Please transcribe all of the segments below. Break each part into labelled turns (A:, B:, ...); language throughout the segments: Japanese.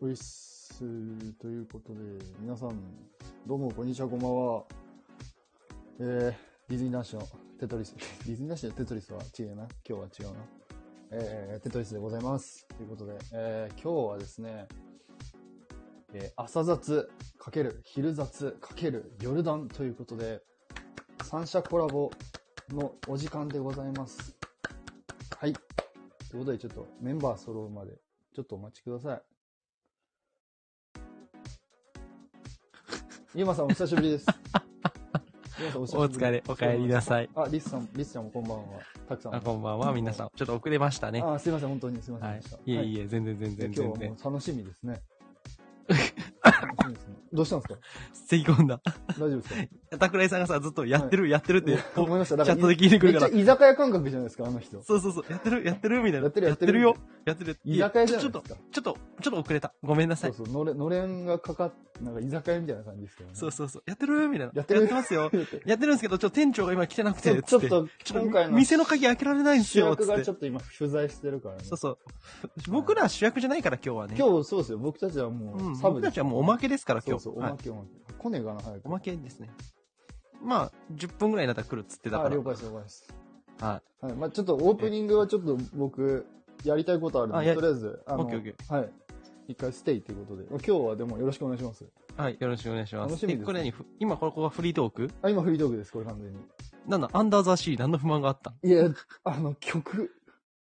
A: ホイッスということで、皆さん、どうも、こんにちは、こんばんは。えー、ディズニー男子のテトリス、ディズニー男子のテトリスは違うな。今日は違うな。えー、テトリスでございます。ということで、えー、今日はですね、えー、朝雑かける昼雑かける夜談ということで、三者コラボのお時間でございます。はい。ということで、ちょっとメンバー揃うまで、ちょっとお待ちください。ゆうまさんお久しぶりです。ゆうまさんお
B: お疲れ、お帰りなさい。
A: あ、リスさん、リスちゃんもこんばんは。たくさん。
B: あこんばんは、皆さん。ちょっと遅れましたね。は
A: あ、すいません、本当にすいませんでした。
B: い。いえいえ、全然
A: で
B: 全然
A: 今日は
B: 全
A: も
B: 然。
A: う楽しみです ね。楽しみですね。どうしたんですか
B: せき込んだ。
A: 大 丈夫ですか
B: 桜井さんがさ、ずっとやってる、やってるって、
A: いや思いました。だ
B: チ
A: から
B: ャットで聞いてく
A: め
B: る
A: っ
B: か
A: ちゃ
B: ら。
A: 居酒屋感覚じゃないですか、あの人。
B: そうそうそう、やってる、やってる、みたいな。
A: やってるやってる
B: よ。やってる。
A: 居酒屋じゃな
B: ちょ
A: い
B: っ
A: です
B: と、
A: か。
B: ちょっと、ちょっと遅れた。ごめんなさ
A: そ。
B: いう
A: そう、のれのれんがかかって、なんか居酒屋みたいな感じですけどね。
B: そうそうそう。やってるみたいな。
A: やってる
B: ますよ。
A: ち
B: やってるんですけど、ちょっと店長が今来てなく
A: ょ
B: て、
A: ちょっ
B: つて
A: と、
B: ちょっと
A: 今回の
B: 店の鍵開けられないんです
A: 主
B: よ、
A: 役
B: つっ
A: が
B: て
A: ちょ。っと今不在してるからね。
B: そうそう。僕ら主役じゃないから、今日はね。
A: 今日そうですよ、僕たちは
B: う、
A: もうんサブ
B: 僕
A: で
B: た
A: す
B: ちはもうおまけですから、
A: そ
B: 今
A: う
B: 日。
A: そう、お
B: はい
A: まけおまけ。来ねえかな、早く。
B: おまけですね。まあ、10分ぐらいだったら来るっつってたか
A: あ、
B: ら。
A: 了解です、了解です。
B: は
A: はい、まあちょっとオープニングはちょっと僕、やりたいことあるん
B: あ
A: で、
B: や
A: とりあえず、あ
B: オッケーオッケ
A: はい。一回ステイということで。まあ今日はでもよろしくお願いします。
B: い。はい、よろしくお願いします。
A: 楽しみですね
B: えこれ何ふ今ここはフリートーク
A: あ、今フリートークです、これ完全に。
B: なんだ、アンダーザシー何の不満があった
A: いや、あの、曲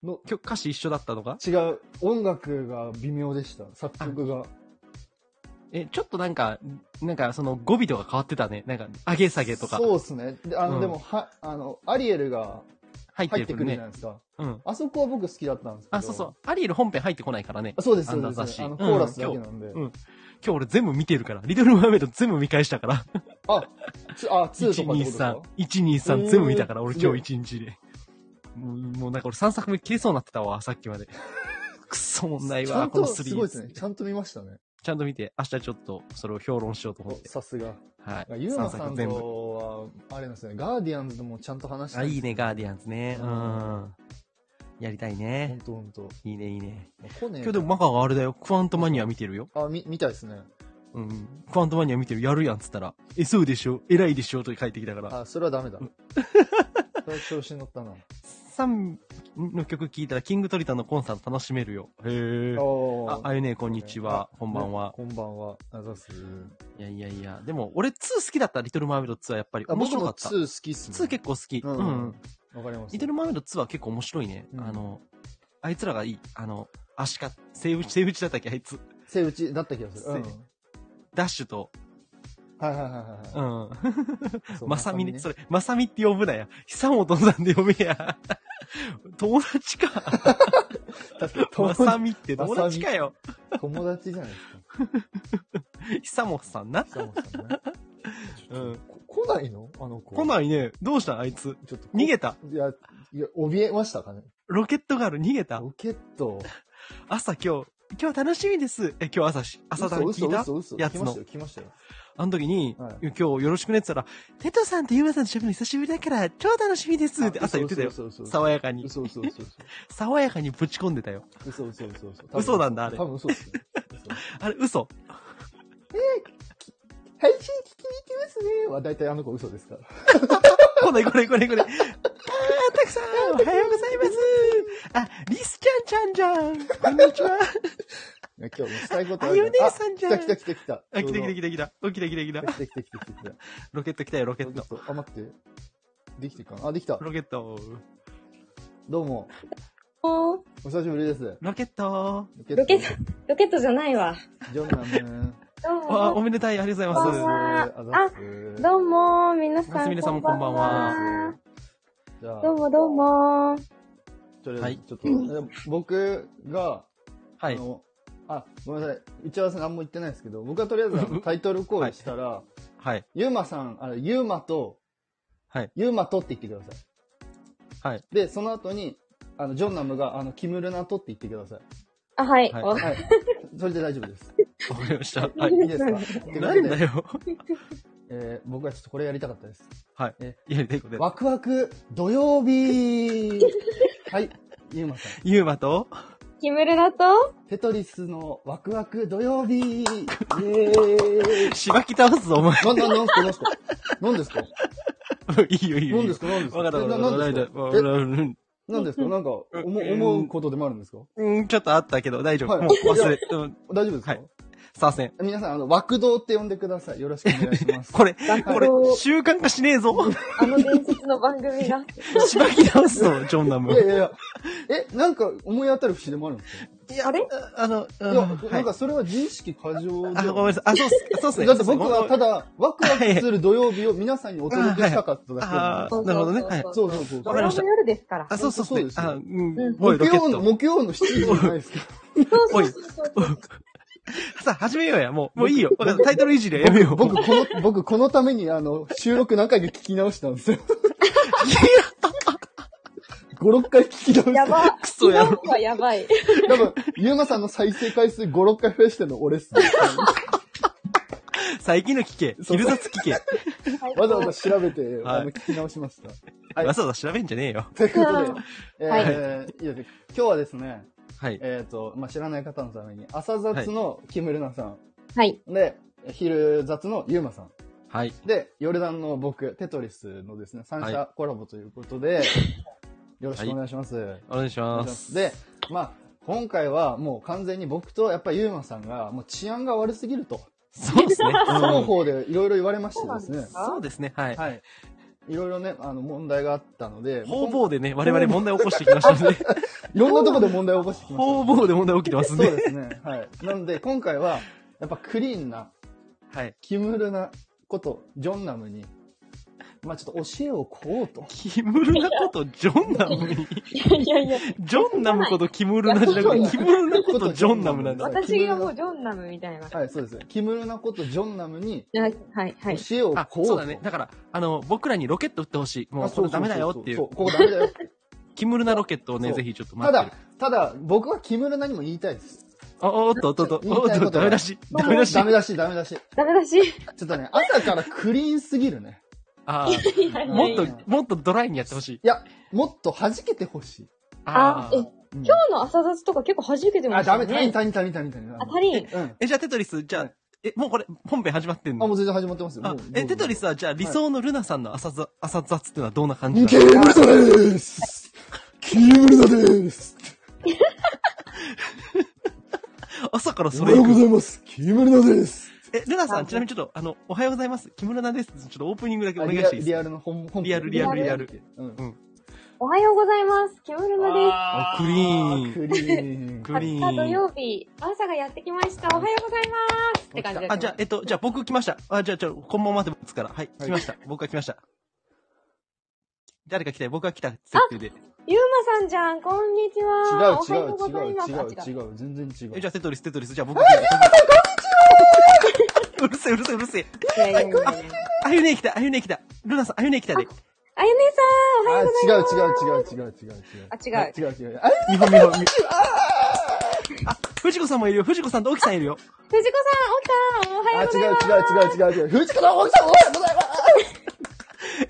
A: の、
B: 今日歌詞一緒だったのか
A: 違う、音楽が微妙でした、作曲が。
B: え、ちょっとなんか、なんかその語尾とか変わってたね。なんか、上げ下げとか
A: そうっすね。で、あの、
B: うん
A: でも、は、あの、アリエルが
B: 入って
A: 入っ
B: る
A: て
B: 分
A: くるじゃ
B: ね
A: な。いですか。
B: うん。
A: あそこは僕好きだったんですけど。
B: あ、そうそう。。アリエル本編入ってこないからね
A: あ。そうです、
B: あ
A: そ
B: んな
A: うです。
B: 雑誌
A: あの、
B: うん
A: コーラスだけなんで。
B: 今日今日俺全部見てるから。リトルマーメイド全部見返したから。
A: あ、つあ、2とかってことです
B: 123
A: か、
B: 123、
A: えー
B: 全部見たから、俺
A: す
B: 今
A: ごい
B: 日1日で。もう、もうなんか俺3作目切れそうになってたわ、さっきまで。 くっそもんない
A: ちゃ
B: わ、
A: ん
B: この
A: と、
B: 3。
A: すごいですね。ちゃんと見ましたね。
B: ちゃんと見て、明日ちょっとそれを評論しようと思
A: お
B: って。
A: さすが。
B: はい。
A: ユーマ
B: 三
A: さん
B: 作全部。
A: とは、あれなんですね、ガーディアンズともちゃんと話して
B: あ、いいね、ガーディアンズね。う
A: うん
B: ん。やりたい
A: ほん
B: ね。
A: とほんと。
B: いいね、いいね。
A: コネ
B: 今日でもマカがあれだよ、クワントマニア見てるよ。
A: あ、み、見たいですね。
B: うん。クワントマニア見てる、やるやんっつったら、え、そうでしょ偉いでしょと帰ってきたから。
A: あ、それはダメだ。それは調子に乗 ったな。あ
B: サンの曲聴いたら、キングトリタンのコンサート楽しめるよ。へー。あ
A: ー、
B: あゆねえ、こんにちは。こんばんは。
A: こんばんは。あざっす。
B: いやいやいや。でも、俺2好きだった、リトルマーメイド2はやっぱり。
A: あ、
B: 面
A: 僕
B: 白か
A: も
B: った。
A: 2好きっすね。
B: 2結構好き。
A: う
B: うんん。
A: わかります。
B: リトルマーメイド2は結構面白いね。
A: うん
B: あの、あいつらがいい。あの、アシカ、セイウチ、セイウチだったっけ、あいつ。
A: セイウチだった気がする。うん。はい
B: セイダッシュと、
A: はいはいはいは
B: うん。
A: いそう。
B: まさみね。
A: そ
B: それ、まさみって呼ぶなや。久本さんで呼べや。友達か。
A: れ
B: まさみって友達かよ。
A: 友達じゃないですか。
B: 久本さんな。
A: 久本さんね。
B: うん。
A: こ来ないのあの子。
B: 来ないね。どうしたあいつ。
A: ちょっとこ
B: 逃げた。
A: いや、いや、怯えましたかね。
B: ロケットガール逃げた。
A: ロケット。
B: 朝今日、今日楽しみです。え、今日朝し、朝だ聞いた
A: 嘘嘘嘘
B: やつの
A: 嘘来ましたよ、
B: あの時に、
A: はい
B: 今日よろしくねって言ったら、テトさんとユマさんと喋るの久しぶりだから、超楽しみです
A: 来ました
B: って
A: よ。
B: 朝言ってたよ。
A: 嘘嘘嘘嘘
B: 爽やかに。
A: 嘘嘘嘘
B: 爽やかにぶち込んでたよ。
A: 嘘嘘嘘嘘嘘
B: 嘘なんだあれ
A: 多分嘘ですね。嘘
B: あれ、嘘。
A: 配信聞きに行きますねは大体あの子嘘です から。
B: これこれこれこれ。あー、たくさんおはようございますあ、リスちゃんちゃんじゃんこんにちは
A: いや今日もしたいこと
B: あゆね
A: あ
B: えさんじゃん
A: 来た来た来た来た。
B: あ、来た来た
A: 来
B: 来た来た。お来た来た来
A: た。
B: た。
A: 来た来た来た来た。
B: ロケット来たよ、ロケ
A: ちょ
B: ッ
A: っ
B: ト。
A: と、あ、待って。できてるかなあ、できた。
B: ロケット。
A: どうも。
C: おー
A: お久しぶりです。ロ
B: ロケット。
A: ケ
C: ロケッロケットじゃないわ。
A: ジョンナム
C: どう
B: わあ、
C: も。
B: おめでたい。ありがとうご
C: こ
B: ざ
C: ん
B: い
C: ばん
B: ます。
C: は
A: あざっす。
C: どうも、皆
B: マ
C: さ
B: ス
C: ん。
B: ミレさんもこんばんは
A: じゃあ
C: どうもどうも。
A: とりあ
B: は
A: えず
B: い
A: ちょっと、え僕が、
B: は
A: あ
B: い。
A: の、あ、ごめんなさい。打ち合わせ何も言ってないですけど、僕はとりあえずあのタイトルコールしたら、
B: はい。
A: ゆうまさん、あれ、ゆうまと、
B: はい。
A: ゆうまとって言ってください。
B: はい。
A: で、その後に、あの、ジョンナムが、あの、キムルナとって言ってください。
C: あ、はい。
B: はい
C: お
A: はい。それで大丈夫です。
B: わかりました。
A: は、
B: はいい。
A: いいですかというこ
B: な
A: と
B: ん
A: で
B: だよ。
A: えー僕はちょっとこれやりたかったです。
B: はい
A: え。
B: やりたいことです。
A: ワクワク土曜日はい、ゆうまさん。
B: ゆうまと、
C: キ木村だと、
A: テトリスのワクワク土曜日イ エーイ
B: しばき倒すぞ、お前。
A: な、な、なんすかなんすかなんですか
B: いいよ、いいよ。
A: なんですかなんですか
B: わかった、
A: え
B: わか
A: な
B: った。
A: なん
B: わかっ
A: です
B: たわ
A: か
B: かったうん
A: えなんですかなんか、思う、思うことでもあるんですか
B: うん、ちょっとあったけど、大丈夫。
A: はい
B: もう忘れ、うん、
A: 大丈夫ですか、
B: はい左遷。
A: 皆さん、あの、枠道って呼んでください。よろしくお願いします。
B: これ、
C: 学
B: これ
C: 校、、
B: 習慣化しねえぞ。
C: あの伝説の番組が。
B: しばき倒すぞ、ジョンナム。
A: いやいやいや。え、なんか思い当たる節でもあるんですか
B: いや
C: あれ
B: あの、うん
A: いや、
B: は
A: なん
B: い
A: かそれは自意識過剰で
B: あ、。ごめんなさい。あ、そうっす、 そうっすね。
A: だって僕はた
B: だ、
A: だ、ワクワクする土曜日を皆さんにお届けしたかっただけな
B: あ
A: んで
B: ーなるほどね。はい。
A: そうそうそう。
B: わかりました
C: 土曜の夜ですから。
B: あ、そうそうそ
A: そう
B: うで
A: です
B: す
A: よ
B: ね。あ、うん
C: うん。
B: おい、ロ
A: 木
B: ケ
A: 曜
B: ッ
A: の、
B: ト。
A: 木曜の7時じゃないですか。
C: そう
B: お
C: そう
B: い
C: そうそう。
B: さあ、始めようや。もう、もういいよ。わかったタイトル維持でやめよう。
A: 僕、この、僕、このために、あの、収録何回か聞き直したんですよ。5、6回聞き直
C: や
A: し
C: ば。
B: クソやろ
C: 昨日はやばい。
A: た。多分、ゆうまさんの再生回数5、6回増やしてるの俺っすね。
B: 最近の聞け。
A: そう
B: 昼雑聞け。
A: わざわざ調べて、
B: はい
A: あの、聞き直しました。はい
B: わざわざ調べんじゃねえよ。
A: ということで、えー
C: はい
A: いいですね今日はですね、
B: はい。
A: えっ、と、まあ、知らない方のために、朝雑のキムルナさん、
C: はい。
A: で、昼雑のユーマさん、
B: はい。
A: で、ヨルダンの僕、テトリスのですね、三者
B: は
A: コラボということ で、よろしくお願いします。
B: お願いし
A: お願
B: ま。
A: いしますすで、まあ、今回はもう完全に僕とやっぱりユーマさんが、もう治安が悪すぎると、
B: そうですね。
A: 双
B: うん
A: 方でいろいろ言われましてです
C: そうな
A: ね
C: んです、か
B: そうですね。はい。
A: はい。いろいろね、あの、問題があったので、
B: 方々でね、我々問題起こしてきましたので、
A: いろんなところで問題を起こしてきましたね、
B: 方々で問題起きてま
A: そ
B: すん
A: う
B: で。
A: ですね。はい。なので、今回は、やっぱクリーンな、
B: はい。
A: キムルなこと、ジョンナムに、まあちょっと教えをこうと。
B: キムルナことジョンナムに、
C: いやい やいや、
B: ジョンナムことキムルナじゃなくて、キムルナことジョンナムなんだ。
C: 私がもうジョンナムみたいな。
A: はい、そうです。キムルなこと、ジョンナムに、
C: はい、はい、はい。
A: 教えを
B: あ、
A: こうと。
B: そうだね。だから、あの、僕らにロケット打ってほしい。も
A: あ
B: う、これダメだよってい
A: そうう、ここダメだよ。
B: キムルナロケットを
A: そ
B: ね、
A: う
B: ぜひちょっと
A: た
B: 待って
A: だ
B: る。、
A: ただ、僕はキムルなにも言いたいです。
B: あおおっと、おっと、おっと、
A: 言い
B: お
A: たい
B: っ、
A: ことと
B: ダメだし、ダメだし。
A: ダメだし、ダメだし。
C: ダメだし。
A: ちょっとね、朝からクリーンすぎるね。
B: あー
C: いやいやいや
B: もっと、もっとドライにやってほしい。
A: いや、もっと弾けてほしい。
C: あ
B: あ、
C: え、
B: ー
C: 今日の朝雑とか結構弾けてま
A: あ、
C: した
A: ダ
C: ね。
A: メ、足りん、足りん、足りん、足りん、足りん。
C: あ、足りん。
A: うん。あ、
B: え、じゃあテトリス、じゃあ、え、もうこれ、本編始まってん
A: も
B: の
A: う全然始まってますよ。
B: あ
A: もうどう
B: え、
A: ぞ
B: テトリスは、じゃあ、理想のルナさんの朝ざ、朝雑っていうのはどんな感じ
A: ミ
B: な
A: ケ
B: の
A: ルザですキムルザです
B: 朝からそ
A: おは
B: れ
A: よ
B: 行
A: うご
B: く。
A: ざいますキムルザです
B: え、ルナさん、ちなみにちょっと、あの、おはようございます。木村ナです。ちょっとオープニングだけお願いしていいです
A: リ
B: か
A: アルの本、本
B: リアル
C: リアルリ
B: アル。
A: うん。
C: おはようございます。キムルナです。
B: あクリーン
A: クリーン。
B: クリ
C: 20日土
B: ーン。
C: 曜日、朝がやってきました。おはようございます。って感じです。
B: あ、じゃあ、えっと、じゃあ僕来ました。あ、じゃあ、ちょ、こんばんはってますから。はい、
A: はい
B: 来ました。僕が来ました。誰か来たよ。僕が来た設定で。
C: ゆうまさんじゃん、こんにち
A: 違
C: は。
A: う違う
C: おはようございます。
A: 違う違う違う。全然違う。
B: え、じゃあ、テトリス、テトリス。じゃあ僕が来た。 うるせえ、うるせえ、うるせえ。
C: あ違う。いやいやいやいや
B: あゆねえ来た、あゆねえ来た。ルナさん、あゆねえ来たで。
C: あゆねさん、おはようございます。
A: 違う違う違う違う違う違う。
C: あ違う
A: 違う違う。あれ
B: 日本、日本、日本。あ、 藤子さんもいるよ。藤子さんと沖さんいるよ。
C: 藤子さん、おきさん、おは
A: あ、
C: よ
A: 違
C: うございます。
A: う違う違う違う違う。藤子さん、奥さん、おはようございます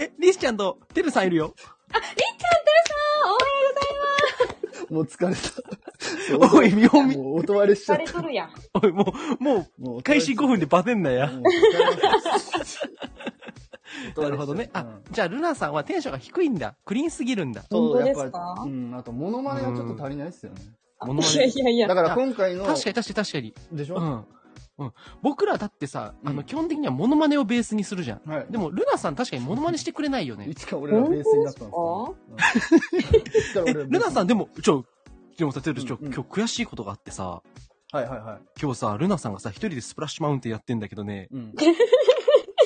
B: え、リスちゃんとてるさんいるよ。
C: りっちゃん、てるさん、おはようございます。
A: もう疲れた。
B: おい、みほみ。
A: もうおとわれしちゃっ
C: バレ
A: た。
C: とるやん。
B: おい、もう、も
A: もう
B: う、開始5分でバテんなや。
A: もう疲れました
B: なるほどね。
A: うん
B: あ、じゃあ、ルナさんはテンションが低いんだ。クリーンすぎるんだ。
A: そう
C: 本当ですか
A: やっぱうん、あと、モノマネがちょっと足りないですよね。
B: モノマ
C: いや
B: ネ
C: いやいや。
A: だから今回の、
B: 確かに確かに確かに。
A: でしょ、
B: うん。うん。僕らだってさ、あ
A: うん
B: の、基本的にはモノマネをベースにするじゃん。
A: はい。
B: でも、ルナさん確かにモノマネしてくれないよね
A: い。つか俺らベースになったんですか、ね、
B: え、ルナさん
A: で
B: でも、ちょ、でもさ、てるちょ、
A: うんうん
B: 今日悔しいことがあってさ、
A: はいはいはい。
B: 今日さ、ルナさんがさ、一人でスプラッシュマウンテンやってんだけどね、
A: うん。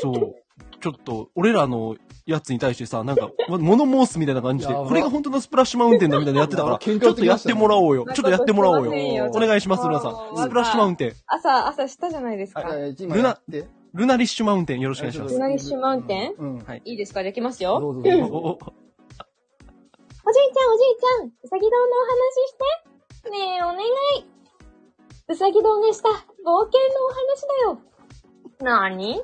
B: そう。ちょっと、俺らのやつに対してさ、なんか、わ物申すみたいな感じで、
A: やば
B: これが本当のスプラッシュマウンテンだみたいなのやってたか
A: や
B: ら、
A: ば
B: ちょ
A: 喧
B: っ
A: 嘩売って
B: と
A: き
B: や
A: ま
B: っ
A: したね
B: てもらおうよ。ちょっとやってもらおう
C: すいません
B: よ。
C: よ
B: お願いします、ルナさ
C: も
B: ん。
C: う
B: スプラッシュマウンテン。
C: 朝、朝したじゃないですか。
A: はい、今
B: ルナ
A: やって。
B: ルナリッシュマウンテン、よろしくお願いします。
C: ルナリッシュマウンテン
A: うん。
B: はい
C: いいですかできます
A: ど
C: よ。
A: うぞどう
B: お
A: ぞ。
B: おお
C: おじいちゃん、おじいちゃん、うさぎ堂のお話して。ねえ、お願い。うさぎ堂でした。冒険のお話だよ。なに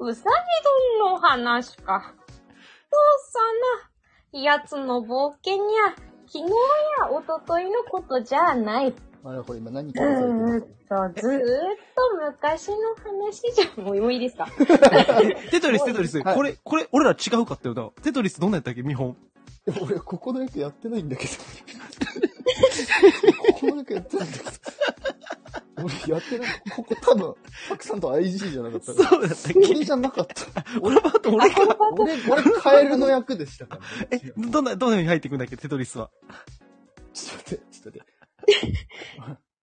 C: うさぎ堂のお話か。父さんな、奴の冒険や、昨日や一昨日のことじゃない。
A: あれこれ今何聞かされてます
C: そう、ずーっと昔の話じゃん。もう、もういいですか
B: テトリス、テトリス。
A: はい
B: これ、これ、俺ら違うかったよな。テトリスどんなんやったっけ見本。
A: いや俺、ここの役やってないんだけど。ここの役やってないんだけど。俺、やってない。ここ多分、たくさんと IG じゃなかったから。
B: そうだったっけ
A: 俺じゃなかった。
B: このパート俺が、
A: 俺、俺、カエルの役でしたから、
B: え、どんな、どんな風に入っていくんだっけテトリスは。
A: ちょっと待って、ちょっと待って。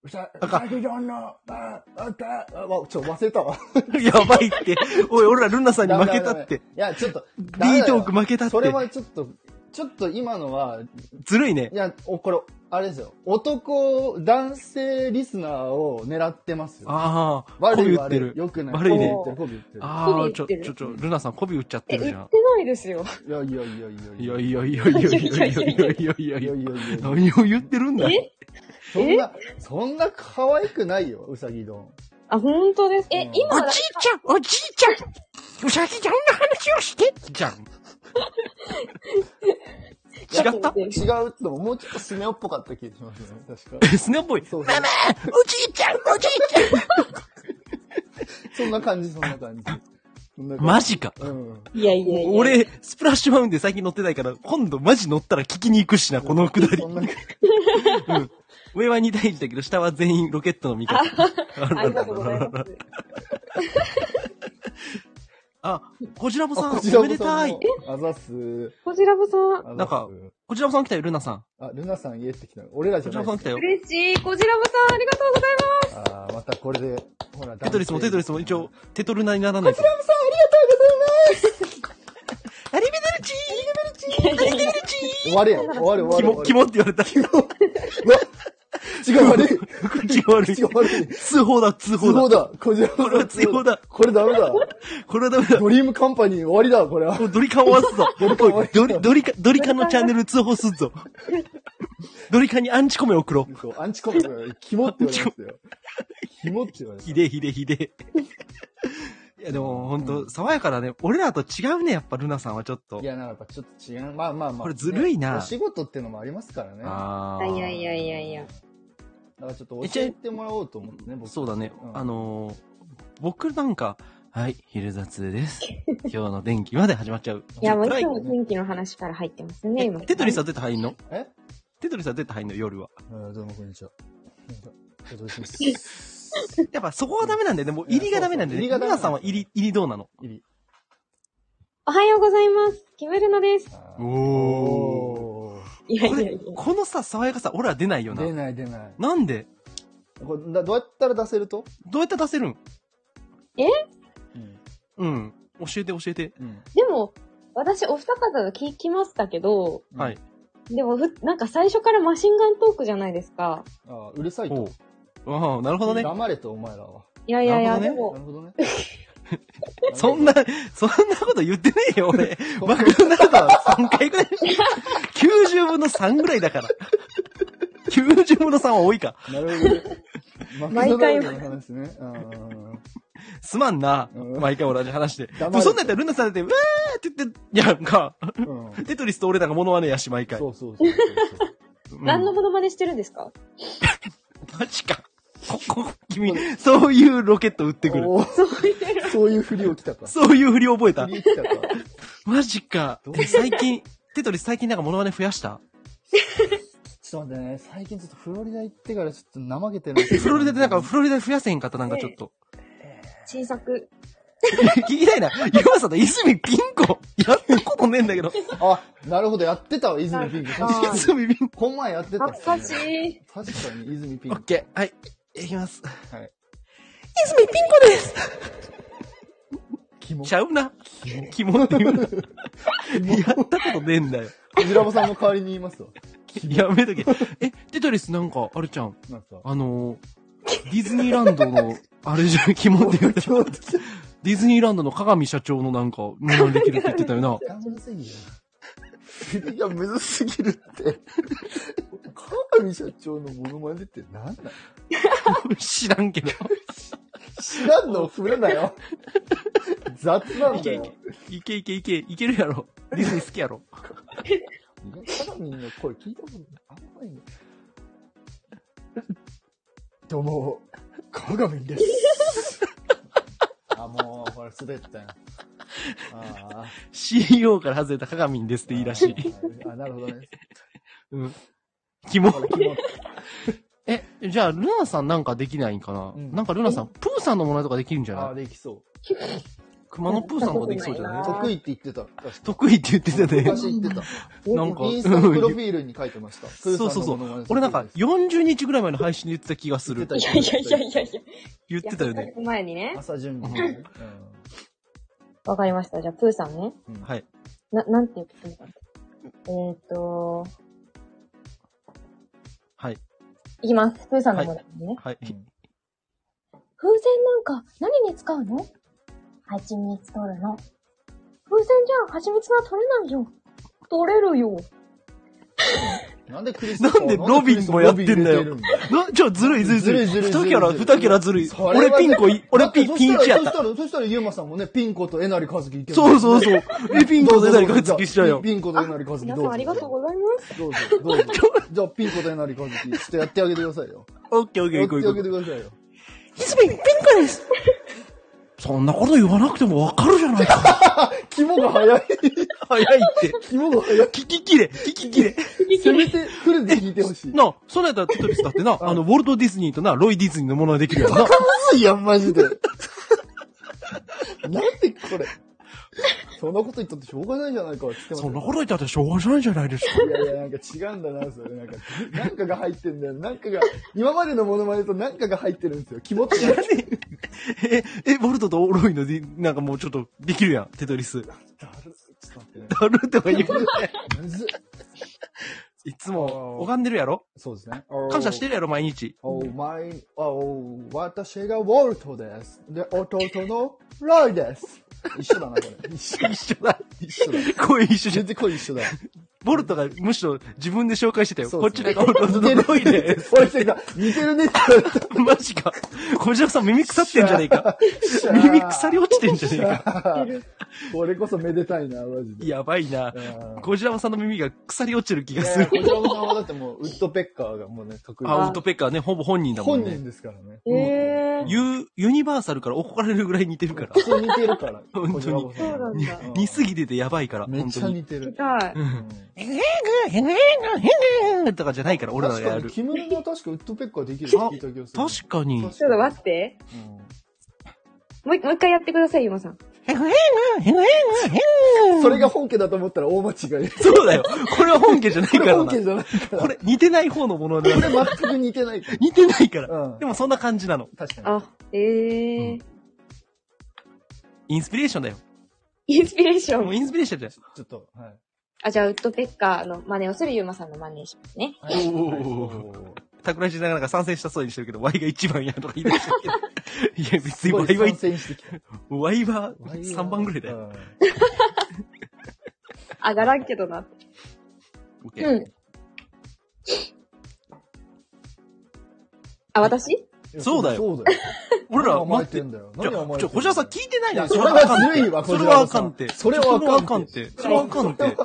A: うさ、うさぎどんの、あ、あ、た、あ、わちょ、忘れたわ。
B: やばいって。おい、俺らルナさんに負けたって
A: い。や、ちょっと、ダメ
B: リー
A: だ
B: ト
A: よ
B: ーク負けたっ
A: それ
B: て。
A: はちょっと、ちょっと今のは、
B: ずるいね
A: い。や、お、これ、あれですよ。男、男性リスナーを狙ってますよ。
B: ああ、
A: 悪い
B: 媚び売っ
A: 悪
B: て
A: い。
B: る。
A: よくない。
B: 悪いね
A: 媚び売ってる、媚び売ってる。
B: ああ、
C: 媚
B: ち
C: び
B: ょ、
C: 売っ
B: ち
C: て
B: ょ、
C: る
B: ちょ、ルナさん媚び売っちゃっ
C: え、
B: てるじ
C: 言
B: ゃ
C: ってないですよ。
A: いやいやいやいや
B: ん。い
A: いや
B: やいやいやいやいやいやいやいやいやいやい
A: い
B: や
A: やいやいやいや
B: 何を言ってるんだ
C: え
A: そんな、そんな可愛くないよ、うさぎ丼。
C: あ、本当です。え、
A: うん
C: 今だ、
B: ちゃん、おじいちゃん、うさぎちゃんの話をしてじゃん。違った
A: 違うってのも、もうちょっとスネ夫っぽかった気がしますね。確か。
B: スネ夫っぽい。
A: そう
B: ママおじいちゃん、おじいちゃ
A: そんな感じ、そんな感じ。そんな感
B: ん
A: じ
B: マジか。
A: うん。
C: いやいやいや。、
B: 俺、スプラッシュマウンテン最近乗ってないから、今度マジ乗ったら聞きに行くしな、このくだり
A: そ。んな感じ
B: 上は2対1だけど、下は全員ロケットの味方。
C: ありがとうございます。
B: あ、こちらもさん、
A: こちら
B: お
A: も
B: めでたい。
A: そのあざっす。
C: こちらこそ、
A: あざっす
B: なんかこちらもさん来たよ、ルナさん。
A: あ、ルナさん家って来たの。俺らじ
B: こ
A: ゃ
B: ち
A: な
B: ら
A: い
B: もさん来たよ。
C: 嬉しい。こちらこそ、ありがとうございます。
A: あーまたこれで、ほら、
B: テトリスもテトリスも一応、テトルナにならない
A: こ
B: と
A: ち。らもさん、ありがとうございます
B: アリベルチーアリベルチーアリベルチ
A: 終われよ、終われ、
B: ーキ
A: 終わ
B: モ、
A: れ。
B: キモって言われた。
A: う わ違う、悪い。
B: 口が悪い
A: 口が。悪い。
B: 通報だ、通
A: 都
B: 報
A: 合
B: だ。
A: だ。こちら
B: これは都合だ
A: これダメだ。
B: これはダメだ。
A: ドリームカンパニー終わりだ、これは。
B: おいドリカン終わすぞ。
A: ドリカン終
B: お
A: わ
B: い
A: るぞ
B: ドリ、ドリカ、ドリカンのチャンネル通報すっぞ。ドリカンにアンチコメ送ろう。
A: そうアンチコメントがキモって言われましたよ。キモって言われまし。
B: ひでえひでえひでえ。いや、でも、ほんと、爽やかだね。俺らと違うね、やっぱ、ルナさんはちょったと
A: い。や、なんかやっぱちょっと違う。まあまあまあ。
B: これずるいな
A: ねお仕事ってのもありますからね。だか
B: あ
C: いやいやいやいや。
A: らちょっと教えてもらおうと思ってね、僕。
B: そうだね。
A: うん
B: あのー僕なんか、はい、昼雑 です。今日の電気まで始まっちゃう。
C: いや、もう
B: 暗
C: いつも天気の話から入ってますね、今。
B: テトリスは出て入んの
A: え
B: テトリスは出て入んの夜は。
A: えーどうもこんにちは。お邪魔し ます。
B: やっぱそこはダメなんだよね。もう入りがダメなんだよね。
A: いやそうそう入りがダメ
B: 皆さんは入り、入りどうなの
A: 入り
C: おはようございます。キムルナです。
A: あー
B: お
A: お
C: いやい
B: こ
C: やいや
B: れ、。このさ、爽やかさ、俺ら出ないよ
A: ー
B: な
A: 出。ない出ない。
B: なんで
A: これだどうやったら出せると
B: どうやって出せるん
A: うん。
B: うん。教えて教えて。
A: うん。
C: でも、私、お二方が聞きましたけど、
B: はい。
C: でもふ、なんか最初からマシンガントークじゃないですか。
A: あーうるさい
B: お
A: と
B: う。ああ、なるほどね。
A: 黙れと、お前らは。
C: いやいやいや、
B: な
C: で
B: るほ
A: な
C: も、
A: るほどね。
B: そんな、そんなこと言ってねえよ、俺。マクドナ ルドは3回ぐらい。90分の3ぐらいだから。90分の3は多いか。
A: なるほどね。マクドナルドの話ね。うんうんうん
B: すまんな。
A: うん
B: 毎回同じ話で。で
A: 黙れ
B: もそんなんやったらルナさんだって、うわーって言って、いや、なんか、
A: うん。
B: テトリスと俺らがモノマネやし、毎回。
A: そうそうそうそうそう。
B: うん
C: 何のモノマネしてるんですか
B: マジか。ここ、君、そういうロケット打ってく る。
A: おー
C: そういう。
A: そういうふりをきたか。
B: そういう振り覚えた
A: ふ。り来たか。
B: マジか
A: どう。
B: 最近、テトリス最近なんかモノマネ増やした
A: ちょっと待ってね、最近ちょっとフロリダ行ってからちょっと怠けてる。
B: フロリダでなんか、フロリダ増やせへんかったなんかちょっと。
C: 小さく。
B: 聞きたいな。ゆうまさんと泉ピン子、やったことねえんだ けど。
A: あ、なるほど、やってたわ、泉ピンク。確かに。
B: 泉ピン
A: こん前やってたっ
C: 懐
A: す
C: か
A: ね
C: しい。
A: 確かに、泉ピン
B: 子。オ
A: ク
B: ッ。ケー。はい。いきます。
A: はい。
B: 泉ピン子です
A: キモ。
B: ちゃうな。キモって 言うな。やったことねえんだよ。
A: こじらぼさんも代わりに言いますわ。
B: やめとけ。え、テトリスなんか、あれちゃん、
A: なんか。
B: あのー、ディズニーランドの、あれじゃん、キモって言うな。ディズニーランドの鏡社長のなんか、モノマネできるって言ってたよな。
A: がむずすぎる。振りがむずすぎるって。川上社長のモノマネって何なん
B: 知らんけど。
A: 知らんの振るなよ。雑なんだよ。
B: いけいけいけ、いけるやろ。ディズニー好きやろ。
A: 鏡の声聞いたことない。あんまりね。どうも、川上です。あ、もう、これ滑ったよ。ああ。
B: CEO から外れた鏡んですっていいらしい。
A: あー。あ、なるほどね。
B: うん。キモ
A: こ。れ、キモい
B: え、じゃあ、ルナさんなんかできないんかな、
A: うん
B: なんかルナさん、プーさんのものとかできるんじゃ
A: あ
B: な
A: ー、
B: い
A: できそう。
B: 熊野プーさんとかできそうじゃ
C: あ
B: ない
C: ー
A: 得意って言ってた。確か
B: 得意って言 ってたね。
A: 昔言ってた。
B: なんか
A: インスタのプロフィールに書いてました。
B: そうそうそう。俺なんか40日ぐらい前の配信で言ってた気がする。
A: 言
C: い
A: って
C: や
A: た
C: いやいやいやいや。
B: 言ってたよ
C: い
B: ね
C: や。。前にね。
A: 朝準備ね。
C: わかりました。じゃあ、プーさんね。
A: うんうん
B: はい。
C: な、なんていうことだっけえーっ、と、
B: はい。
C: いきます。プーさんのものね、
B: はい。
A: うん
C: 風船なんか何に使うの蜂蜜取るの。風船じゃ蜂蜜は取れないよ。取れるよ。
A: なんでクリス
B: なんでロビンもやってんだよ
A: ロビン入れてるん
B: な、ちょ、ずるいずるいずる
A: ずる
B: い。
A: いずるいず
B: 二
A: るい
B: キャラ、二キャラずるい。
A: それはね
B: 俺ピンコい、俺ピ
A: だって
B: ピンチやっ。
A: そしたたら、そしたらユーマさんもね、ピンコとえなりかずきいける
B: そうそうそう。え、ピンコで誰か
A: どうぞ
B: 付きしたよ。
A: ピンコとえなりかずき
C: 皆
A: どう
C: さ
A: ぞ
C: んありがとうございます。
A: どうぞ、どうぞ。じゃあ、ピンコとえなりかずき、ちょっとやってあげてくださいよ。
B: オッケーオッケー、
A: や
B: 行
A: って
B: こ
A: あ
B: う
A: げ
B: 行
A: て
B: こう。
A: くださいよ。
B: ひずみん、ピンコですそんなこと言わなくてもわかるじゃないか。
A: 肝が早い。
B: 早いって。
A: 肝が早い。
B: 聞ききれ、聞ききれ。
A: せめて、フルで聞いてほしい。
B: なあ、それやったらテトリスだってな、あの、ウォルト・ディズニーとな、ロイ・ディズニーのものができるやんな。
A: ずいやん、マジで。 なんでこれ。そんなこと言ったってしょうがないじゃないか、つってました
B: そんなこと言ったってしょうがないじゃないですか。
A: いやいや、なんか違うんだな、それ。なんか、なんかが入ってんだよ。なんかが、今までのモノマネとなんかが入ってるんですよ。気持ちが。
B: え、 え、ボルトとロイのディ、なんかもうちょっとできるやん、テトリス。
A: だるちょっと待ってね
B: ダルとか言う。
A: むずっ
B: いつも、拝んでるやろ
A: そうですね。
B: 感謝してるやろ、毎日。
A: お前、お私がウォルトです。で、弟のロイです。一緒だな、これ。一緒。
B: 一緒だ。
A: 一緒だ。
B: 声一緒じ
A: 全
B: ゃん。
A: 然声一緒だ。
B: ボルトがむしろ自分で紹介してたよ。
A: そ
B: こ
A: う
B: っ
A: です
B: ち
A: ね
B: でボルトとロイで。す。
A: 俺、てか、似てるねって言われた。
B: マジか。小白さん耳腐ってんじゃねえか。 耳腐り落ちてんじゃねえか。
A: これこそめでたいな、マジで。
B: やばいな。
A: うん
B: 小白さんの耳が腐り落ちる気
A: い
B: が
A: や
B: する。
A: 小島さんはだってもう、ウッドペッカーがもうね、得意
B: アウトペッカーね、ほぼ本人だもん
A: 本
B: ね
A: 人。ですからね。
C: えー。
B: ユユニバーサルから怒られるぐらい似てるから。
A: 普通似てるから、
B: 本当に
A: 小島さん
C: そうなんだ。
B: 似すぎててやばいから、
A: めっ
B: 本
A: ちゃ
B: 当に。
A: 似て
C: 聞き
A: る。
C: たい。
B: うん
A: うん
B: へぐへぐへぐへぐとかじゃないから、俺らがや
A: 確
B: る
A: かに、。キムルの確かウッドペッカーできるって聞いた気がする。
B: 確かに。
A: 確
C: ちょっと待って。もう一もう一回やってください、ゆまさん。
B: へぐへぐへぐへぐへ
A: うん
B: ぐ
A: それが本家だと思ったら大間違い。
B: そうだよ。これは本家じゃない
A: こ
B: か
A: れ
B: ら
A: 本
B: な。
A: 家じゃない から。
B: これ、似てない方のもので
A: こ。れ全く似てないから。
B: 似てないから。
A: うん
B: で。もそんな感じなの。
A: 確かに。
C: あ、えー。
B: うんインスピレーションだよ。
C: インスピレーショ
B: もう
C: ン。
B: インスピレーションだよ。
A: ちょっと、はい。
C: あ、じゃあ、ウッドペッカーの真似をするゆまさんの真似しますね。
A: はい
B: おー
A: はい
B: 桜井氏なかなか参戦したそうにしてるけど、ワイが一番やとか言い出して るけど。いや、別
A: す
B: に
A: ご
B: ワイ
A: い
B: は
A: 参、戦してきた。
B: ワイは3番ぐ らいだよ。
A: よ。
C: 上がらんけどな。
B: オッケー
C: うん。あ、私
A: うん
B: そうだよ
A: そうだよ。
B: 俺ら、
A: 何甘え
B: 待ってて
A: ん。だよ。
B: じゃあ、
A: 何甘えてんだ
B: ちょ、
A: よ
B: 小白さん聞いてない
A: い
B: な。
A: やそれはずるいわ、
B: それはあ
A: 小島さ
B: かんって。
A: それはあかんって。
B: それはあかんって。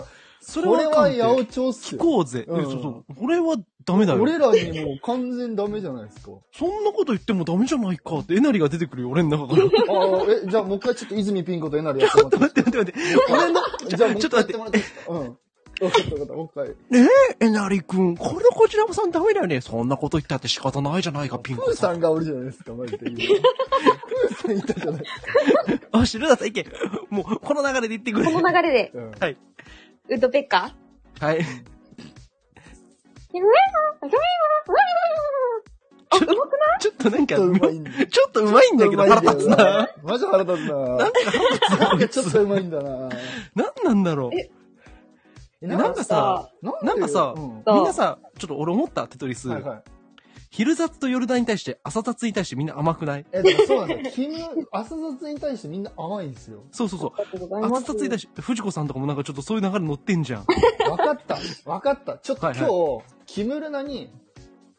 A: そ
B: それ
A: れは
B: は
A: あかん
B: あかん
A: っ。
B: って
A: これ
B: て。
A: は八百長っす
B: 聞
A: よ。
B: こうぜ。
A: うん
B: えそうそう。俺はダメだよ。
A: 俺らにもう完全ダメじゃないですか。
B: そんなこと言ってもダメじゃないかって、えなりが出てくるよ、俺の中から。 ちょ
A: ああ、え、じゃあもう一回ちょっと泉ピン子とえなりやっても
B: っと
A: らっ
B: 待って待って待って。
A: て。俺の、じゃあもう
B: ち
A: 一
B: ょっと
A: 回や
B: 待っ
A: っててもらっていいですか。うん。わかったわかった、もう一回。
B: えなりくん、これのこちらもさんダメだよね。そんなこと言ったって仕方ないじゃないか、ピン
A: プ
B: ク
A: ー
B: さ
A: さ
B: ん。
A: んがおるじゃないですか、マジで。今プーさんいたじゃない。
B: あ、知るださん、いけ。もう、この流れで言ってくれ。
C: この流れで、
A: うん。
B: はい。
C: ウッドペッカ
B: はい。
C: ーうわーうわーうわーあ、うまくない
B: ちょっとなんか、
A: ちょっとうまいんだよ
B: ちょっとうまいんだけど腹立つな。。
A: マジ腹立つな。なんかなんかちょっとうまいんだな。
B: なんなんだろう。
A: え
B: なんかさ、なんかさ
A: うん
C: そう
B: みんなさ、ちょっと俺思った、テトリス。
A: はいはい。
B: 昼雑と夜談に対して、朝雑に対してみんな甘くない
A: え、でもそうなんですよ。金、朝雑に対してみんな甘いんですよ。
B: そうそうそう。
C: ありがとうございま
B: 朝
C: す
B: 雑に対して、藤子さんとかもなんかちょっとそういう流れ乗ってんじゃん。
A: わかった。わかった。ちょっと今
B: はい
A: 日、
B: はい
A: キムルナに、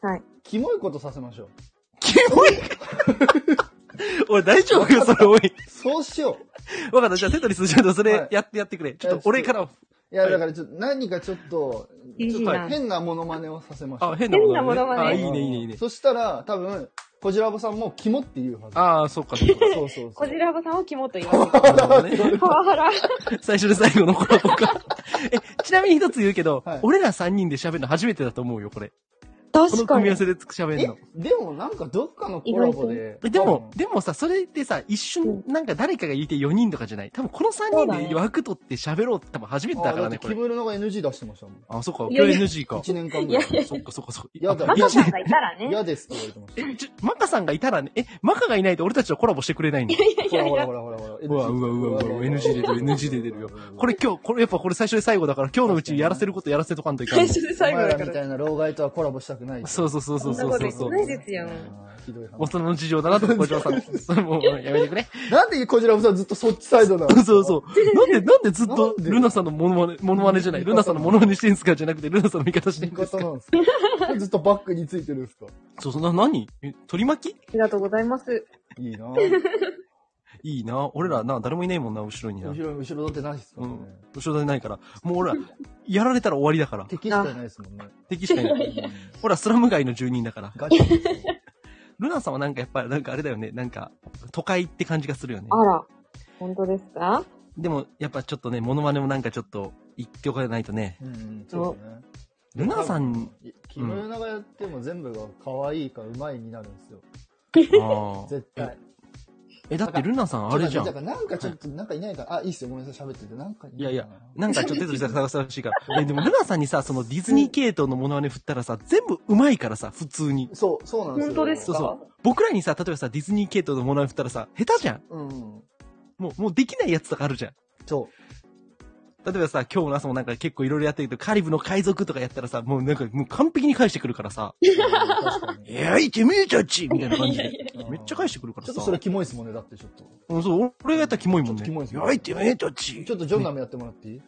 C: はい。
A: キモいことさせましょう。
B: キ モいおい、大丈夫よ、それ、おい。
A: そうしよ
B: わかった、じゃあテトリス、ちょっとそ
A: はい
B: れ、やってやってくれ。ちょっと俺から、
A: いや、だからちょっと、何かちょっと、ちょっ
C: GG
A: と
C: な。
A: 変なモノマネをさせましょ
B: あ、
A: う。
B: 変なもの、ね。
C: 変なものがね
B: あ、いいね、いいね、いいね。
A: そしたら、多分、こじらぼさんも肝って言うはず。
B: ああ、そっか、そっか。
A: そうそうそ
C: こ
A: う
C: じ。らぼさんを肝と言います。
B: なるほど ね
C: パワハラ。
B: 最初で最後のコラボか。 え、ちなみに一つ言うけど、
A: はい
B: 俺ら3人で喋るの初めてだと思うよ、これ。この
C: 確か
B: 組み合
C: に
B: わ。せで喋るの。
A: えでもなんかどっかのコラボで。
B: えでも、でもさ、それってさ、一瞬、なんか誰かが言って4人とかじゃない。多分この3人で枠取って喋ろうって多分初め
A: 多
B: て
A: 分、
B: だ
A: あ
B: から
A: だって
B: ね、こ
A: キ
B: れ。
A: ムルのが NG 出してましたもん。
B: あ、そっか、
C: いや
B: 今
C: いや
B: 日 NG か。
A: 1年間ぐ
C: い
A: ら
C: や
A: い。
C: いや、
B: そっかそっかそっか。
A: やだ
B: あ
C: マ
B: 一
C: カ
B: 年
C: さんがいたらね。
A: 嫌ですって言われてまし
B: え、ちょ、マカさんがいたらね、え、マカがいないと俺たちとコラボしてくれないんだ。
A: た。ほらほらほらほらほら。
B: うわうわうわうわ NG 出てる NG 出てるよ。これ今日、これやっぱこれ最初で最後だから今日のうちやらせることやらせとかんといかんの。
C: 最初で
A: お
C: 最後
A: 前
C: だ
A: ら
C: か
A: みた
C: ら。
A: いな老害とはコラボしたくない。
B: そうそうそうそう
C: そんな
B: そ
C: こ
B: う
C: と
B: そう
C: 言っ
B: そう。
C: てないですよ。
A: あーひどい
B: 大
A: 話。
B: 人の事情だなと、小島さん。それもうやめてくれ。
A: なんでこじらぼさんずっとそっちサイドなの
B: そうそう。なんで、なんでずっと
A: なんで
B: ルナさんのモノマネ、モノマネじゃない。ルナさんのモノマネしてんすかじゃなくて、ルナさんの味方して
A: 味
B: んです
A: 方
B: か
A: なんですかずっとバックについてるんですか
B: そうそう、な、何え取り巻き
C: ありがとうございます。
A: いいなぁ
B: いいな。俺らな、誰もいないもんな、後ろにな
A: 後。ろ、後ろだってないですもんね。
B: 後ろでないから。もう俺ら、やられたら終わりだから。
A: 敵しかいないですもんね。
B: 敵しかいない。俺らスラム街の住人だから。
A: ガチですよ
B: ルナさんはなんかやっぱ、なんかあれだよね。なんか、都会って感じがするよね。
C: あら、本当ですか
B: でも、やっぱちょっとね、モノマネもなんかちょっと、言っておかないとね。
A: うんうん、そうだね。
B: ルナさん、
A: キムヨナがやっても全部が可愛いかうまいになるんですよ。
B: あー
A: 絶対。
B: え、だってルナさんあれじゃん
A: だ。からなんかちょっと、なんかいないから、あ、いいっすよ、ごめんなさい、喋ってて。なんか
B: いやいや、なんかちょっと手取りさん探してほしいから。え、でも、ルナさんにさ、そのディズニー系統のモノマネ振ったらさ、全部うまいからさ、普通に。
A: そう、そうなんですよ。
C: 本当です
B: そう
C: か
B: そう。僕らにさ、例えばさ、ディズニー系統のモノマネ振ったらさ、下手じゃん。
A: うん。
B: もう、もうできないやつとかあるじゃん。
A: そ
B: 例えばさ、今日の朝もなんか結構いろいろやってるけど、カリブの海賊とかやったらさ、もうなんか、もう完璧に返してくるからさ、
A: う。確か
B: え
A: に。
B: やい、てめえたちみたいな感じで。
A: や
B: めっちゃ返してくるから
A: ちょ
B: さ。
A: っとそれキモいっすもんね、だってちょっと。
B: うん、そう、俺がやったらキモいもん
A: ちょっと
B: ね。
A: キモいですね
B: やい、てめえたち
A: ちょっとジョンナムやってもらってい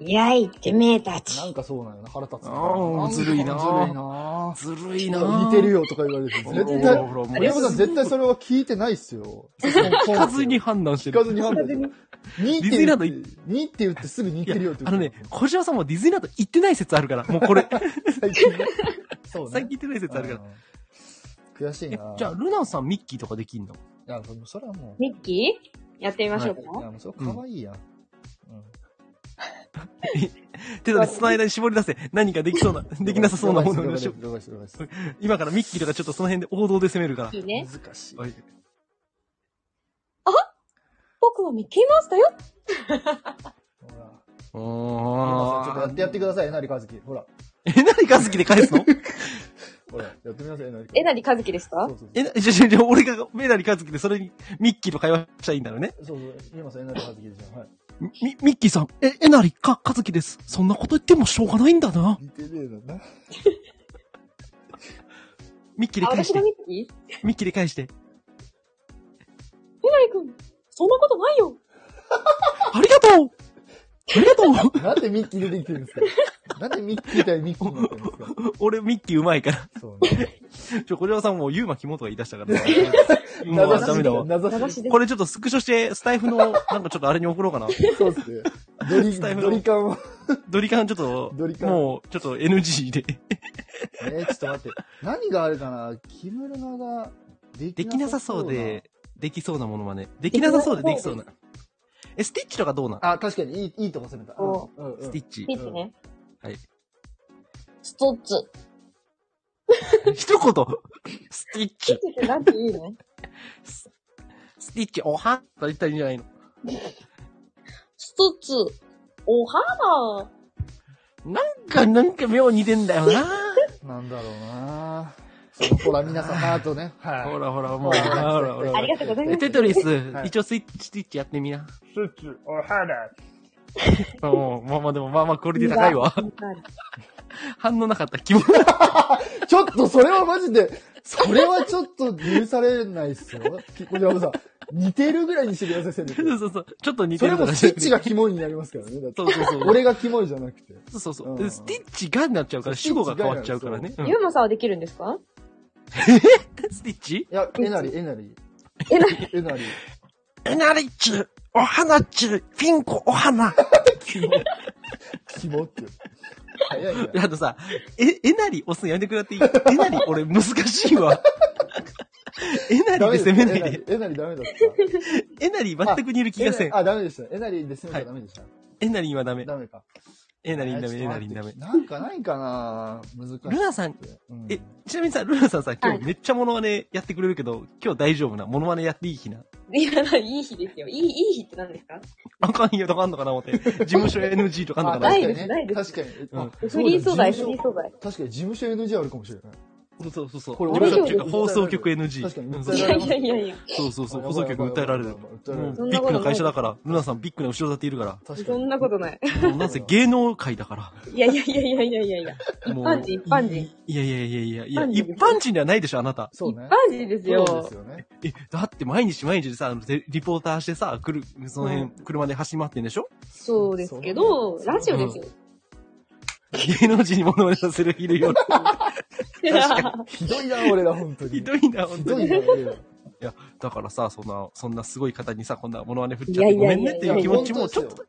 A: い
C: やい、てめえた
A: な
C: ち。
A: んかそうなのよな、腹立つな。
B: あー
A: なんか
B: ずるいな
A: ずるいな
B: ずるいなぁ
A: 似てるよとか言われて、
B: ほら
A: 絶
B: ほら
A: 対、
B: ほらもう
A: 森山さん絶対それは聞いてないっすよ。
B: 聞
A: 聞
B: かずに判断して
A: 聞
B: る
A: か。ずに判断。2って
B: ディズニー
A: 言
B: ラ
A: っ
B: ンド
A: て
B: 行、
A: 2って言ってすぐ似てるよって
B: あのね、小島さんもディズニーランド行ってない説ある から、もうこれ、
A: 最近ね。そう
B: 最
A: ね
B: 近。行ってない説あるから。
A: うん悔しい
B: え
A: な
B: じゃあ、ルナさんミッキーとかできんの
A: いや、もうそれはもう、
C: ミッキーやってみましょうか。
A: いや、もうそれ可愛いやん。うん
B: てかね、その間に絞り出せ。何かできそう な、できなさそうなものをしよう
A: 了解です了解です了解で
B: 今からミッキーとかちょっとその辺で王道で攻めるから。
C: いいね。
A: す難しい。
B: はい
C: 僕はミッキーマウスだよ。
A: ほら。
B: お
A: 皆さんちょっとやっ
B: ー
A: てやってください、えなりかずき。ほら。
B: え、何か好きで返すの
A: ほら、やってみなさい、えなりかずき。
C: えなりかずきです
A: そ
C: か
A: うそうそう
B: え、なじゃ、じゃ、じゃ、俺が、メナリカズキでそれに、ミッキーと会話したらいいんだろうね。
A: そうそう、今さん、えなりかずきでしょ。はい。
B: み、みミッキーさん、え、えなりか、かずきです。そんなこと言ってもしょうがないんだな。
A: 似てねえだな。
B: ミッキーで
C: あ、
B: 返し
C: 私
B: て
C: が、ミッキー
B: ミッキーで返して。
C: えなりくん、そんなことないよ。
B: ありがとうありがと
A: なんでミッキー出てきてるんです かなんでミッキー対ミッキーになってるんですか
B: う 俺、ミッキーうまいから。
A: そうね。
B: ちょ、小島さんもう、ユーマ肝とか言い出したから、ね。
A: 名
B: もう、ダメだわ。
A: 謎
C: 流しです
B: こ。れちょっとスクショして、スタイフの、なんかちょっとあれに送ろうかな。
A: そうっすね。ドリ、
B: スタイフ
A: ド
B: の
A: リカンは。
B: ドリカンちょっと、
A: ドリカン
B: もう、ちょっと NG で。
A: えー、ちょっと待って。何があるかな木村のがで
B: で
A: き
B: きな
A: なさ
B: さ
A: そ
B: そうう
A: な。
B: で、できそうなものまね。できなさそうでできそうな。え、スティッチとかどうなん
A: あ、確かにいい、いいとこ攻めた。
C: お
A: うんうん
B: スティッチ
C: ピ。ッチね。
B: はい。
C: ストッツ。
B: 一言。スティッ
C: ピ
B: チ
C: ッ。チってなんていいね。
B: ススティッチ、おはとか言ったらいいんじゃないの
C: ストッツ。お花。
B: なんか、なんか妙に似てんだよ な。
A: なんだろうなそうほら、皆さん、ハート ね。はい。
B: ほらほら、 も
A: ほ
B: う、ほらほらほ
C: あ
B: ら
C: り。がとうござい
B: え
C: ます
B: テトリス、
A: い
B: 一応スイッチ、スティッチやってみな。
A: スーツ、お肌。
B: もう、まあまあでも、まあまあクオリティ高いわ。 反応なかった。気分
A: ちょっと、それはマジで、それはちょっと許されないっすよ。きこちらもさ、似てるぐらいにしてください、せめて。
B: そうそうそう。ちょっと似
A: そ
B: て
A: れ
B: ると
A: も
B: か
A: スイッチ
B: が。
A: がキモいになりますからね。だって
B: そうそうそう。
A: 俺がキモいじゃなくて。
B: そうそうそう
A: う
B: で。
A: ん
B: スティッチがになっちゃうから、
A: そ
B: 主
A: う
B: 語が変わっちゃうからね。うん
C: ユーマさんはできるんですか
B: スティッチ
A: いや、えなり、えなり。
C: えな
A: えなり。
B: えなりっちゅおお花っち、ピンコ、お 花。
A: キモって。早いな。
B: あとさ、え、えなり押すのやめてくれっていいえなり俺難しいわ。えなりで攻めないで。
A: えなりダメだっ
B: えなり
A: た。
B: 全く似る気がせん
A: あ。あ、ダメでした。えなりで攻めちゃダメでした。
B: えなりにはダメ。
A: ダメか。
B: えなりにダメ、
A: ち
B: え
A: ょっと
B: な
A: 待
B: り
A: っ
B: に
A: て
B: ダメ。
A: なんかないかな難しい。
B: ルナさん、
A: うん
B: え、ちなみにさ、ルナさんさ、今
C: はい
B: 日めっちゃモノマネやってくれるけど、今日大丈夫な。モノマネやっていい日な。
C: いや、いい日ですよ。いい、いい日って何ですか
B: あかんよとかあんのかな思って。事務所 NG とかあんのか
A: あ、
B: な
C: な
B: 思っ
C: い
B: て。
C: ですないです
A: 確かに。
B: うん
A: あ
C: フリー素材、
A: そう
C: フ
A: だ
C: リー素材。
A: 確かに事務所 NG あるかもしれない。
B: そうそうそう。
A: これ
B: 事務所っ
C: 俺
B: ていうか放送局 NG。
A: 確かに
B: うん
A: 訴
B: そう
C: い
A: え
B: そ
A: ら
B: う
A: れ
C: や
A: る
C: いやいやいや。
B: そうそうそう、放送局訴えられる。も
A: 訴えられ
B: う
A: る。
C: ん
B: ビッグな会社だから、ルナさんビッグな後ろ盾いるか
A: 確か
C: そ
A: に。
C: んなことない。
B: ら、もうなんせ芸能界だか
C: いやいやいやいやいやいやいや。
B: ら。
C: 一
B: も
C: 般
B: う
C: 人、、一般人。
B: いやいやいやいやいや、
C: 一般
B: 一
C: 人
B: 般人ではないでしょ、あなた。
A: そう
C: 一
A: ね
C: 般。人です
A: そ
C: よ。
A: うですよね。
B: え、だって毎日毎日さ、あのでリポーターしてさ、来る、その辺、車で走り回ってんでしょ
C: そうですけど、ラジオですよ。
B: 芸能人に物まねさせるいるよ。
C: いや
A: ひどいな、俺ら、本当に。
B: ひどいな、本
A: ひ
B: 当
A: ど
B: に。
A: いな、俺ら。
B: だからさ、そんな、そんなすごい方にさ、こんな物まね振っちゃって
C: い
B: ご
C: や
B: め
C: い
B: ん
C: や
B: ね
C: い
B: っ
C: や
B: て
C: い
B: い
C: や
B: う気持ちも、
A: 本
B: ち
A: 当
B: ょっ
A: です
B: と、
A: よ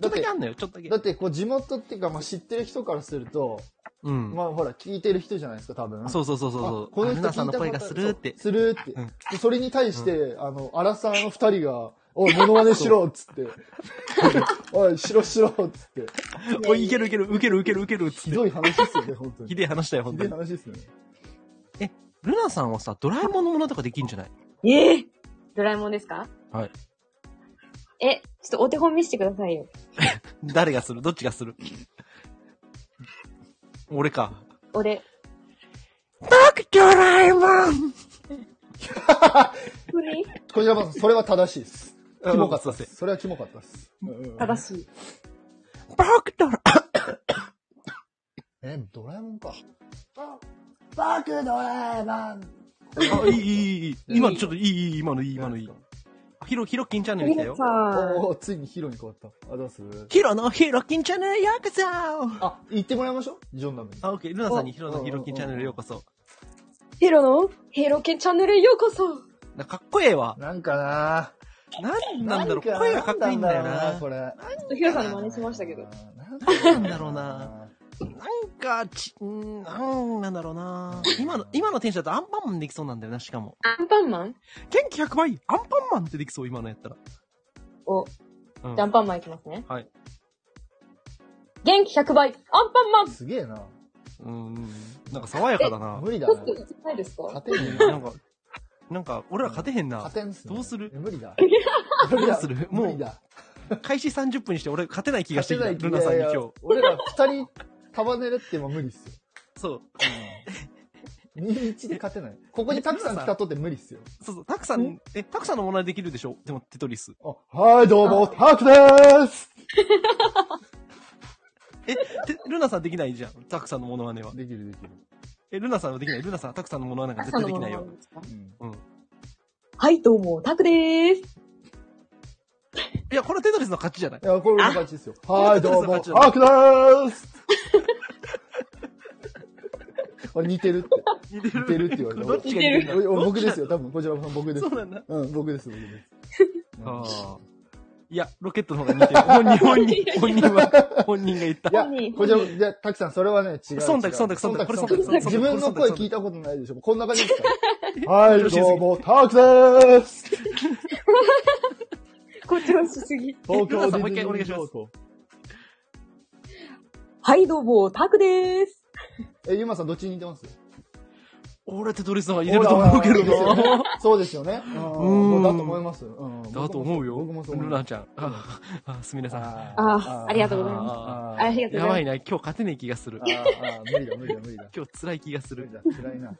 B: ち
A: だ
B: ょ
A: っ
B: っとだけ
A: て
B: あ、んのよ、ちょっとだけ
A: だ。って、こう、地元っていうか、まあ、知ってる人からすると、
B: うん。
A: まあ、ほら、聞いてる人じゃないですか、多分。
B: そうそうそうそう
A: あ
B: そう。
A: こ
B: あ
A: の
B: ル
A: 人
B: ナ
A: 聞
B: さん
A: い
B: の
A: たこ
B: 声
A: と
B: がするって。
A: するって。
B: うん
A: でそれに対して、あの、アラサーの二人が、おい、物真似しろっつっ て。おい、しろしろっつって。
B: おい、いけるいける、受ける受ける受けるっつ
A: ひ
B: って。
A: どい話ですよね、本当に。
B: ひ
A: ひ
B: でえ話だよ、本当
A: どい
B: に。
A: 話ですよね。
B: ルナさんはさ、ドラえもんのものとかできんじゃない
C: ええドラえもんですか
B: はい。
C: え、ちょっとお手本見せてくださいよ。
B: 誰がするどっちがする俺か。
C: 俺。
B: 僕、ドラえもん
C: ふに
A: こちらも、それは正しいです。
B: うん
A: キモかった
B: そう
A: で。
B: です
A: それはキモかったです。しい。
C: 正しい。
B: 僕、ドラ、
A: え、ドラえもんか。あ僕ドラえもん
B: あ、いい、いい、いい。今のちょっといい、いい、今のいい、今のいい。ヒロ、ヒロキンチャンネル来た
C: 皆
B: よ
C: さ。ん。
A: おー、ついにヒロに変わった。あ、どうする
B: ヒロのヒロキンチャンネルへようこそあ、
A: あ、行ってもらいましょう。ジョンダムに。
B: オッケー。ルナさんにヒロのヒロキンチャンネルへようこそ。
C: ヘロのヘロケンチャンネルへようこそ。
B: なかっこええわ。
A: なんかな
B: なん
A: な
B: なんん
A: だろ
B: だ
A: う、
B: ろう、声がかっこいいんだよ
A: なん
B: な。
A: これ。
C: ちょっとヒロさんの真似しましたけど。
A: なん
B: だろうな。なんか、ち、んーなんなんだろうな。今の、今のテンションだとアンパンマンできそうなんだよな、しかも。
C: アンパンマン
B: 元気100倍アンパンマンってできそう、今のやったら。
C: お、
B: うん
C: じゃあアンパンマンいきますね。
B: はい。
C: 元気100倍アンパンマンち
A: すげえな。
B: うん。なんか爽やかだな。
A: 無理だ
C: ょ
A: な
C: っ。といけないですか
A: 勝てんね
B: なんか、なんか、俺ら勝てへんな
A: 勝。てんっすね
B: どうする
A: え無理だ。
B: どうする
A: 無
B: も
A: 理
B: う、
A: だ。
B: 開始30分にして俺勝てない気がしてきた。
A: 勝て
B: ル
A: な
B: ナ
A: い
B: さん
A: い
B: に
A: や
B: 今
A: いや
B: 日。
A: 俺ら二人束ねるっても無理っすよ。
B: そう。
A: 2-1で勝てない。ここにたくさん来たとって無理っすよ。
B: そうそう。たくさん、え、たくさんのものできるでしょでも、テトリス。
A: あはい、どうも、タクでーす
B: え、てルナさんできないじゃん。たくさんのものまねは。
A: できるできる。
B: え、ルナさんはできない。ルナさんはたくさんのものまねが絶対できないよ。
A: うん
B: うん。
C: はい、どうも、タクでーす。
B: いや、これはテトリスの勝ちじゃない
A: いや、これ俺の勝ちですよ。はい、どうも、
B: これ俺
A: タクでーす 俺似てるって。
B: 似て
A: 似てるって言われた
B: どっちが似てるんだ
A: おお僕です
B: よ。
A: よ、多分。こちらも僕です
B: そう。なんだ。
A: うん、僕です、僕です。
B: ああ。いや、ロケットの方が似てる。本人、本人、本人は、本人が言った。
A: いや
C: 本人、
A: こちら、じゃあ、たくさん、それはね、違う。
B: 忖度
A: 違う
B: 忖度忖度これ忖度忖度
A: 自分の声聞いたことないでしょ。こんな感じですかはい、
B: 調子
A: ど
B: す
A: う
B: ぎ
A: も、タクでーす
C: こちらしすぎ。
A: 東
B: ルナ
A: 京
B: さ
A: ディ
B: んもう
A: ズ
B: 一
A: ニ
B: 回お願い
A: ー
B: し
A: シ
B: ます
A: ョート。
C: はい、どうも、タクでーす。
A: え、ゆまさん、どっちに似てます
B: 俺テトリスの方が似てると思うけど
A: ほらほら
B: な。
A: そうですよね。うん
B: うん
A: だと思います。うん
B: だと思うよ。
A: 僕もそう
B: ル
A: 思う。
B: ナちゃん。あ、あすみれさん。
A: あ
C: ああ、ありがとうございます。
B: あ
C: ありがとうご
B: や
C: ざ
B: ば
C: い
B: い
C: ま
B: な、今日勝てねえ気がする。
A: あーあー、無理だ、無理だ、無理だ。
B: 今日辛い気がす
A: 無理
B: る。
A: だ、辛いな。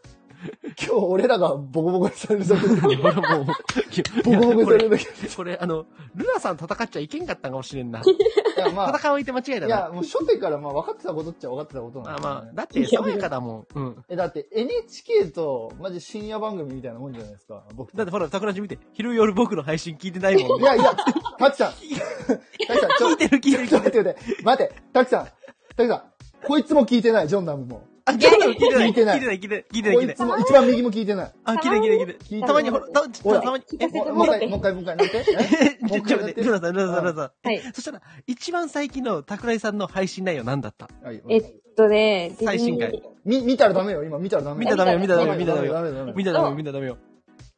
A: 今日、俺らがボコボコにされる だけで、ボ
B: いや、俺もう、
A: コボコにされるだけ
B: これ、あの、ルナさん戦っちゃいけんかったんかもしれんな。
A: で。いや、ま
B: 戦う相手間違い
A: あ、
B: だ
A: い
B: な。
A: や、もう初手からまあ分かってたことっちゃ分かってたことなん
B: あ
A: ですよ
B: ま
A: ね
B: あ、だって、爽やかだもん。うん。
A: え、だって NHK と、マジ深夜番組みたいなもんじゃないですか、僕たち
B: だってほら、桜地見て、昼夜僕の配信聞いてないもん
A: い
B: ね。
A: やいや、たくさん。たくさん、ちょ
B: 聞いてる聞いてる
A: ちょっと待って待って、待って、たくさん。たくさん。こいつも聞いてない、ジョンダムも。
B: あ、聞いてない、
A: 聞
B: 聞い
A: い
B: て
A: て
B: な。
A: ないい
B: 聞いてない、聞いてない、聞いてない、
A: こ
B: 聞い
A: い
B: て
A: つ
B: ない。
A: も、一番右も聞いてない。
B: あ、聞いてない、聞いてない、聞いて
A: 聞い
B: ない。
A: て
B: たまにほら、た、ちょっとたまに、
C: 聞かせて
A: も
C: も
A: もう
C: ら
A: 一
C: って
A: 回、もう一回、もう一回、なんてえもう
B: え、
A: 一
B: ちょ
A: 回やっ
B: っと待って、
A: て。
B: ルナさん、ルナさ
A: う
B: ん、ル
A: ん
B: ナさ
C: はい。
B: ん。そしたら、一番最近の桜井さんの配信内容なんだった
A: はい
C: えっとね、
B: 最新回
C: ディズニー
A: み見たらダメよ、今、見たらダメ。
B: 見たらダメよ、見たらダメよ、見
A: 見
B: た
A: た
B: ら
A: ら
B: ダメよ。
A: ダメよ。
B: 見たらダメよ、見たらダメよ。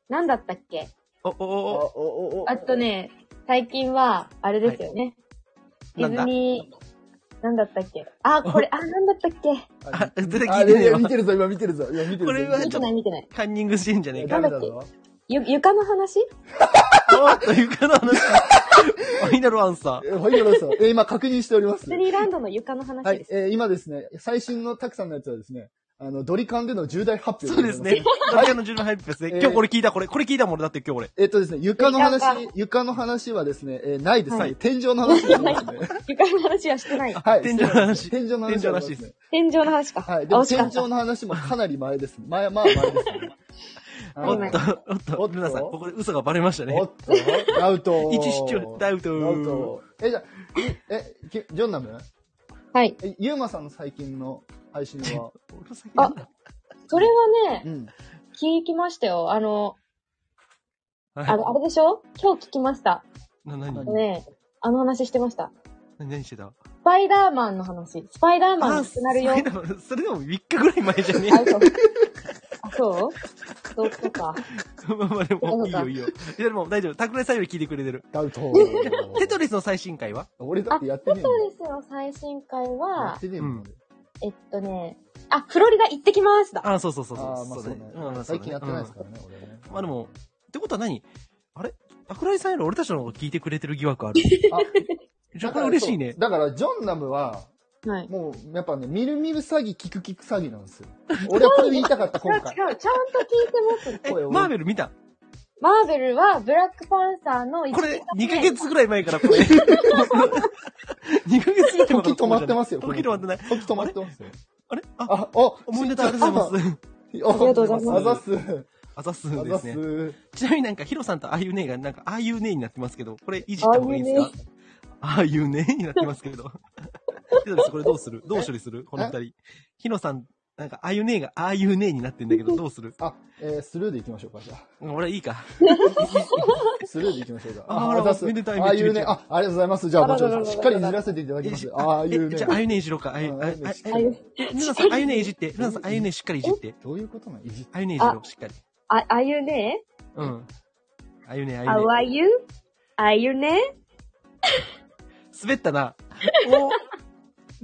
C: 何だったっけ
B: お、お、
A: あ
B: お、お、
A: おおお
C: あとね、最近は、あれですよね。
B: な
C: デ
B: ん
C: ィ
B: だ
C: ズニー、なんだったっけあ、これ、あ、なんだったっけ
B: あ
A: あ、
B: 絶対聞
A: あ
B: いて
A: い
B: ない
A: や
B: わ
A: 見。てるぞ、今見てるぞ。いや、見てるぞ。
B: これは
A: 見て
C: 見て
A: るぞ
C: ない見てない。
B: カンニングしてんじゃねえ
A: ダ
B: か。
A: メだぞ。
C: ゆ、床の話
B: おっと床の話。ファイナルアンサー。
A: えはい、よろしく。え、今確認しております
C: ディズ。ニーランドの床の
A: は
C: 話
A: い
C: で、す。
A: えー今ですね、最新のたくさんのやつはですね、あの、ドリカンでの重大発表
B: そうですね。。ドリカンの順番配布ですね。
A: えー
B: 今日これ聞いた、これ。これ聞いたもん俺だって今日俺。
A: えっとですね、床の話
C: 床が、
A: 床の話はですね、えーないです
B: は
A: ね
B: い。
A: 天井の話はないですね。
C: 床の話はしてない。
A: はい。
B: 天井の話
A: 天井の話はないですね。
C: 天井の話か。
A: はい。で
C: あ
A: も
C: 惜し
A: 天
C: か
A: 井
C: った。
A: の話もかなり前ですね。前、まあ前ですね。
B: お
A: はい
B: っと、おっと、
A: おっと
B: ルナさん、ここで嘘がバレました
A: お
B: ね
A: っ。と、ダウト。
B: 一視聴ダウト
A: ダウト。え、じゃあ、え、きジョンナム
C: はい。
A: え、ユーマさんの最近の配信は、
B: 俺の先
C: あそれはね
A: う、ん。
C: 聞きましたよ。あの、
B: はい
C: あれ、あれでしょ今日聞きました。
B: な、なに
A: う、ん
C: ねあの話してました。
B: な何してた
C: スパイダーマンの話。スパイダーマンなくなるよ
B: そ。れでもそれでも3日ぐらい前じゃね
C: あ、そう。あ、そうそうそうか。
B: え。 まあまあでも、いい
C: そうか
B: よいいよ。いやでも大丈夫。桜井さんより聞いてくれてる。
A: ダウト。
B: テトリスの最新回は
A: 俺だってやってねえもん
C: そうですよ、最新回
A: や
C: は
A: っ、てねえもん。
C: えっとね、あ、フロリダ行ってきますだ。
B: あ、そうそうそうそう。
A: ああ、まあそう
B: だ
A: ね
B: うんま。あそう
A: 最
B: だ
A: 近やってないです
B: う
A: からね、俺ね。
B: んまあでも、ってことは何あれ桜井さんより俺たちの方が聞いてくれてる疑惑あ る。
A: あ、
B: じゃあこれ嬉しいね
A: そう。だから、ジョンナムは、
C: はい。
A: もう、やっぱね、みるみる詐欺、聞く聞く詐欺なんですよ。俺はこれ言いたかった、
C: 違う違
A: 今回
C: う、ち。ゃんと聞いてます。
B: え、
A: そうよ
B: マーベル見た
C: マーベルは、ブラックパンサーの一
B: これ、
C: 目
B: 2ヶ月ぐらい前からこれ。2ヶ月ぐらい前から
A: 時止まってますよ。
B: 時止まってない。
A: 時止まってますよ。
B: あれあ、
A: あ、お
B: 思い出たありがとうございます。
A: りが
C: とうございます
A: あざっす。
B: あざっす
A: あざ
B: で
A: っ
B: す
A: す。
B: ね。ちなみになんか、ヒロさんとあゆねえが、なんか、ああいうねえになってますけど、これ、いじった方がいいですかああいうねえになってますけど。ヒロです、これどうするどう処理するこの二人。ヒロさん、なんか、ああいうねえが、ああいうねえになってんだけど、どうする
A: あ、えー、スルーでいきましょうか、じゃあ。
B: 俺いいか。
A: スルーでいきましょうか。
B: あら
A: ざっす
B: めでたい
A: ああいうね
B: めちゃめ、ちゃ
A: あ、ありがとうございます。じゃあ、
C: あら
A: も
C: ら
A: ち
C: らら
A: ろん、しっかりいじらせていただきます。ああいう
B: え
A: ね
B: じゃ。あ、あゆねいじろうか。あゆ、
A: うん
B: あゆ、あゆ、あ
C: あゆ
B: ゆ、えルナさん、あゆねいじって。ルナさん、あゆねしっかりいじって。
A: どういうことなのいじ
B: あゆねいじろう、しっかり。
C: あ、あゆね
B: うん。あゆね、あゆね。
C: あわゆあゆね
B: 滑ったな。お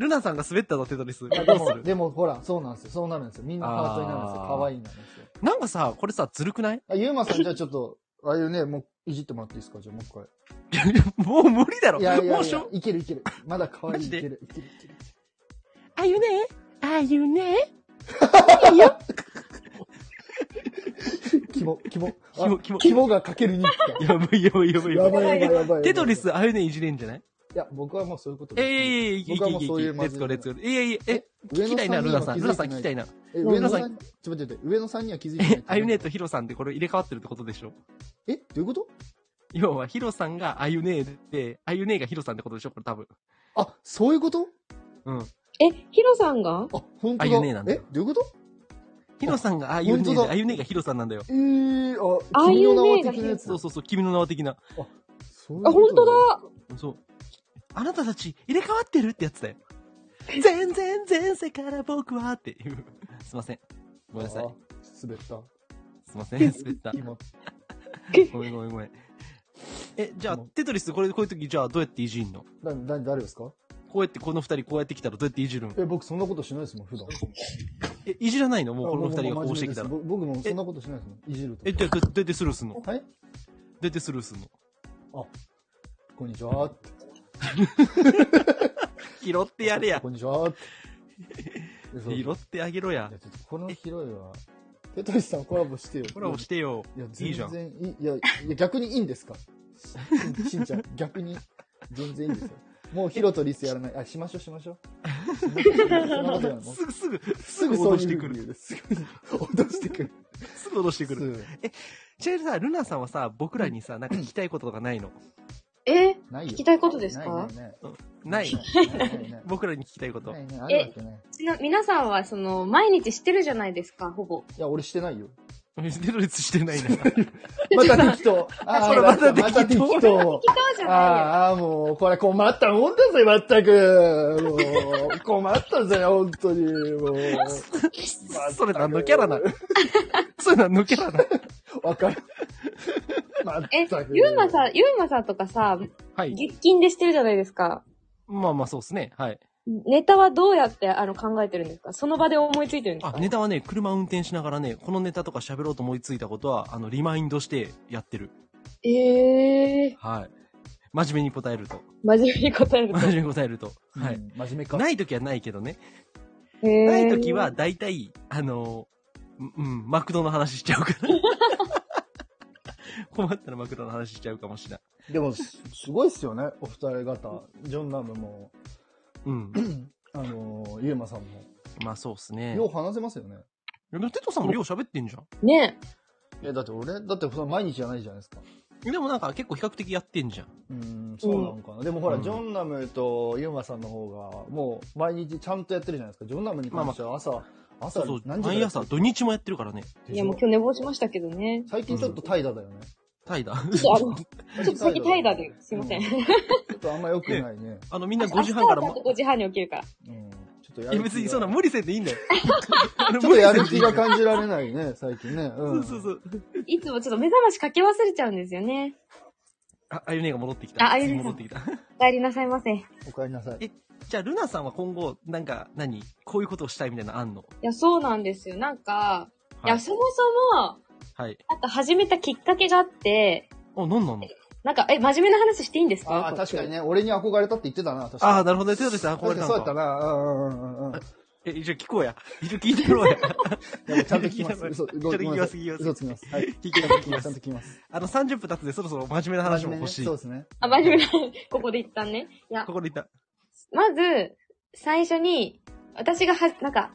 B: ルナさんが滑ったぞ、テトリス。
A: いやで
B: どうす
A: も、
B: る
A: でもほら、そうなんですよ。そうなるんですよ。みんなハートになるんですよ。
B: あー
A: 可愛いなんですよ。
B: なんかさ、これさ、ずるくない
A: あ、ゆうまさん、じゃあちょっと、ああいうね、もう、いじってもらっていいですかじゃあもう一回。
B: もう無理だろ。
A: いやいやい
B: も
A: や
B: うしょ、
A: いけるいける。まだ可
B: マ
A: 愛い。
B: ジ
A: い
B: で
A: ける、いける、いける。
B: あゆねあ ゆね
A: キモ、キモ。
B: キモキモ
A: あキモがかける2か。
B: やばいやばいやばい
A: や
B: やば
A: ばいやばいやばいやばい。
B: い。テトリ。ス、あゆねいじれんじゃない
A: いや、僕はもうそういうことで
B: え
A: す。
B: いえいえいえ、いけい
A: 僕はも
B: け
A: う
B: い
A: そういう
B: け。
A: ま
B: レッ
A: ず
B: ツ
A: い
B: ゴーレッツゴー。いやいや、え、
A: 上野
B: 聞きたいな、
A: に
B: ル
A: は
B: ナさん。
A: 気
B: ル
A: づ
B: ナ
A: いてない
B: さん聞きたいな。
A: え、上野さん、ちょっと待って待って、上野さんには気づいてない。
B: あゆねとヒロさんってこれ入れ替わってるってことでしょ
A: え、どういうこと
B: 要は、ヒロさんがあゆねで、あゆねがヒロさんってことでしょこれ多分。
A: あ、そういうこと
B: うん。
C: え、ヒロさんが
A: あ、本当だ。
B: あゆねなんだ
A: え、どういうこと
B: ヒロさんがあゆね
A: 本
B: で、
A: 当だ
B: あゆねがヒロさんなんだよ。
A: えー、あ、
C: あ
A: 君の名は
C: あゆねが
A: 的なやつ。
B: そうそうそう、君の名は的な。
A: そういう
C: あ、
A: こ
C: 本
A: と
C: 当だ
B: そう。あなたたち入れ替わってるってやつだよ。全然前世から僕はって いう。すいません。ごめんなさい
A: あ。滑った。
B: すいません。滑った。
A: 今、
B: ごめんごめんごめん。え、じゃあ、テトリス、これ、こういう時、じゃあ、どうやっていじんの
A: だ、だ、誰ですか
B: こうやって、この二人、こうやってきたら、どうやっていじるの
A: え、僕そんなことしないですもん、普段。
B: え、いじらないのもう、この
A: 僕
B: 二人がこうしてきたら。
A: 僕僕もそんなことしないですもん。いじるとか。
B: え、じゃあ、どどうやってスルーすんのどう
A: はい
B: やってスルーすんの
A: こんにちはって。
B: 拾ってやれや
A: こ。んにちは って。えそう
B: 拾ってあげろや
A: いや。ちょっとこの広いは、テトリスさんコラボしてよ。
B: コラボしてよ。
A: いや、
B: いい
A: 全
B: じゃん。
A: 然いい。いや、いや逆にいいんですかししんちゃん、逆に、全然いいんですよ。もうヒロとリスやらない。あ、しましょう、しましょう。しましょうそんなことやらない
B: すぐ、すぐ、
A: す
B: すぐ
A: ぐそう
B: 脅
A: い
B: し
A: う
B: てく
A: 風に
B: る。
A: 言うすぐ脅してくる。
B: すぐ脅してくる。
A: すぐ
B: ちなみにさ、ルナさんはさ、僕らにさ、なんか聞きたいこととかないの
C: え
A: ないよ。
C: 聞きたいことですか
A: ないね。
B: ない。
A: ないないない
B: 僕らに聞きたいこと
A: な。いね。あるわけない。
C: ちな皆さんは、その、毎日してるじゃないですか、ほぼ。
A: いや、俺してないよ。
B: テロリスして ないな。
A: また適当。あ
B: これ
A: ー
B: また適当
A: また適当。
C: 聞こうじゃないよ。
A: あーあー、もう、これ困ったもんだぜ、まったく。もう、困ったぜ、本当に。もう。
B: それ何のキャ ラなそれ何のキャラな
A: わ かる。まっ
C: え、ユ
A: たく。
C: ーマさん、ユーマさんとかさ、
B: はい。
C: 月金でしてるじゃないですか。
B: まあまあそうですね。はい。
C: ネタはどうやって、あの、考えてるんですかその場で思いついてるんです
B: あ
C: か、
B: ネタはね、車運転しながらね、このネタとか喋ろうと思いついたことは、あの、リマインドしてやってる。
C: ええ
B: はい。真面目に答える と。
C: 真面目に答え ると
B: 真。面目に答えると。
A: うん
B: はい。
A: 真面目か。
B: ない時はないけどね。な
C: ない
B: 時は、、大体、あのー、うんうん、マクドの話しちゃうから。 困ったらマクドの話しちゃうかもしれない。
A: でも、すすごいっすよね、お二人方。ジョン・ラムも、
B: うん。
A: あのー、ユーマさんも。
B: まあそうっすね。
A: よう話せますよね。
B: でもテトさんもよう喋ってんじゃん。
C: ね
A: いや、だって俺、だってその毎日じゃないじゃないですか。
B: でもなんか結構比較的やってんじゃん。
A: うーん、そうなのかな。でもほら、
B: うん
A: ジョン・ラムとユーマさんの方が、もう毎日ちゃんとやってるじゃないですか。ジョン・ラムに関しては朝、朝
B: そうそう。
A: 何時から
B: 毎朝、土日もやってるからね。
C: え。いや、もう今日寝坊しましたけど ね。
A: 最近ちょっと怠惰だよね。
B: タイだ。
C: ちょっとあの、ちょっと
A: 最
C: 先
A: 近
C: 怠惰で、すいません。
A: う
C: 5
A: ちょっとあんま良くないね。
B: あの、みんな5時半から、 ま、
C: 5時半に起きるから。
A: うん。ちょっとやる
B: いや
A: 気が
B: 別にそんな
A: ち
B: 無理せんでいいんだよ。あの
A: ょっとやる気が感じられない ね、最近ね。
B: 無
A: う
B: 理
A: ん。
B: せんでいいそうそうそう。
C: いつもちょっと目覚ましかけ忘れちゃうんですよね。
B: あ、あゆねが戻ってきた。
C: ああゆねさん
B: 戻ってきた。
C: お帰りなさいませ。い
A: お帰りなさい。
B: じゃあ、ルナさんは今後、なんか、何こういうことをしたいみたいなのあんの
C: や、そうなんですよ。なんか、い、
B: は
C: や、
B: い。
C: そもそも、
B: はい。
C: なんか始めたきっかけがあって、
B: あ、なんなの
C: なんか、え、真面目な話していいんですか
A: ああ、確かに。ね、俺に憧れたって言ってたな、確かに。
B: ああ、なるほどね。テトリスさん、
A: こ
B: 憧
A: れ
B: れ
A: だ
B: た
A: っ
B: の
A: てそうやった
B: か。
A: な。うんうんうんうん。
B: え、一応聞こうや。一応聞いてみろや。
A: でもちゃんと聞きます。嘘、
B: ちょっと聞きます聞きます
A: 嘘つきます。はい。
B: 聞きます聞きます
A: ちゃんと聞きます。
B: あの、30分経ってそろそろ真面目な話も欲し
A: 真面目ね
B: い。
A: そうですね。
C: あ、真面目な、ここで一旦ね。いや
B: こ、こで言っ
C: まず、最初に、私がは、なんか、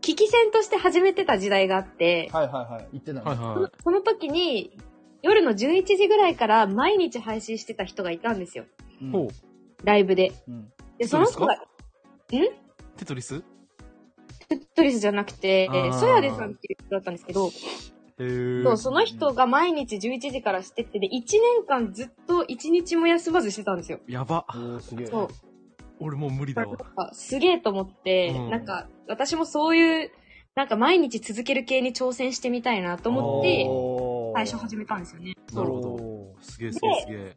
C: 危機戦として始めてた時代があって、
A: はいはいはい。言ってた
B: た。はい
A: ね。
B: はい。
C: その時に、夜の11時ぐらいから毎日配信してた人がいたんですよ。
A: うん
B: ほう。
C: ライブで。
A: うん。
C: で、その人が、
B: テトリスへ
C: テトリスじゃなくて、えー
B: あー
C: ソヤデさんっていう人だったんですけど、
B: え。
C: そう、その人が毎日11時からしてって、で、1年間ずっと1日も休まずしてたんですよ。
B: やば。
A: おーすげえ。
C: そう。
B: 俺もう無理だわ。
C: あすげえと思って、
B: うん
C: なんか、私もそういう、なんか毎日続ける系に挑戦してみたいなと思って、
A: おー
C: 最初始めたんですよね。
B: なるほど。
A: お
B: すげえすげえすげえ。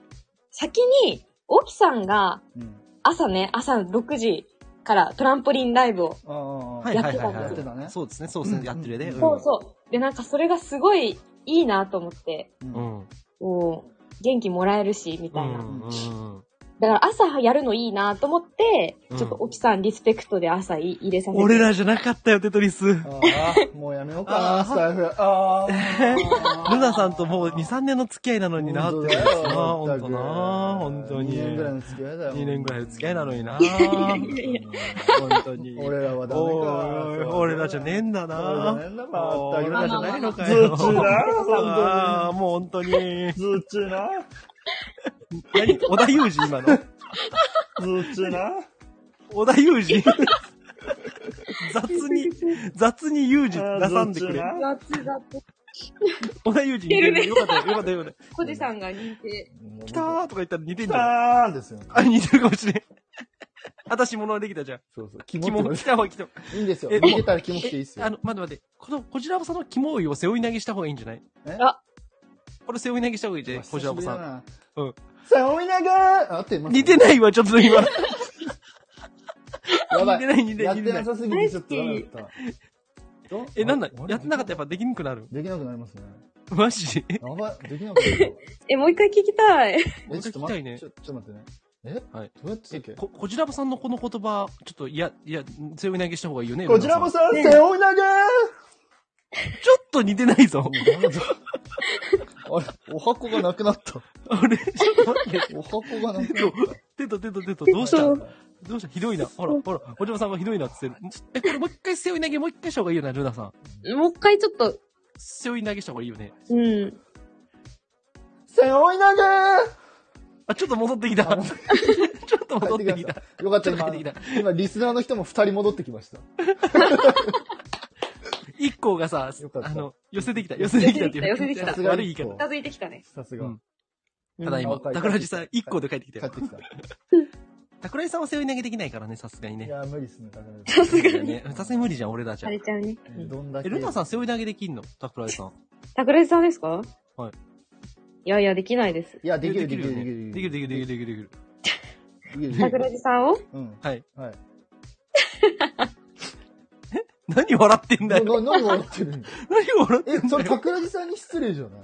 C: 先に、オキさんが
A: ーうん。
C: 朝ね、朝6時からトランポリンライブを。
A: ああ。
B: はい
A: や
B: はいはい
A: ってた
B: は
A: ね
B: い。。そうですね、そうです
A: う
B: ね。
A: ん
B: やってるよね。
A: うん
C: そうそう。で、なんかそれがすごいいいなと思って、
A: うん
B: う。ん。
C: もう、元気もらえるし、み
B: う
C: たいな。
B: ん。うん。
C: だから朝やるのいいなと思って、
B: うん
C: ちょっとオキさんリスペクトで朝い入れさせて。
B: 俺らじゃなかったよ、テトリス。ル
A: ああ、もうやめようかな、
B: あー
A: スタイフ。あ あ。
B: ナさんともう2、3年の付き合いなのになっ
A: 本
B: てるんで
A: 当
B: す
A: だよ
B: な、ほんと
A: 全
B: な、本
A: く
B: 当に。
A: 二年ぐらい
B: 2
A: の付き合いだよ。
B: 年ぐらいの付き合いなのにな。
C: いや
B: 本当に。
A: 俺らはダメか。
B: おい俺らじゃねえんだな。
A: 俺らじゃねえんだな。
B: 俺らじゃないのか
A: ず
B: よ。
A: っちな、
B: あ
A: 本
B: ーもう本当に。
A: 当に。ずっちな、
B: 何小田裕二今の。
A: ずっちな。
B: 小田裕 二。雑に、雑に裕二挟んでくれ。
A: あ
C: 雑雑。
B: 小田裕二似てる。よかったよ、よかったよ、よかっ
C: コジさんが認定。
B: た。来たーとか言ったら似てん
A: 来
B: じ
A: た
B: ゃん。
A: ーですよね。
B: あ、似てるかもしれん。私物はできたじゃん。
A: そうそう。キモ
B: 肝、来た方がいい来た方が
A: いいんですよ。
B: え
A: 逃げたらキモくていい
B: い
A: っ
B: い。
A: す
B: えあ
A: よ。
B: の、待って待って。この、こちらぼさんの肝追いを背負い投げした方がいいんじゃない
A: え
C: あ
B: これ背負い投げした方がいいじゃん、こちらぼさん。
A: ん。
B: うん。
A: さあ、おいなが合ってます
B: 似てないわ、ちょっと今。
A: やばい。
B: 似てない似てな
A: や
B: い
A: って
B: 似てな。
A: ないさすぎてちょっとダメだった。ど
B: え、なんだ
A: あれ
B: やってなかったらやっぱできなくなる。
A: できなくなりますね。
B: マジで
A: やばい。できなくなる。
C: え、もう一回聞きたい。
A: え、ちょっと待って。
B: もう一回聞きたいね
A: ちょちょっと待ってね。え
B: はい。
A: どうやってたっけ
B: こ、こじらぼさんのこの言葉、ちょっと、いや、いや、背負い投げした方がいいよね。
A: こちらも
B: さ
A: さん、背負い投げ
B: ん。ちょっと似てないぞ。
A: あれ、お箱がなくなった。
B: あれ、ちょっと待って。
A: お箱がなくなっ
B: 手と手と手と、どうした
C: そ
B: ど
C: う
B: うしたひどいな。ほら、ほら、こじらぼさんがひどいなって言ってる。ちょえ、これもう一回背負い投げ、もう一回した方がいいよな、ルナさん。
C: もう一回ちょっと、
B: 背負い投げした方がいいよね。
C: うん。
A: た。背負い投
B: あ、ちょっと戻ってき た。ちょっと戻ってきた。
A: よかった、
B: ちょっ
A: 今
B: と帰ってき。
A: 今、リスナーの人も二人戻ってきました。
B: 一行がさ
A: よかっ、た
B: あの、寄せてきた、寄せてきたっていう。
C: 寄せてきた寄せて
A: きた
B: 悪い言い
A: さ
B: 方。
C: 近づいてきたね。
A: さすが
B: うん。ただ今、桜地さん、一行で帰ってきた
A: 帰っ
B: よ。
A: てきた。
B: 桜地さんは背負い投げできないからね、さすがに
A: い
B: ね。
A: や、無理っすね、桜地
C: さすがに。
B: ねさすがに無理じゃん、俺らじ
C: さ
B: ゃん
C: れ。ちゃうね。
A: さん。どんだけ。
B: え、ルナさん背負い投げできんの桜地さん。
C: 桜井さんですか
B: はい。
C: いやいや、できないです。
A: いや、できる、
B: で
A: で
B: き
A: き
B: る
A: る、
B: よ
A: でき
B: ね
A: る。
B: できる、できる、できる、できる、できる。
A: きる。できる、で
C: 桜井さんを
A: きる。うん。
B: はい。
A: はい。
B: 何笑ってんだ
A: な、
B: よ。
A: な、何笑ってるの
B: 何笑って
A: え、
B: ん
A: そ
B: だ
A: れ、
B: よ。
A: 桜地さんに失礼じゃ ない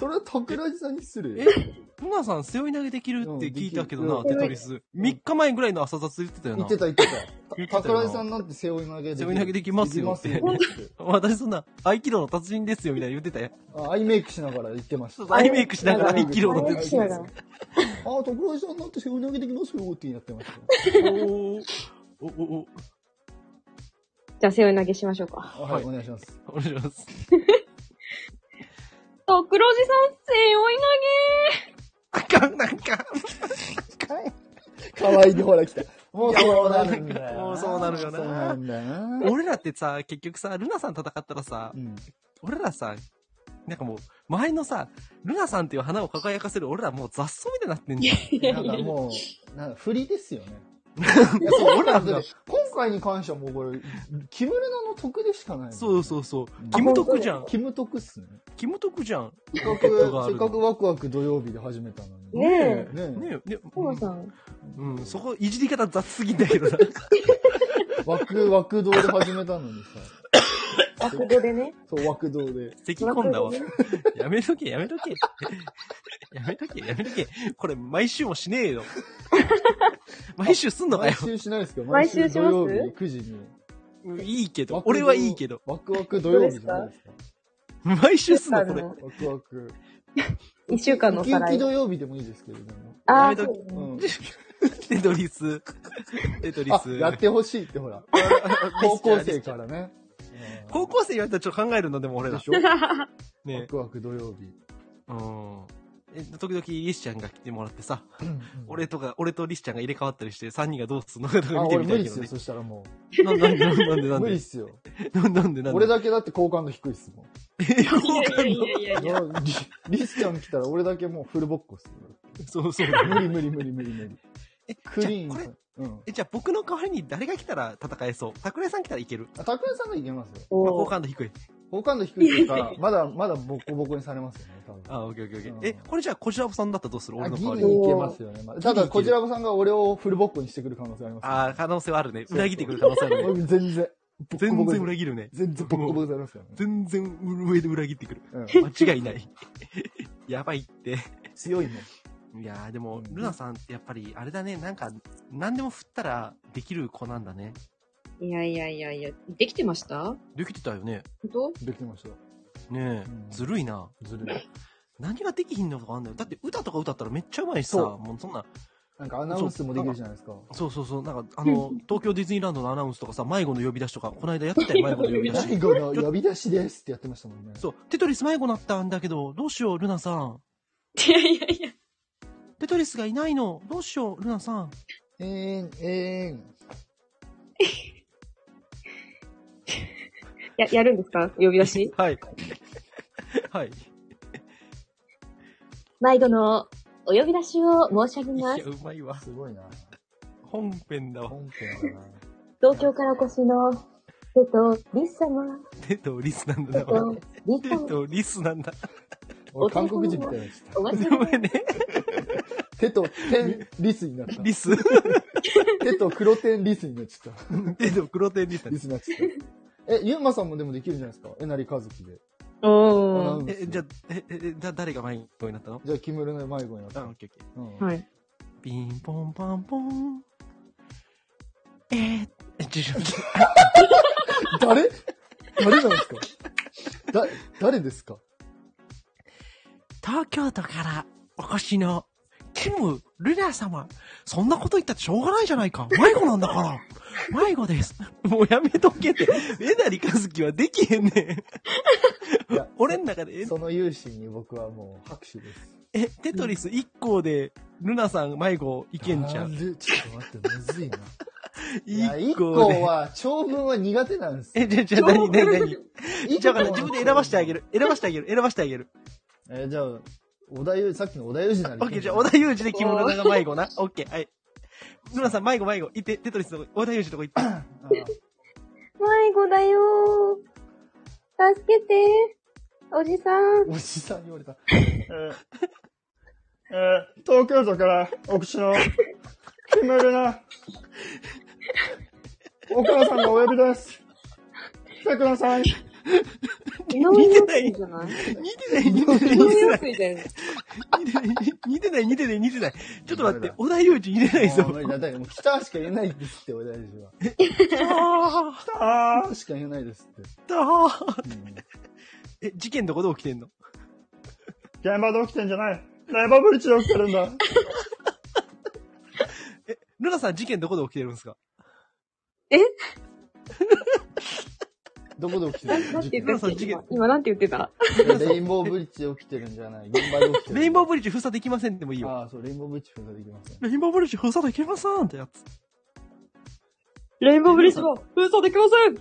A: それは桜地さんに失礼。、
B: えルナさん背負い投げできるって聞いたけどな、
A: うん
B: テ
A: できる
B: トリス。3日前ぐらいの朝雑言ってたよ
A: 言
B: な
A: って。た言って
B: 言ってた
A: た。
B: よな
A: 桜井さんなんて背負い投げできる
B: 背負い投げできますよって
A: できますよって
B: 私そんな、合気道の達人ですよ、みたいな言ってたよ。
A: あアイメイクしながら言ってまし
B: そう
A: た。
B: アイメイクしながら
A: アイ
B: 1
A: メイ
B: キ
A: ク
B: ロ
A: な
B: の
A: が
B: 手
A: ら
B: つきです。
A: あ、桜井さんなんて背負い投げできますよってやってました。
B: おーお、お、お、
C: じゃあ、背負い投げしましょうか。
A: あはい、お願いします。
B: お願いします。
C: 桜井さん、背負い
B: あかん、なんか、
A: かわいいでほら来た。もうそうなるんだよ。
B: もうそうなるよな
A: そうなんだよな。
B: 俺らってさ、結局さ、ルナさん戦ったらさ
A: う、ん。
B: 俺らさ、なんかもう、前のさ、ルナさんっていう花を輝かせる俺らもう雑草みたいになってんじゃん。
C: 投げ
A: なんかもう、なんか振りですよね。 いや
B: そうなんだ
A: だって今回に関してはもうこれ、キムルナの得でしかないもん。
B: そうそうそう。
A: ん
B: キムトクじゃん。
A: キム得っすね。
B: キムトクじゃん。
A: せっか
B: ットがあ
A: く、
B: る
A: せっかくワクワク土曜日で始めたのに。
C: ねえ
A: ねえ。
B: ねえ、ね
C: そうさん。
B: うん、そこ、いじり方雑すぎんだけどさ。
A: ワクワク堂で始めたのにさ。
C: 落語でね。
A: そう、枠堂で。
B: 咳込んだわ。やめとけ、やめとけ。 やめとけ、やめとけ。これ、毎週もしねえよ。毎週すんのか
A: 毎
B: よ。
A: 週しないですか
C: 毎週し
A: 土
C: ます
A: 曜日9時に。
B: いいけど
A: 枠。堂
B: 俺はいいけど。。
A: ワクワク土曜日じゃないですか。
B: 毎週すん
C: あ
B: の、これ。
C: の、
A: ワクワク。
C: 一週間の
A: ウ
C: おさ
A: キウ
C: ら
A: キ
C: い。
A: 土曜日でもいいですけれども。
B: や
C: あ
B: め
C: あ、
B: と
C: そう
B: き
C: だね
A: うん
B: テトリス。テトリ
A: あ、
B: ス。
A: やってほしいってほら。高校生からね。
B: 高校生やったらちょっと考えるの、でも俺
A: で
B: ら。
A: しょワ
B: ね
A: クワク土曜日。
B: うん。え、時々、リスちゃんが来てもらってさ、俺とか、俺とリスちゃんが入れ替わったりして、3人がどうすんのか
A: あ、
B: とか見て
A: 俺
B: みた
A: 無理
B: いけ
A: っ
B: ど
A: すよ、
B: ね。
A: そしたらも
B: ななんで、なんで、な
A: う。
B: ん
A: 無理っ
B: で、
A: すよ。
B: なんで、なんで、なんで。
A: 俺だけだって好感度低いっすもん。
B: え、よ
C: い
B: くわか
C: や
B: んない
C: いやいやいや。
A: リリスちゃん来たら俺だけもうフルボッコっすよ。
B: そうそうだね。
A: 無理無理無理無理無理。
B: え、
A: クリーン
B: じゃあ
A: さ
B: これ、
A: うん。
B: え、じゃあ僕の代わりに誰が来たら戦えそう桜井さん来たらいける。
A: あ、拓哉さんがいけますよ。
B: まあ好
C: おー
B: 感度低い。
A: 好感度低いっていうか、 まだまだボコボコにされますよね、多分。
B: あー、オッケーオッケーオッ
A: うん
B: ケー。え、これじゃあ、こちらさんだったらどうする
A: あ
B: 俺の
A: ギ
B: 代わり
A: リ
B: に。
A: いけますよね。まあただ、こちらさんが俺をフルボッコにしてくる可能性あります、
B: あー、可能性はあるね。
A: そう
B: 裏切ってくる可能性あるね。
A: 俺 全然。
B: 全然裏
A: 切
B: 切るね。
A: 全然ボッコボコにされますよね。
B: 全然上で裏切ってくる。
A: うん
B: 間違いない。 やばいって。
A: 強いもん。
B: いやーでも
A: う、ん
B: ルナさんってやっぱり、あれだね、なんか、何でも振ったらできる子なんだね。
C: いやいやいやいや。できてました
B: できてたよね。
C: 本
A: できてました。
B: ねえ、
A: うん
B: ずるいな。
A: ずるい。
B: 何ができひんのかあんだよ。だって歌とか歌ったらめっちゃうまいしさ、
A: そう
B: もうそんな、
A: なんかアナウンスもできるじゃないですか。
B: そうそうそう、なんか、あの、東京ディズニーランドのアナウンスとかさ、迷子の呼び出しとか、この間やってたよ、 迷子の呼び出し。
A: 最後の呼び出しですってやってましたもんね。
B: そう、テトリス迷子なったんだけど、どうしよう、ルナさん。
C: 当いやいやいや。
B: テトリスがいないの、どうしよう、ルナさん。
A: えーん、えーん。
C: や、やるんですか呼び出し
B: はい。 はい。
C: 毎度のお呼び出しを申し上げ
B: い
C: ま
B: や、
C: す。
B: うまいわ。
A: すごいな。
B: 本編だわ。
A: 本編だな。
C: 東京からお越しの、瀬戸リス様、
B: テトリスなん
C: 瀬
B: だわ。
C: 戸リス
B: テ
C: 様、
B: トリスなんだ。
A: 俺韓国人みたいになっちゃっ
C: お待ち
B: ご
C: ど
B: めんね。
A: た。手と天リスになった。
B: リス。
A: 手と黒天リスになっちゃっ
B: テト黒点リス
A: た。
B: だ
A: リ
B: ね
A: スになっちゃった。え、ゆうまさんもでもできるじゃないですか。えなりかずきで。
C: おー。
B: え、じゃあ、え、え、だ、誰が迷子になったの
A: じゃあ、キムルの迷子になっ
B: あ、
A: た。
B: オッケーオッ
A: う
B: ケー。
A: ん
C: はい。
B: ピンポンパンポン。えー、え、ちょ、ちょ
A: 誰誰なんですかだ、誰ですか
B: 東京都からお越しの、キム・ルナ様。そんなこと言ったってしょうがないじゃないか。迷子なんだから。迷子です。もうやめとけって。えなりかずきはできへんね
A: いや
B: ん。俺の中で、え
A: その勇姿に僕はもう拍手です。
B: え、テトリス1個で、ルナさん迷子いけんちゃ
A: あ
B: ん。
A: れちょっと待って、むずい な。いや、
B: 1
A: 1
B: 個
A: 個
B: で。
A: は、長文は苦手なんですよ。
B: え、じゃ、じゃ、なになになに
A: 一
B: じゃあ
A: 個
B: 分
A: は
B: かった、自分で選ばしてあげる。選ばしてあげる。選ばしてあげる。
A: えーじゃあ、小田裕さっきの小田裕二な
B: オ
A: り。
B: ッケー、じゃあ、小田裕二で着物が迷 子な。オッケー、はい。ルナさん、迷子迷子。行って、テトリスのとこ、小田裕二のとこ行って。
C: 迷子だよー。助けてー。おじさん。
A: おじさんに言われた。えー、東京都からお口の、キムルナ。お母さんがお呼びです。来てください。
C: 井上陽水じゃない
B: 似てない、似てない、似
C: 井
B: て
C: 上
B: な
C: 陽
B: い。
C: 水だよね。
B: 似てない、似てない、似てない。ちょっと待っ
A: 誰
B: て
A: だ、
B: 小田裕二似てないぞ
A: もう。無理だ。だってもう来たしか言えないですって、小田裕二は。
B: あ
A: 来たしか言えないですって。
B: ーあー
A: うん
B: え、事件どこで起きてんの
A: 現場で起きてんじゃない。ライバブリッジで起きてるんだ。
B: ルナさん、事件どこで起きてるんですか
A: どこで起きて
C: な
A: る
C: なんて言
B: ル
C: ってた
B: ナ
C: っ
B: さん、
C: け
B: 事
C: 今
B: 件、
C: 今なんて言ってた
A: レインボーブリッジで起きてるんじゃない。現場で起きてる。
B: レインボー
A: ブ
B: ブリッジ封鎖できませんでもいいよ。
A: ああ、そう、レインボーブリッジ封鎖できません。
B: レインボーブリッジ封鎖できませんってやつ。
C: レインボーブリッジも封鎖できません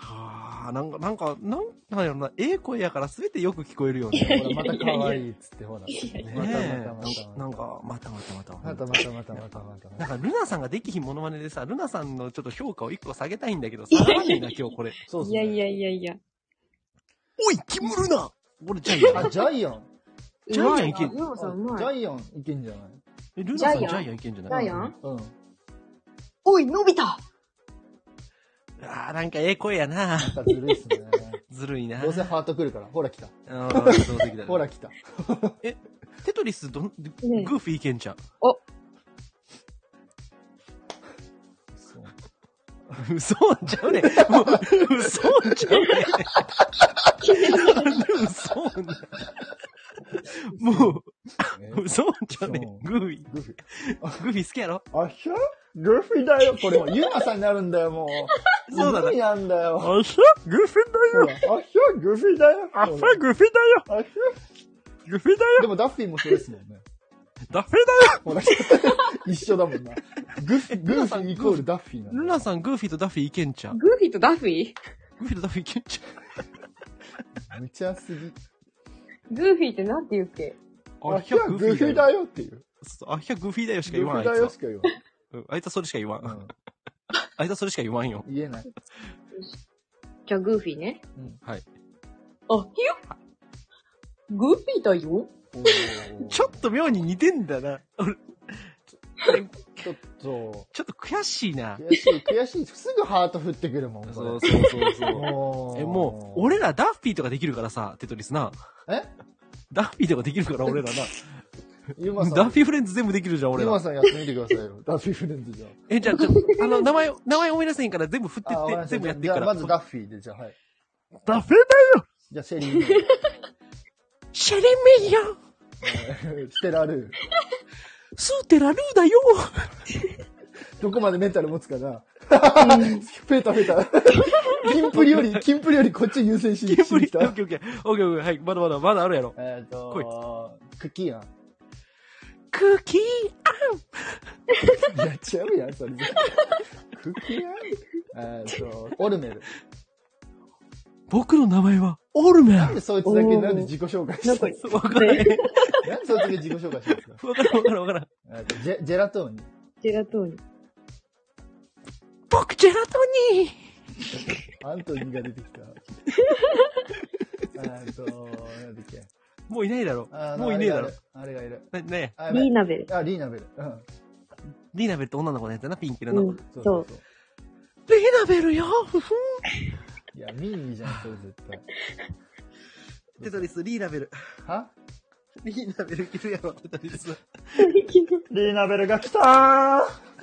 B: はあ、なんか、なんか、なん、なんやろな、ええ声やから全てよく聞こえる よ
A: ほ
B: ね。
A: ら、また可愛いっつって、ほら。また
B: ねえ
A: また
B: なん
A: また
B: か、またまたま
A: また。また
B: た。
A: またまたまたまたま
B: な
A: た。
B: んか、ルナさんができひんモノマネでさ、ルナさんのちょっと評価を一個下げたいんだけど、下がらねえな、今日これ。
A: そう
C: いやいや。いやいや。
B: おい、キムルナ俺、ジャイアン。
A: あ、ジャイアン。
B: ジャイアンいけ
C: うまいなヨウさんうま
A: ジ
C: い。
A: ャイアンいけんじゃない
B: えルナさん、
C: ジ
B: ジ
C: ャイアン
B: ャイアンいけんじゃ
C: ジャ
B: ない
C: イアン
A: うん。
C: おい、伸びた
B: ああ、なんかええ声やな。
A: なんかずるいっ すね。
B: ずるいな。
A: どうせハート来るから。ほら来た。
B: うんどうせ来た
A: ほら来た。
B: テトリスどん、グ
C: うん
B: ーフィーいけんちゃん。
A: そう
B: 嘘んちゃうね。もう、嘘んちゃうね。あれ嘘んね。も
A: ね
B: う、嘘んちゃうね。グーフィー。
A: グフィ
B: グーフィー好きやろ
A: あひゃグフィだよ。これもうユナさんになるんだよ、も う。
B: そうだな
A: グミなんだよ。
B: あしゃグーフィーだ
A: ほらあひゃグフィだよ。ほら
B: グーフィーだよ
A: あひ
B: グーフィーだ
A: ゃでもダッフィーもそうですもんね。
B: ダフィーだ
A: ほら、一緒だもんな。グ フィ、グーフィーイコールダッフィーな
B: ル
A: んだ
B: ナさん、グーフィーとダフィーいけんちゃう
C: グーフィーとダッフィー
B: グーフィーとダフィーいけんちゃ
A: 無茶すぎ。
C: グーフィーってなんて言うっけ
B: う
A: あひゃグフィだよっていう。
B: そうあひゃグーフィーだよしか
A: グ
B: 言
A: フ
B: わん、
A: ィ
B: あい
A: だよ
B: つは
A: し。か言わ
B: うんあいつはそれしか言わ
A: ん
B: ん。。あいつはそれしか言わんよ。
A: うん言 えない。
C: じゃあグーフィーね。
B: はい。
C: あ、ひよグーフィーだよ
A: おー
B: ちょっと妙に似てんだな。俺
A: ちょっと、
B: ちょっと悔しいな。
A: 悔しい、悔しい。すぐハート振ってくるもん、これ
B: そうそうそうそう。
A: もう
B: え、もう、俺らダッフィーとかできるからさ、テトリスな。
A: え
B: ダッフィーとかできるから俺らな。
A: ユマさん。
B: ダッフィーフレンズ全部できるじゃん、俺
A: ユマ
B: ら。
A: さんやってみてくださいよ。ダッフィーフレンズじゃん。
B: え、じゃあ、ちょ、 あの、名前、名前思い出せへんから全部振って
A: あわかり
B: っ
A: ま
B: て、
A: した
B: 全部やって
A: じ
B: い
A: ゃ
B: く
A: あ、
B: か
A: ま
B: ら。
A: ずダッフィーで、じゃあ、はい。
B: ダッフィーだよ
A: じゃあ、シェリーヌ。
B: シェリメイヤ
A: えーステラル
B: スーテラルーだ よ
A: ー。どこまでメンタル持つかな。増えた増えた。キンプリより、キンプリよりこっち優先し
B: キンプ
A: して
B: リ。
A: き
B: オッ
A: た。
B: ケーオッケー。オッケーオッケー。はい、まだまだ、まだあるやろ。
A: えっと、クッキーやん。
B: クッキー
A: やっちゃうやん、それ。クッキーやんえっと、オルメル。
B: 僕の名前は、オルメ
A: なんで
B: ン
A: そいつだけなんで自己紹介してる
B: わからへん。
A: なんでそいつだけ自己紹介してるんですか
B: わからんわからんわからん。
A: えっとジェジェラトーニ。
C: ジェラトーニ。
B: 僕、ジェラトニー
A: アントニーが出てきた。えっと、なんだっけ。
B: もういないだろ
A: あ。の
B: もういねえだろ。。
A: あれがいる。
B: なね
A: あれがい
C: リー
A: る
C: ナベル。
A: ああ、リーナベル。うん。
B: リーナベルって女の子のやつだな、ピンキー
C: う
B: の。
C: ん、そう。
A: そう。
B: リーナベルよふふん
A: いや、ミーじゃん、それ絶対。
B: テトリス、リーナベル。
A: は
B: リーナベルいけるやろ、テトリス。
A: リーナベルが来た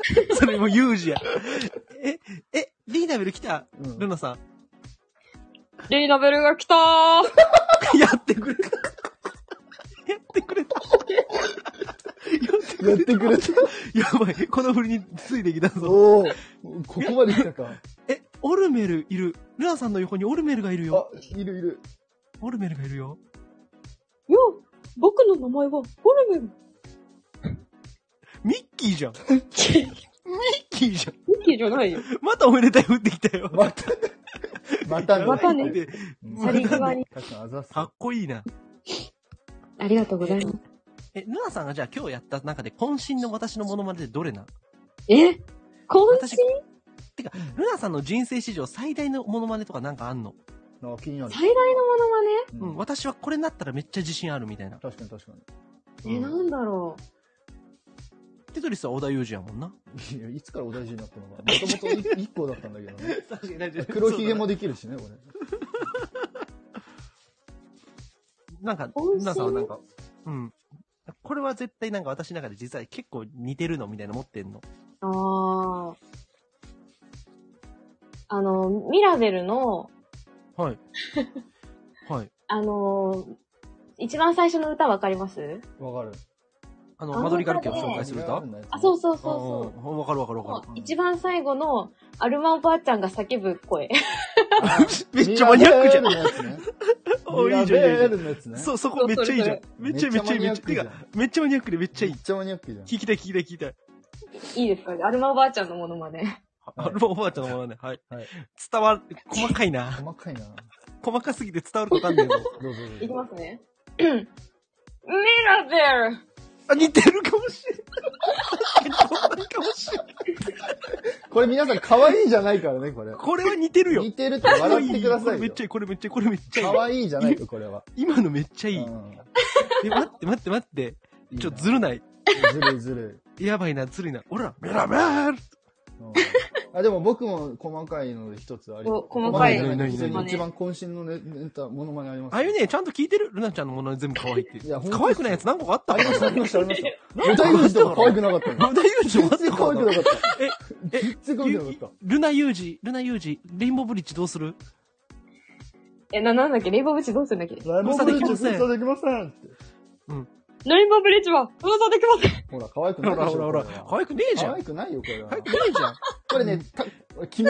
A: ー
B: それもユージや。 え、え、リーナベル来た、
A: うん
B: ルナさ
C: リーナベルが来たー
B: ん。やってくれた。やってくれた。
A: やってくれた。
B: やばい。この振りについてきたぞ。
A: おお。ここまで来たか。
B: え、オルメルいる。ルナさんの横にオルメルがいる
A: あ
B: よ。、
A: いるいる。
B: オルメルがいるよ。
C: や、僕の名前はホルメル。
B: ミッキーじゃん。ミッキーじゃん。
C: ミッキーじゃないよ。
B: またおめでたい振ってきたよ。
A: またね。またね。
C: またね
B: で
A: うん。
B: 去り際
C: に
A: たくさんあざっす。
B: かっこいいな。
C: ありがとうございます。
B: え、ルナさんがじゃあ今日やった中で渾身の私のモノマネでどれな
C: えこん
B: 私、てか、ルナさんの人生史上最大のモノマネとかなんかあんの
A: なんか気になる。
C: 最大のものはね
B: う
A: うん
B: ん、私はこれになったらめっちゃ自信あるみたいな。
A: 確かに確か
C: え、なんだろう。
B: テトリスは小田裕二やもんな。
A: に。いや、いつからお大事になったのか。もともと1個だったんだけどね。
B: 確かに
A: 黒ひげもできるしね、これ。
B: なんか、
C: 美味しい
B: 皆さんはなんか、うん。これは絶対なんか私の中で実は結構似てるのみたいなの持ってんの。
C: ああ。あの、ミラベルの、
B: はい。はい。
C: あのー一番最初の歌わかります
A: わかる。
B: あ
C: あ
B: の、
C: の
B: マドリガル家を
C: 紹
B: 紹
C: 介
B: 介する歌
C: あ、そう
A: う。
C: そうそうそう。
B: う。わかるわかるわか
A: ん
C: 一番最後の、アルマおばあちゃんが叫ぶ声。
B: る。めっちゃマニアックじゃん。
A: ミラベールのや つね。ミ
B: おいい
A: ラ
B: じゃんいい
A: ベ
B: じゃ
A: ー
B: ん。
A: ルのやつね。
B: そう、そこめっちゃいいじゃん。めっちゃめっちゃめっちゃ。て
A: めっちゃマニアックじゃん
B: か、めっちゃマニアックでめっちゃい
A: め
B: い
A: っ。ちゃマニアックじゃん。
B: 聞きたい聞きたい聞きたい。
C: いいですかねアルマおばあちゃんのものまで。
B: アルバおばあちゃんのものね。はい
A: はい。
B: 伝わる、細かいな。
A: 細かいな。
B: 細かすぎて伝わるかわかん ないけど。
A: どうぞどうぞ。
C: いきます ね。ミラベル
B: あ、似てるかもしれない。似てるかもしれない。
A: これ皆さん可愛いじゃないからね、これ。
B: これは似てるよ。
A: 似てるって笑ってくだ
B: こ
A: さ
B: れ
A: い
B: めっ
A: よ
B: ち。ゃいい、これめっちゃいい、これめっちゃいい。
A: 可愛いじゃないと、これは。
B: 今のめっちゃいい。
A: うん
B: え、待って待って待って。
A: いいな
B: ちょ、ずるない。
A: ずるいずる
B: やばいな、ずるいな。ほら、メラメラ
A: い。うんあ、でも僕も細かいので一つあり
C: お細かい
A: 細かので
B: 何
C: 何
A: 一番渾身のネネタ、モノマネあります。
B: あゆね、ちゃんと聞いてるルナちゃんのものに全部可愛いって。
A: いやほんと
B: 可愛くないやつ何個かあった
A: あ
B: か
A: りました、あ
B: ら。
A: りました、ありました。舞台用とか可愛くなかったの。
B: 無駄ユージもあっ
A: 全然
B: たか
A: 可愛くな
B: ら。
A: かった。
B: え、え、
A: 全然可愛くなかっ
B: ルナユージ、ルナユージ、レインボーブリッジどうする
C: え、な、なんだっけレインボーブリッジどうするんだっけ
A: た。ライモンブリッジ封鎖できませんって。
C: レインボーブリッジは、放送できません
A: ほら、可愛く
B: ほ
A: ないで
B: ら
A: し
B: ほ
A: ょ
B: らほら。
A: これは
B: 可愛くねえじゃ
A: 可
B: ん。
A: 愛くないよ、これは
B: 可愛。くねえじゃん。
A: これね、た、キモ、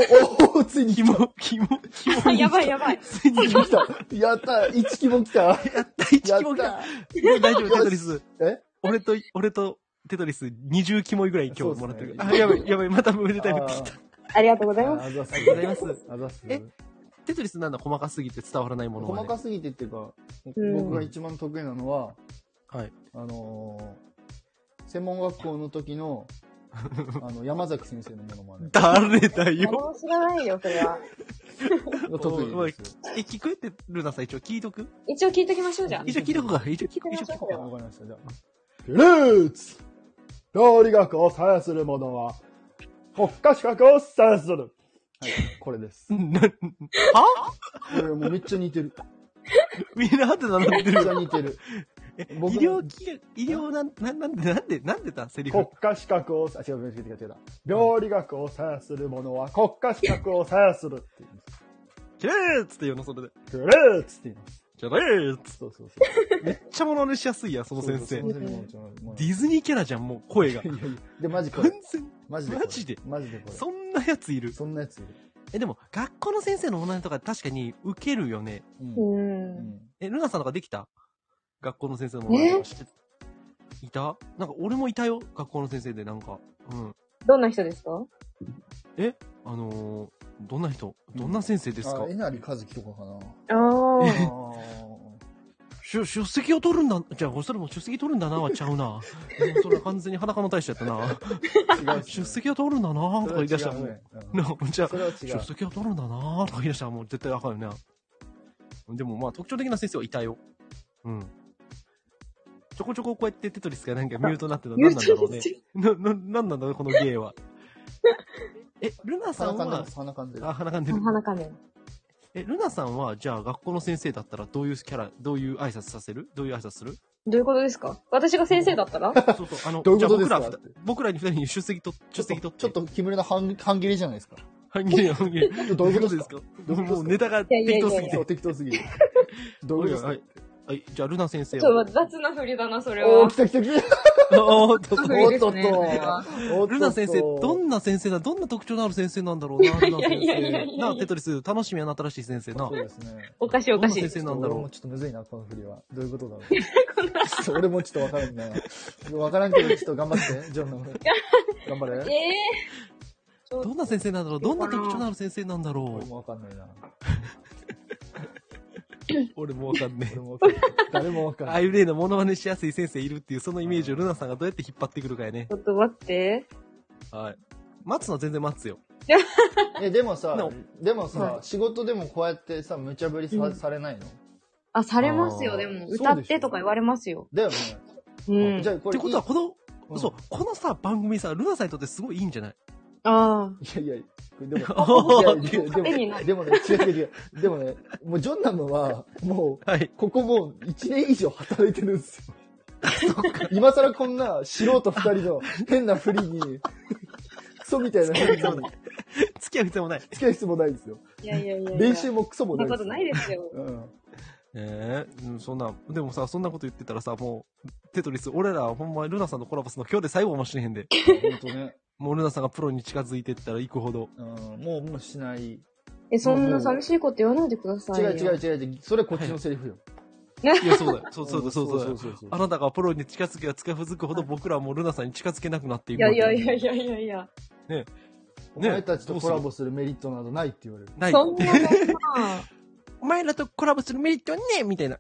A: おーついに
B: キ
A: 来た。
B: モ、キモ、キモ。
C: あ やばいやばい。
B: ついに
A: ついに来た。やったー、一キモ来た。
B: やった、1
A: や
B: キモ
A: っ
B: ぐら
A: た
B: いもう大丈夫、テトリス。
A: ー。え
B: 俺と、俺と、テトリス20キモいぐらい今日もらってる。
A: そう
B: あ、
A: ですね
B: やばい、やばい、また無理タイムってきた。
C: ありがとうござい
A: あ
C: ます。
A: あざっす。
B: ありがとうございます
A: あざっす。
B: えテトリスなんだ細かすぎて伝わらないものま
A: 細
B: で。
A: かすぎてっていうか、
C: うん
A: 僕が一番得意なのは、
B: はい。
A: あのー専門学校の時の、あの、山崎先生のものまね
B: 誰だ
C: 誰
B: よ。
C: も知らないよ、それは。
A: が得意です。
B: え、聞くって、ルナさん一応聞いとく
C: 一応聞いときましょう、じゃあ。
B: 一応聞いとくか。一応聞く、一応聞く
A: わかりました、じゃあ。フルーツ料理学を左右する者は、国家資格を左右するはい、これです。こ
B: な、は
A: れもうめっちゃ似てる。
B: みんななんで並んで
A: めっちゃ
B: る
A: 似てる。
B: え医
A: 僕
B: 療企画、医療なん、なんなんで、なんで、なんでたセリフ
A: 国。家資格を、あ、違う、違う、違う、違う。料理学を左右する者は、国家資格を左右するって言うんです。
B: キャーっつって言うの、それで。
A: フルーツって言います。
B: キャーっつっ
A: そうそうそう。
B: て。めっちゃ物にしやすいや、その先生。
A: そう
B: デ
A: そうそう
B: ィズニーキャラじゃん、もう声が。
A: いやいやで、マジこ
B: 完
A: れ。
B: 全、
A: マジでこれ。
B: マジで
A: マジでこれ。
B: そんなやついる。
A: そんなやついる。
B: え、でも、学校の先生のオンラインとか確かに受けるよね。
A: うん
C: う。
A: うんん
B: え、ルナさんとかできた学校の先生のオンラインとか知っていたなんか俺もいたよ、学校の先生で、なんか。うん。
C: どんな人ですか
B: あのー、どんな人どんな先生ですか、
A: あえなりかずきとかかな。
C: あ あ。
A: あ
B: しゅ出席を取るんだ。じゃあ、それも出席取るんだなはちゃ うな。でもそれは完全に裸の大使やったな。
A: ー違うっすね
B: 出席を取るんだなとか言い出したらも
A: そうれは違うねうん
B: なんかじゃあ
A: そ、れは違
B: 出
A: う。
B: 席を取るんだなとか言い出したらもう絶対あかんよね。でもまあ特徴的な先生はいたよ。うん。ちょこちょここうやってテトリスがなんかミュートになってるの何なんだろうね。な、な、なんなんだろうこの芸は。え、ルナさ
A: 鼻か
B: ん
A: んで
B: は
A: ます、、鼻かんでる
B: あ、鼻かんでる。
C: 鼻かね。
B: え、ルナさんは、じゃあ学校の先生だったらどういうキャラ、どういう挨拶させるどういう挨拶する
C: どういうことですか私が先生だった ら
B: そうそう、あの、
A: どういうことで
B: じ
A: す
B: ゃ
A: か
B: あ僕ら二人、僕らに二人に出席と、出席とって。
A: ちょっと、ちょっと、木村の半、半切れじゃないですか。
B: 半減や、半減。
A: どういうことですか
B: ど
A: どういうことで
B: ういう
A: すか
B: もうネタが適当すぎ
C: いやいやいやい
B: て
A: そ。う、適当すぎる。どう
B: お
A: いう
B: い
A: こと
B: おいお
A: で
B: い
A: す
B: はい、じゃあ、ルナ先生
C: ちょ
B: は
C: っ。と雑な振りだな、それ
A: おー、
C: は
A: 来。た来た来た。
B: おーっと
C: そう
A: お
C: で
A: っ
C: す
A: とっ
C: ねこれは
A: と。おっとっと
B: ルナ先生、どんな先生だ、どんな特徴のある先生なんだろうな、ルナ先
C: いやいやいやい
B: 生。
C: や
B: なあ、テトリス、楽しみやなったらしい先生な
A: そう。ですね。
C: おかしいおかし
B: どん
C: い
B: な。先生なんだろ
A: 俺も
B: う。
A: ちょっとむずいな、この振りは。どういうことだろう。俺もちょっとわからんな。わからんけど、ちょっと頑張って、ジョンの。頑張
C: え
A: れ。
C: えー。
B: どんな先生なんだろう、どんな特徴のある先生なんだろ
A: 俺もわかんないな。
B: う。俺もわかんね
A: 俺
B: え。
A: もわかんない。誰もわ かん
B: あ
A: な
B: あ
A: い。
B: いう例のモノマネしやすい先生いるっていう、そのイメージをルナさんがどうやって引っ張ってくるかやね
C: ち。ょっと待って。
B: はい。待つのは全然待つよ。
A: え、でもさ
B: な、
A: でもさ
C: は、
A: 仕事でもこうやってさ、無茶ぶり
C: う
A: さ
C: ん
A: されないの
C: あ、されます
B: あー
C: よ、でも。
A: そうでしょ
C: 歌ってとか言われますよ。
A: だよね。
C: うん
A: じ。ゃあこ
B: っ
A: れ。
B: てことは、この、
A: うん
B: そう、このさ、番組さ、ルナさんにとってすごいいいんじゃない
C: ああ。
A: いやいや、これでも、
B: おー
A: いやでも
C: 絵になる
A: でもね、違う違う違う。でもね、もうジョンナムは、もう、
B: はい。
A: ここもう1年以上働いてるんですよ。今更こんな素人2人の変な振りに、クソみたいな変な振りに、
B: 付き合う必要もない。
A: 付き合う必要もないですよ。
C: いやいやいやいや。
A: 練習もクソも
C: そん
A: ない
C: な
A: で
C: こ
A: す
C: と
A: よ。
C: ないですよ。
A: うん。
B: ええうん、そんな、でもさ、そんなこと言ってたらさ、もう、テトリス、俺ら、ほんま、ルナさんのコラボするの今日で最後かもしれへん で。
A: 本当ね。
B: もうルナさんがプロに近づいてったら行くほど。
A: うん、もう、もうしない。違
C: え、そんな寂しいこと言わないでくださ
A: う
C: いよ。
A: 違う違う違う。それこっちのセリフよ。
B: いや、そうだよ。そうそうだ、そうそうだ
A: そう
B: よ。
A: そうそう
B: あなたがプロに近づけば近づくほど僕らはもうルナさんに近づけなくなってい
C: い
B: く
C: や
B: わ
C: い
B: け。
C: やいやいやいやいや。
A: お前たちとコラボするメリットなどないって言われる。
B: ない。
C: そ んなのさ、
B: お前らとコラボするメリットはねえみたい な。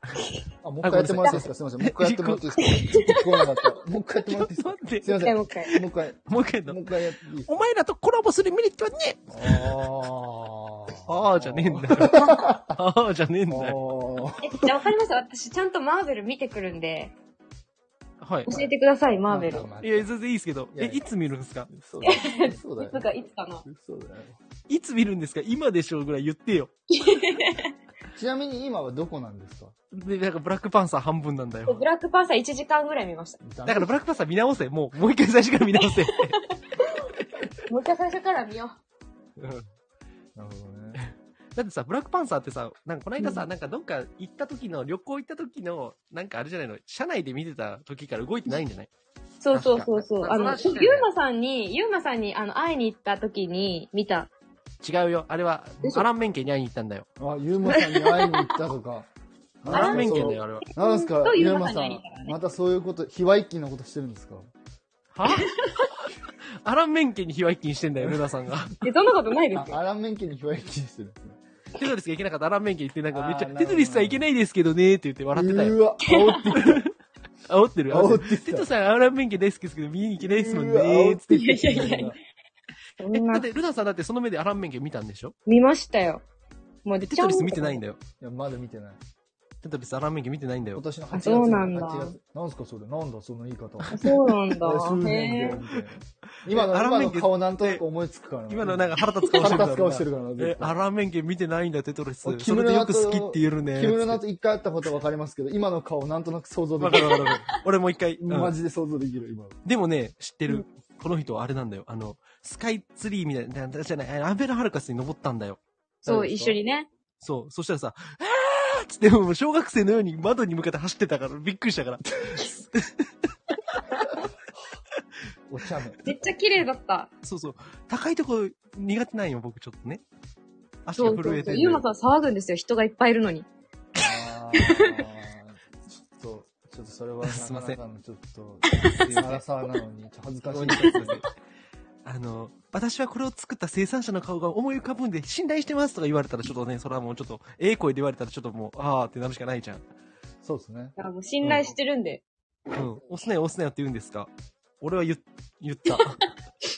A: あ、もう一回やってもらっていいですかすいません。もう一回やってもらっていいですかちょっと聞こえなかった。もう一回やってもらっていいですか
B: 待って
A: すいま
C: 一
A: せ
C: 回
A: ん。
C: も
A: も
C: う一回。
A: う一回。
B: もう一回
A: も
B: な
A: う。一回やっていいですか
B: お前らとコラボするメリットはねえ
A: あ
B: ああ、じゃねえんだよ。ああ、じゃねえんだよ。
A: ああ。
C: え、じゃあわかりました。私、ちゃんとマーベル見てくるんで、
B: はい。
C: 教えてください、マーベル。
B: いや、全然いいですけど。
A: いや
B: え、
A: いや
B: いつ見るんですか
A: 嘘だよ。嘘だ
C: いつか、いつかな。
A: 嘘だよ。
B: いつ見るんですか今でしょぐらい言ってよ。
A: ちなみに今はどこなんですか
B: で、なんかブラックパンサー半分なんだよ
C: ブ。ラックパンサー1時間ぐらい見ました。
A: だ
B: だからブラックパンサー見直せ。もう、もう一回最初から見直せ。
C: もう一回最初から見よ
B: うん
A: なるほどね。
B: だってさ、ブラックパンサーってさ、なんかこの間さ、
C: うん。
B: なんかどっか行った時の、旅行行った時の、なんかあれじゃないの、車内で見てた時から動いてないんじゃないう
C: そうそうそうそう。
B: 確か
C: あ
B: にま
C: の、
B: あそ
C: ゆ
B: れは
C: う
B: 確かに
C: まさんに、ゆうまさんに、あの、会いに行った時に見た。
B: 違うよ。あれは、
C: 嘘
B: アランメンケンに会いに行ったんだよ。
A: あ、ユーマさんに会いに行ったとか。
B: アランメンケンだよ、
A: よ。
B: あれは。
A: なんすか
C: そう、
A: ユ
C: ユ
A: ーマ
C: ーマ
A: さ
C: さん
A: ん
C: に会いに行ったから。ね
A: またそういうこと、卑猥期のことしてるんですか
B: は アランメンケンに卑猥禁してんだよ、ルナさんが。
C: え、そんなことないです
A: あ
C: よ。
A: アランメン家に卑猥期してるんですね。
B: テトリスが行けなかったアランメンケン行って、なんかめっち
A: あーなるほ
B: ゃ、
A: ど
B: テトリスはいけないですけどねーって言って笑ってたよ。
A: うわ、煽ってき
B: 煽ってる。煽っ
A: 煽っ
B: て
A: て
B: る。
A: きた
B: テトさんアランメンケン大好きですけど、見に行けないです
A: た。
B: もん
A: う
B: ね
A: わ
B: ー
A: 煽
B: っ
A: っ
B: つって。
A: てきた
C: いやいやいやそ
B: え
C: ん
B: だ
C: な
B: っ、て、ルナさんだってその目でアランメンケン見たんでしょ
C: 見ましたよ。もう、
B: えテトリス見てないん
C: だ。
B: だよ。
A: いや、まだ見てない。
B: テトリスアランメンケン見てないんだよ
A: 今。年の8
C: あ
A: 月。
C: そうなんだ
A: 8月なんすかそれなんだその言い方。
C: そうなんだ
A: え数。
C: へ
A: 年
C: ー
A: 後みたいな今の、
B: アラ
A: 今
B: ンメン
A: の
B: ケン
A: 顔なんとなく思いつくから
B: 今のなんか腹立つ顔して
A: 腹
B: る
A: 立つ顔してるからな
B: え
A: 絶、対
B: アラーメン券見てないんだ、テトリス。そ
A: 俺
B: れ
A: 木村
B: でよく
A: と
B: 好きって言えるね。
A: 木村の後一回会ったことわかりますけど、今の顔なんとなく想像で
B: わ
A: き
B: か
A: る
B: る。わかるわかる。俺もう一回。うん
A: マジで想像できる、今の。
B: でもね、知ってる。この人はあれなんだよ。あの、スカイツリーみたいな、なじゃない、アベラハルカスに登ったんだよ。
C: そう、一緒にね。
B: そう。そしたらさ、あーっつって、もう小学生のように窓に向かって走ってたから、びっくりしたから。
A: お茶目。
C: めっちゃ綺麗だった。
B: そうそう。高いとこ苦手なんよ、僕ちょっとね。足が
C: そうそ
B: 震えて
C: うそう。
B: る。
C: ゆうまさん騒ぐんですよ。人がいっぱいいるのに。
A: あーちょっと、ちょっとそれ はな
B: すいま
A: か
B: せ
A: なんかのちょっと、 アラサーなのに、ちょっと恥ずかしいです
B: あの、私はこれを作った生産者の顔が思い浮かぶんで、信頼してますとか言われたら、ちょっとね、それはもうちょっと、ええ声で言われたら、ちょっともう、あーってなるしかないじゃん。
A: そうですね。
C: だからもう信頼してるんで。
B: うん、押すなよ、押すなよって言うんですか俺は言っ、言った。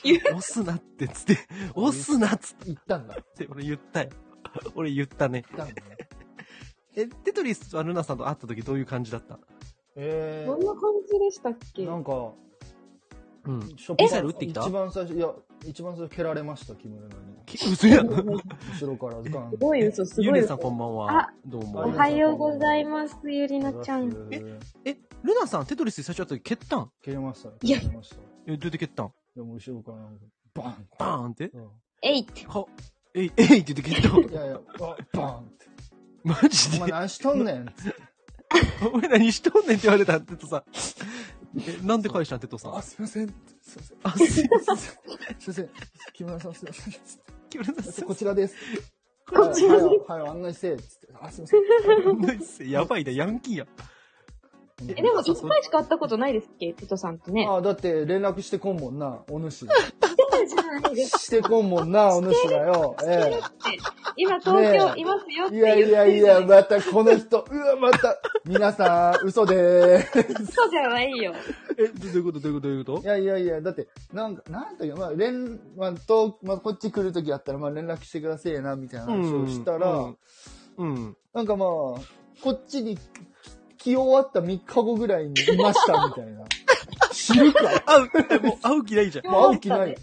C: 言
B: 押すなって、つって、押すなっつっ
A: 言ったんだ。言
B: て、俺言ったよ。俺言ったね。
A: ったんだね。
B: え、テトリスはルナさんと会った時どういう感じだった
A: え
C: どんな感じでしたっ
A: ー、
C: け
A: なんか、
B: うん。
A: ショ
B: ミサイル撃ってきた
A: 一番最初、いや、一番最初蹴られました、木村に。
B: 嘘やん。
A: 後ろからズカン。
C: すごい嘘、す
B: ゆ
C: ご
B: う
C: い
B: ねさんこ
C: 嘘。
B: んばんは
C: あ。
B: どう
A: お
B: も。
C: おはようございます、ゆりなちゃん。
A: え
B: え、ルナさん、テトリス最初会った時蹴ったん
A: 蹴りましたね。
C: いや
A: 蹴りました。
B: え、どうやって蹴ったん
A: でも後ろからなんか、バーンって
B: バーンって
A: う
C: えいって。
B: か、えい、えいって言って蹴ったん
A: ん。いやいや、あバーンって。
B: マジ
A: お前
B: で
A: 何しとんねんっつって。
B: 俺何しとんねんって言われた、テトさん。え、なんで返したん、テトさん。
A: あ、
B: あ、
A: すいません。すいます
B: いません。
A: せん。すいません。木村さんすいません。つっ
B: 木村
A: て
B: さん
A: こちらです。
C: こっちらです
A: はい、はい、案内して。つってあ、すいません。
B: やばいな、ヤンキーや。
A: うん
B: え
C: え、でも一回しか会ったことないですっけテトさんとね。
A: あ、だって連絡してこんもんな、お主。
C: そうじゃないです
A: してこんもんな、お主がよ。ええ。
C: って。今東京
A: ねえ
C: いますよって
A: い
C: 言っ
A: や
C: てる
A: いやいや、またこの人、うわ、また、皆さん、嘘でーす。
C: そうじゃないよ。
B: え、どどういうことどういうことどういうこ
A: い
B: と
A: やいやいや、だって、なんか、なんというか、まあ、連、まあ、と、まあ、こっち来るときあったら、まあ、連絡してくださいな、みたいな話をしたら、
B: うんうん。
A: なんかまあ、こっちに来来終わった3日後ぐらいにいました、みたい な。知るか
B: 会う、えもう会う気ないじゃん。
A: もう会う気ない。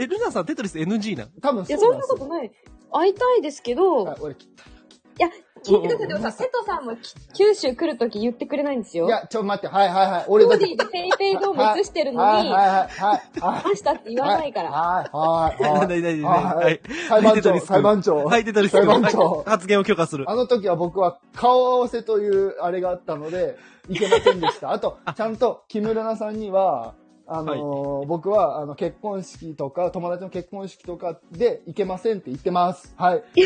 B: え、ルナさん、テトリス NG な。
A: 多分
C: い
A: そ
C: や、
A: う
C: そ
A: なんん
C: な
A: で
C: こ
A: す
C: と
A: よ。
C: ない。会いたいですけ
A: あ
C: ど、
A: 俺切った。
C: いや、聞いてくだ
B: うんうん
C: さい。でもさ、瀬戸さんもき九州来るとき言ってくれないんですよ。
A: いや、ちょ、待って、はいはいはい。俺
C: コ
A: だ
C: ー
A: って
C: ディ。でペイペイドーム映してるのに、
A: はい
C: 明
A: はいはいはい。はい
C: 日って 言わないから。
A: はいはいはい。
B: ないないないない
A: は
B: はい
A: い。裁判
B: テトリ
A: 長、
B: ス君
A: 裁判長。
B: はい、テトリス
A: 裁
B: 君
A: 判長
B: はい。発言を許可す る。
A: あの時は僕は顔合わせというあれがあったので、いけませんでした。あと、ちゃんと木村菜さんには、あのー僕はあの結婚式とか、友達の結婚式とかでいけませんって言ってます。はい。以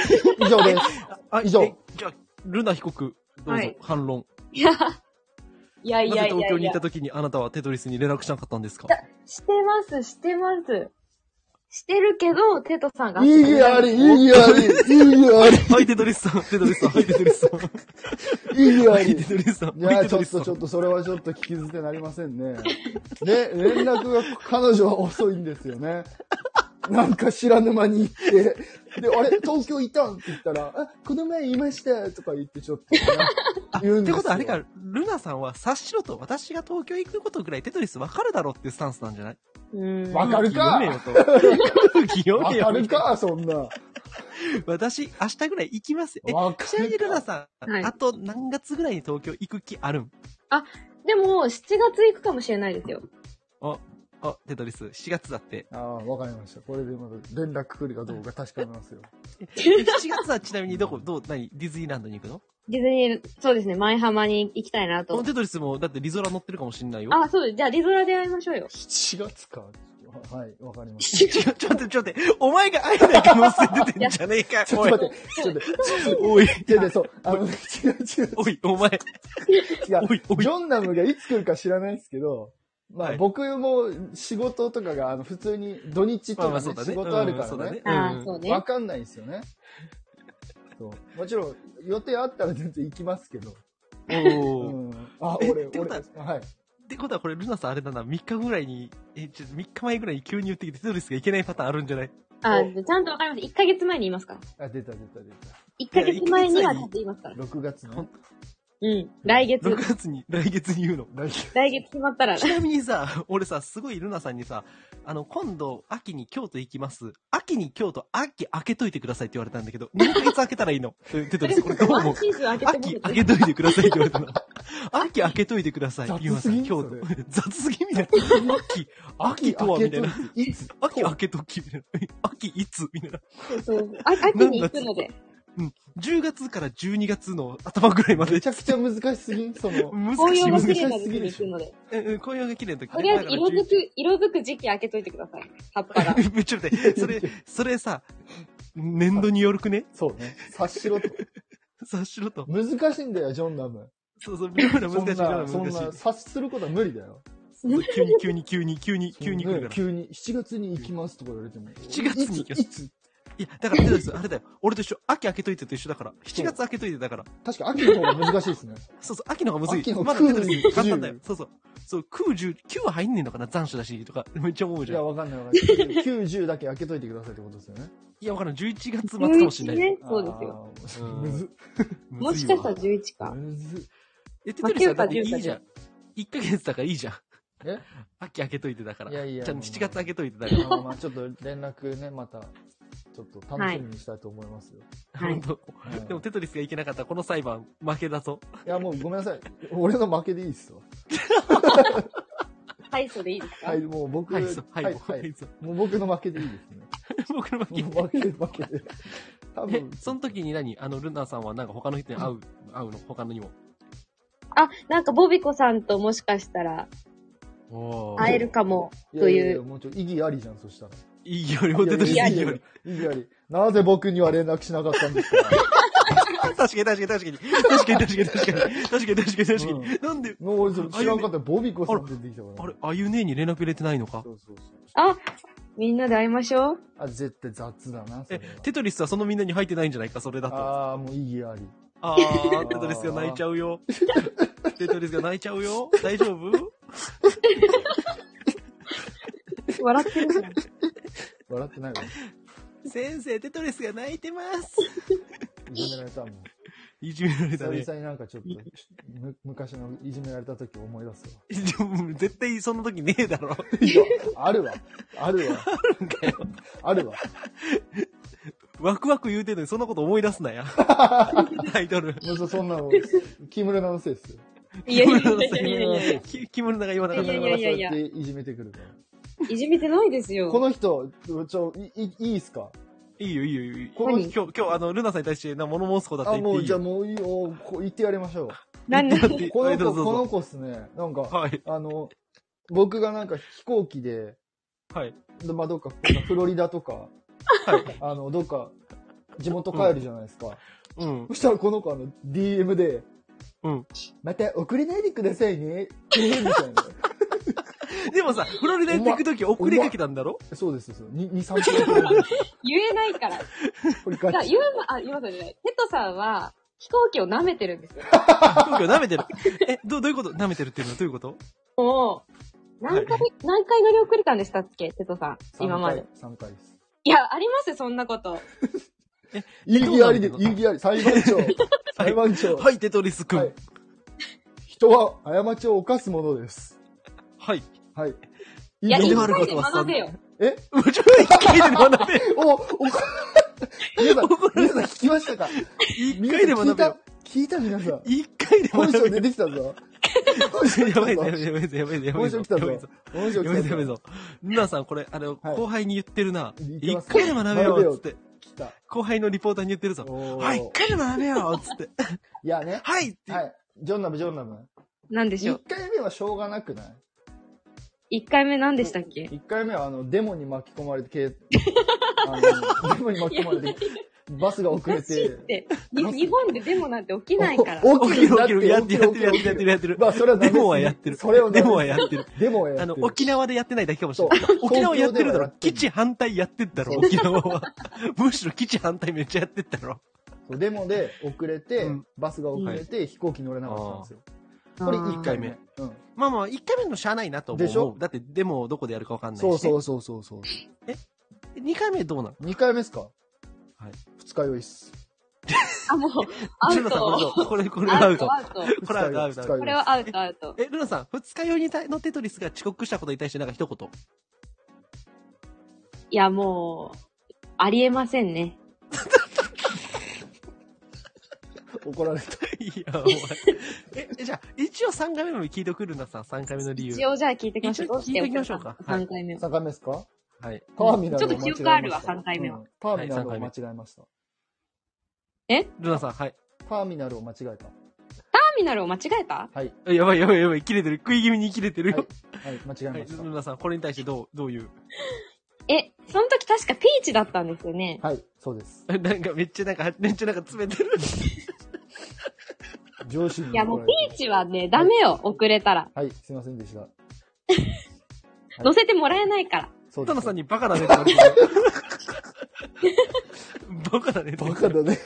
A: 上です。
B: あ
A: 以上。
B: えじゃあ、ルナ被告、どう
C: は
B: ぞ
C: い、
B: 反論。
C: いや、いや
B: ないぜ
C: やい
B: 東
C: や
B: 京
C: い
B: にい
C: や
B: た。時にあなたはテトリスに連絡しなかったんですか
C: してます、してます。してるけど、テトさんが。
A: 意義あり、意義あり、意義あり、
B: はい、テトリスさん、テトリスさん、はい、テトリスさん。
A: 意義あ
B: はい、テ
A: り。
B: トリスさん、
A: い
B: は
A: やー
B: い、テ
A: ち
B: ト
A: ょ
B: リ
A: っ
B: スさ
A: とちょ
B: ん
A: っ。とそれはちょっと聞き捨てなりませんね。 ね、連絡が彼女は遅いんですよね。 なんか知らぬ間に行って、で、あれ、東京いたんって言ったら、あ、この前いましたとか言ってちょっとね、
B: あ、って
A: 言うんですよ
B: ことはあれか、ルナさんは察しろと私が東京行くことぐらいテトリスわかるだろうっていうスタンスなんじゃない
C: うん。
A: わかるか
B: 空気読めよと。空気読
A: わ
B: めよ。
A: かるか、そんな。
B: 私、明日ぐらい行きますよ。え、
A: わか
B: ちなみ
A: る
B: にル
A: か。
B: ナさん、
C: はい
B: あと何月ぐらいに東京行く気あるん
C: でも、7月行くかもしれな いですよ。
B: あ、テトリス、7月だ って。
A: ああー、わかりました。これでまた連絡来るかどうか確かめますよ。
B: え7月はちなみにどこ、どう、何、ディズニーランドに行くの
C: ディズニー、そうですね、舞浜に行きたいな
B: ことの。テトリスも、だってリゾラ乗ってるかもしんないよ。
C: あ、そうです。じゃあ、リゾラで会いましょうよ。
A: 7月か。はい、わかりました。
B: 違う、 ちょっと待って、ちょっと待って、お前が会えない可能性出てんじゃねえか、
A: ちょ
B: お
A: っ
B: い
A: と。待って、ちょっと待って、
B: おい、
A: 違う違うそう、あの、違う違う。
B: おい、お前、
A: いや、
B: おいおい
A: ジョンナムがいつ来るか知らないですけ ど、ま
B: は
A: あ
B: い
A: 僕も仕事とかが、あの、普通に土日と
B: まあ
A: か
B: ま
A: ね
B: あそうだね。
A: 仕事あるか
B: うんそう
A: ら
B: だ
A: ね。
C: ああ、
B: うん
C: そうね。
A: わ、かんないですよね。そう。もちろん、予定あったら全然行きますけど。う
B: おー
A: ん。あ、
B: え
A: 俺、
B: って
A: 俺、
B: ことは
A: はい。
B: ってことはこれ、ルナさんあれだな、3日ぐらいに、え、ちょっと3日前ぐらいに急に言ってきて、テトリスがいけないパターンあるんじゃない
C: あ、じゃあちゃんとわかります。1ヶ月前に言いますか
A: あ、出た出た出た。
C: ?1 ヶ月前にはちゃんと言いますから。
A: 6月の。
C: うん。来月
B: ?6、月に、来月に言うの。
A: 来月
C: 来月決まったら
B: ち。なみにさ、 俺さ、すごいルナさんにさ、あの、今度、秋に京都行きます。秋に京都、秋開けといてくださいって言われたんだけど、2ヶ月開けたらいい の。テトリス、これどう
C: ワ
B: 思
C: ン
B: う
C: シーズン開けて
B: 秋
C: もら
B: 開
C: っ
B: けといてくださいって言われたの。秋開けといてください。
A: 雑すぎ
B: ゆうまさん、京都
A: それ。
B: 雑すぎみたいな。秋、秋とはみたいな。
A: いつ
B: 秋開けときみたいな。 秋いつみたいな。
C: て。そう。あ秋に行くので。
B: 10月から12月の頭ぐらいまで
A: めち。ゃくちゃ難しすぎんその。
B: 難
C: 紅
B: しい
C: 葉が
B: 難
C: 綺
B: しい
C: 麗な時期に行くので。
B: うんうん。紅葉が綺麗な時ね
C: とりあえず
B: だから
C: 色づく、色づく時期開けといてください。葉っぱが。
B: 11ちょっと待って、それ、それさ、年度によるくね
A: そうね。察しろと。
B: 察しろと。
A: 難しいんだよ、ジョンナム。
B: そうそう、妙な
A: そん
B: 難しい、妙な
A: な、そん
B: 難しい。
A: な、察することは無理だよ。
B: そう急に、急に、急に、急に、急に来るから。
A: 急に、7月に行きますとか言われても。
B: 7月に行きます
A: いついつ
B: いや、だから、テトリスあれだよ。俺と一緒、秋開けといてと一緒だから。7月開けといてだから。
A: 確か秋の方が難しい ですね。
B: そうそう、秋の方がむず
A: 秋
B: い。
A: の
B: まだテトリ
A: 空
B: ス簡単だよ
A: 10。
B: そうそう。そう、空10、9は入んねえのかな残暑だし、とか、めっちゃ思う
A: い
B: じゃん。
A: や、
B: い
A: わかんないわかんない。90だけ開けといてくださいってことですよね。
B: や、わからん。11月末かもしれない。
C: ね。そうです
A: あ
C: よ。
A: ーむずっ。
C: もしかしたら11か。
A: むずっ。
B: え、テトリスは
C: ま
B: だ
C: あ
B: ってい
C: 9か10か
B: いじゃん。1ヶ月だからいいじゃん。
A: え
B: 秋開けといてだから。
A: いやいや
B: ちゃんと7月開けといてだか
A: まあまあ、ちょっと連絡ね、また、ちょっと楽しみにしたいと思いますよ。
B: ら。
C: はい
B: 本当
A: はい
B: でも、テトリスがいけなかったら、この裁判、負けだぞ。
A: いや、もうごめんなさい。俺の負けでいいっすわ。
C: はい、それでいいですか
A: はい、もう僕、
B: はい、そう、はい、
A: はい
B: は
A: はいい、
B: そう
A: もう僕の負けでいいです
B: 僕の 負
A: ね。
B: け。
A: もう負け、負けで。多
B: え
A: 分、、
B: その時に何あの、ルナさんはなんか他の人に会う、会うの他のにも。
C: あ、なんかボビコさんともしかしたら
B: おー
C: 会えるかも、
A: いや
C: と
A: い
C: いう
A: やいや、もうちょ、意義ありじゃん、そしたら。
B: いいよりも出てるし、
A: いや
B: い
A: い
B: い
A: や
B: よ
A: い
B: り。
A: や意義あり。なぜ僕には連絡しなかったんですか
B: 確かに確かに確かに。確かに確かに確かに。確かに確かに確かに。なんで、
A: もう知らんかった。ボビコさん出てきたから。
B: あれ、あゆねえに連絡入れてないのか
A: そうそうそう。
C: あ、みんなで会いましょう。
A: あ、絶対雑だな、それ
B: え
A: は。、
B: テトリスはそのみんなに入ってないんじゃないか、それだと。あ
A: ああ、もう意義あり。
B: あー、テトリスが泣いちゃうよ。テトリスが泣いちゃうよ。大丈夫
C: 笑ってるじゃん。
A: 笑ってないわ。
B: 先生、テトリスが泣いてます。
A: いじめられたもん。
B: いじめられ
A: 久
B: たね。
A: 々になんかちょっと、む昔のいじめられた時思い出す
B: でも絶対そんな時ねえだろ。
A: わ。あるわ。あるわ。あるわ。
B: ワクワク言うてんのにそんなこと思い出すな や。タイトル。
A: もうそそんなの、木村のせいですよ。
C: いやいやいやいやいや。
B: き木村が言わなかっ
A: 木
B: た
A: 村
B: か
A: がそう
B: ら
C: いやい
A: や
C: や
A: っていじめてくるから。
C: いじめてないですよ。
A: この人、ちょ、い、いいいっすか
B: いいよいいよいいよ。
A: こ
B: 今
A: の
B: 日、今日、あの、ルナさんに対してな物申すことだっ
A: あ、
B: て言
A: も
B: って
A: う、
B: いい
A: じゃあ
B: よ。
A: もういいよ。こう言ってやりましょう。
C: なんで、
B: だって
A: こ
B: は
A: の
B: いど
A: 子、
B: うぞ
A: こ
B: どう
A: の
B: ぞ
A: 子っすね。なんか、
B: はい。
A: あの、僕がなんか飛行機で、
B: はい。
A: でまあ、どっか、フロリダとか、
B: はい。
A: あの、どっか、地元帰るじゃないですか。
B: うん。
A: そしたらこの子、あの、DM で、
B: うん。
A: また遅れないでくださいね。えーみたい な。
B: でもさ、フロリダ行って行くとき遅れかけたんだろ
A: そうです、そうです。2、3分らいです。
C: 言えないから。だ
A: これガチ。
C: ユーマ、あ、ユーマさんじゃない。テトさんは、飛行機を舐めてるんですよ。
B: 東京舐めてる。え、ど、どういうこと舐めてるっていうのはどういうこと
C: もう、何回、何回乗り遅れたんでしたっけテトさん。今まで。
A: 3回。3回です。
C: いや、ありますよ、そんなこと。
A: 意義ありで、
B: どう
A: 意
B: な
A: 義あり。裁判長。裁判長。
B: はい、テトリスく
A: はい
B: ん。
A: 人は過ちを犯すものです。
B: はい。
A: はい。
C: いや、
B: 意
C: 一
B: 義ある
C: 回
B: こ
C: で
B: とは
C: 学べよ。
A: え
B: もちろん一回で学べ。
A: お、 お、皆さん、皆さん聞きましたか
B: 一
A: 皆
B: 回で
A: さん聞 い
B: 学べよ
A: た。、聞いた皆さん。
B: 一回で
A: 本
B: 学べ
A: 性
B: よ。
A: 出てきたぞ。
B: やばいぞ、やばいぞ、やばいぞ、やばい
A: 本性
B: ぞ。
A: 来た
B: やばい
A: ぞ
B: ぞ。。
A: 本性
B: や
A: 来
B: ばい
A: た
B: ぞ、やばい
A: ぞ。
B: ぞ。ルナさん、これ、あの、
A: はい
B: 後輩に言ってるな。
A: 言って
B: 一
A: ます
B: 回で学べよ、つって。
A: 来た。
B: 後輩のリポーターに言ってるぞ。
A: おー
B: はい、一回で学べよ、つ って。
A: いやね。
B: はいって。
A: はい。ジョンナブ、ジョンナブ。
C: なんでしょ
A: 一
C: う。
A: 回目はしょうがなくない
C: 一回目何でしたっけ
A: 一回目は、あの、デモに巻き込まれて、 けあの、デモに巻き込まれて、バスが遅れ。
C: 難しいってて。に日本でデモなんて起きないから。
A: お
B: 起
A: 起
B: き
A: き
B: る
A: る
B: 起きる。やってるやってるやってるやってるやってる。
A: まあ、それはダメ
B: デ
A: ですね
B: モはやってる。
A: それを
B: デモはやってる。
A: デモは やって
B: あ
A: る。
B: の、沖縄でやってないだけかもしれない
A: そう。
B: 沖縄やって
A: 東京
B: るだろ
A: ではやっ。て
B: 基
A: る
B: 地反対やってったろ、
A: そう
B: 沖縄は。 むしろ基地反対めっちゃやってったろ。
A: そうデモで遅れて、
B: うん
A: バスが遅れて、飛行機乗れなかったんですよ。これ
C: うん
A: 1回目。うん。
B: まあまあ、一回目のしゃあないなと思う。
A: でしょ
B: だって、デモをどこでやるかわかんないし。
A: そうそうそうそうそう。
B: 二回目どうなの。
A: 2回目ですかはい二日酔いっす。
C: あ、もう、ア
B: ル
C: ウ
B: ナさん、これ
C: ト。
B: どうこれ、これ
C: ア
B: ア
C: ウ
B: ウト
C: ト、。アウト。
B: これアウト、アウトアウト。
C: これはアウト、アウト。
B: え、ルナさん、二日酔いにたのテトリスが遅刻したことに対してなんか一言。
C: いや、もう、ありえませんね。
A: 怒られた。
B: いや、お前。え、えじゃあ、一応三回目も聞いてくるなさん、三回目の理由。
C: 一応じゃあ聞いてきましょう。
B: 一応聞いてきましょうかはい
C: 3回目は。
A: 3回目ですか
B: はい。
A: ターミナルを
C: ちょ
A: 間違
C: っと
A: えました
C: 記憶あるわ三回目は
A: うんターミナルを間違えました。
B: ルナさん、はい。
A: ターミナルを間違えた。
C: ターミナルを間違えた
A: はい。
B: えやばいやばいやばい、切れてる。食い気味に切れてるよ。
A: はい、間違え
B: はい、
A: ました
B: ル。ナさん、これに対してどう、どういう。
C: え、その時確かピーチだったんですよね。
A: はい、そうです。
B: なんかめっちゃなんか、めっちゃなんか詰めてる。
A: 上司に
C: いや、
A: 怒
C: もう
A: ら
C: ピ
A: れ
C: ー
A: て
C: チはね、ダメよ、遅れたら。
A: はい、すいませんでした。い
C: 乗せてもらえないから。
A: そうで
B: ル
A: す
B: ナさんにバカだねって言われてるバカだねって
A: バカだね。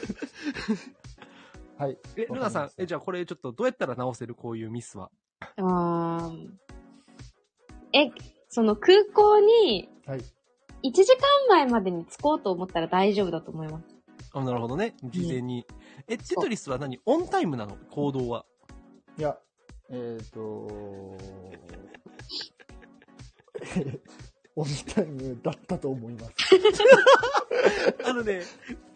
A: はい。
B: え、ルナさん、え、じゃあこれちょっとどうやったら直せるこういうミスは。
C: あーえ、その空港に
A: はい。
C: 1時間前までに着こうと思ったら大丈夫だと思います。
B: あ、なるほどね。事前に。え、テトリスは何オンタイムなの行動は。
A: いや、えっ、ー、と オンタイムだったと思います。
B: あのね、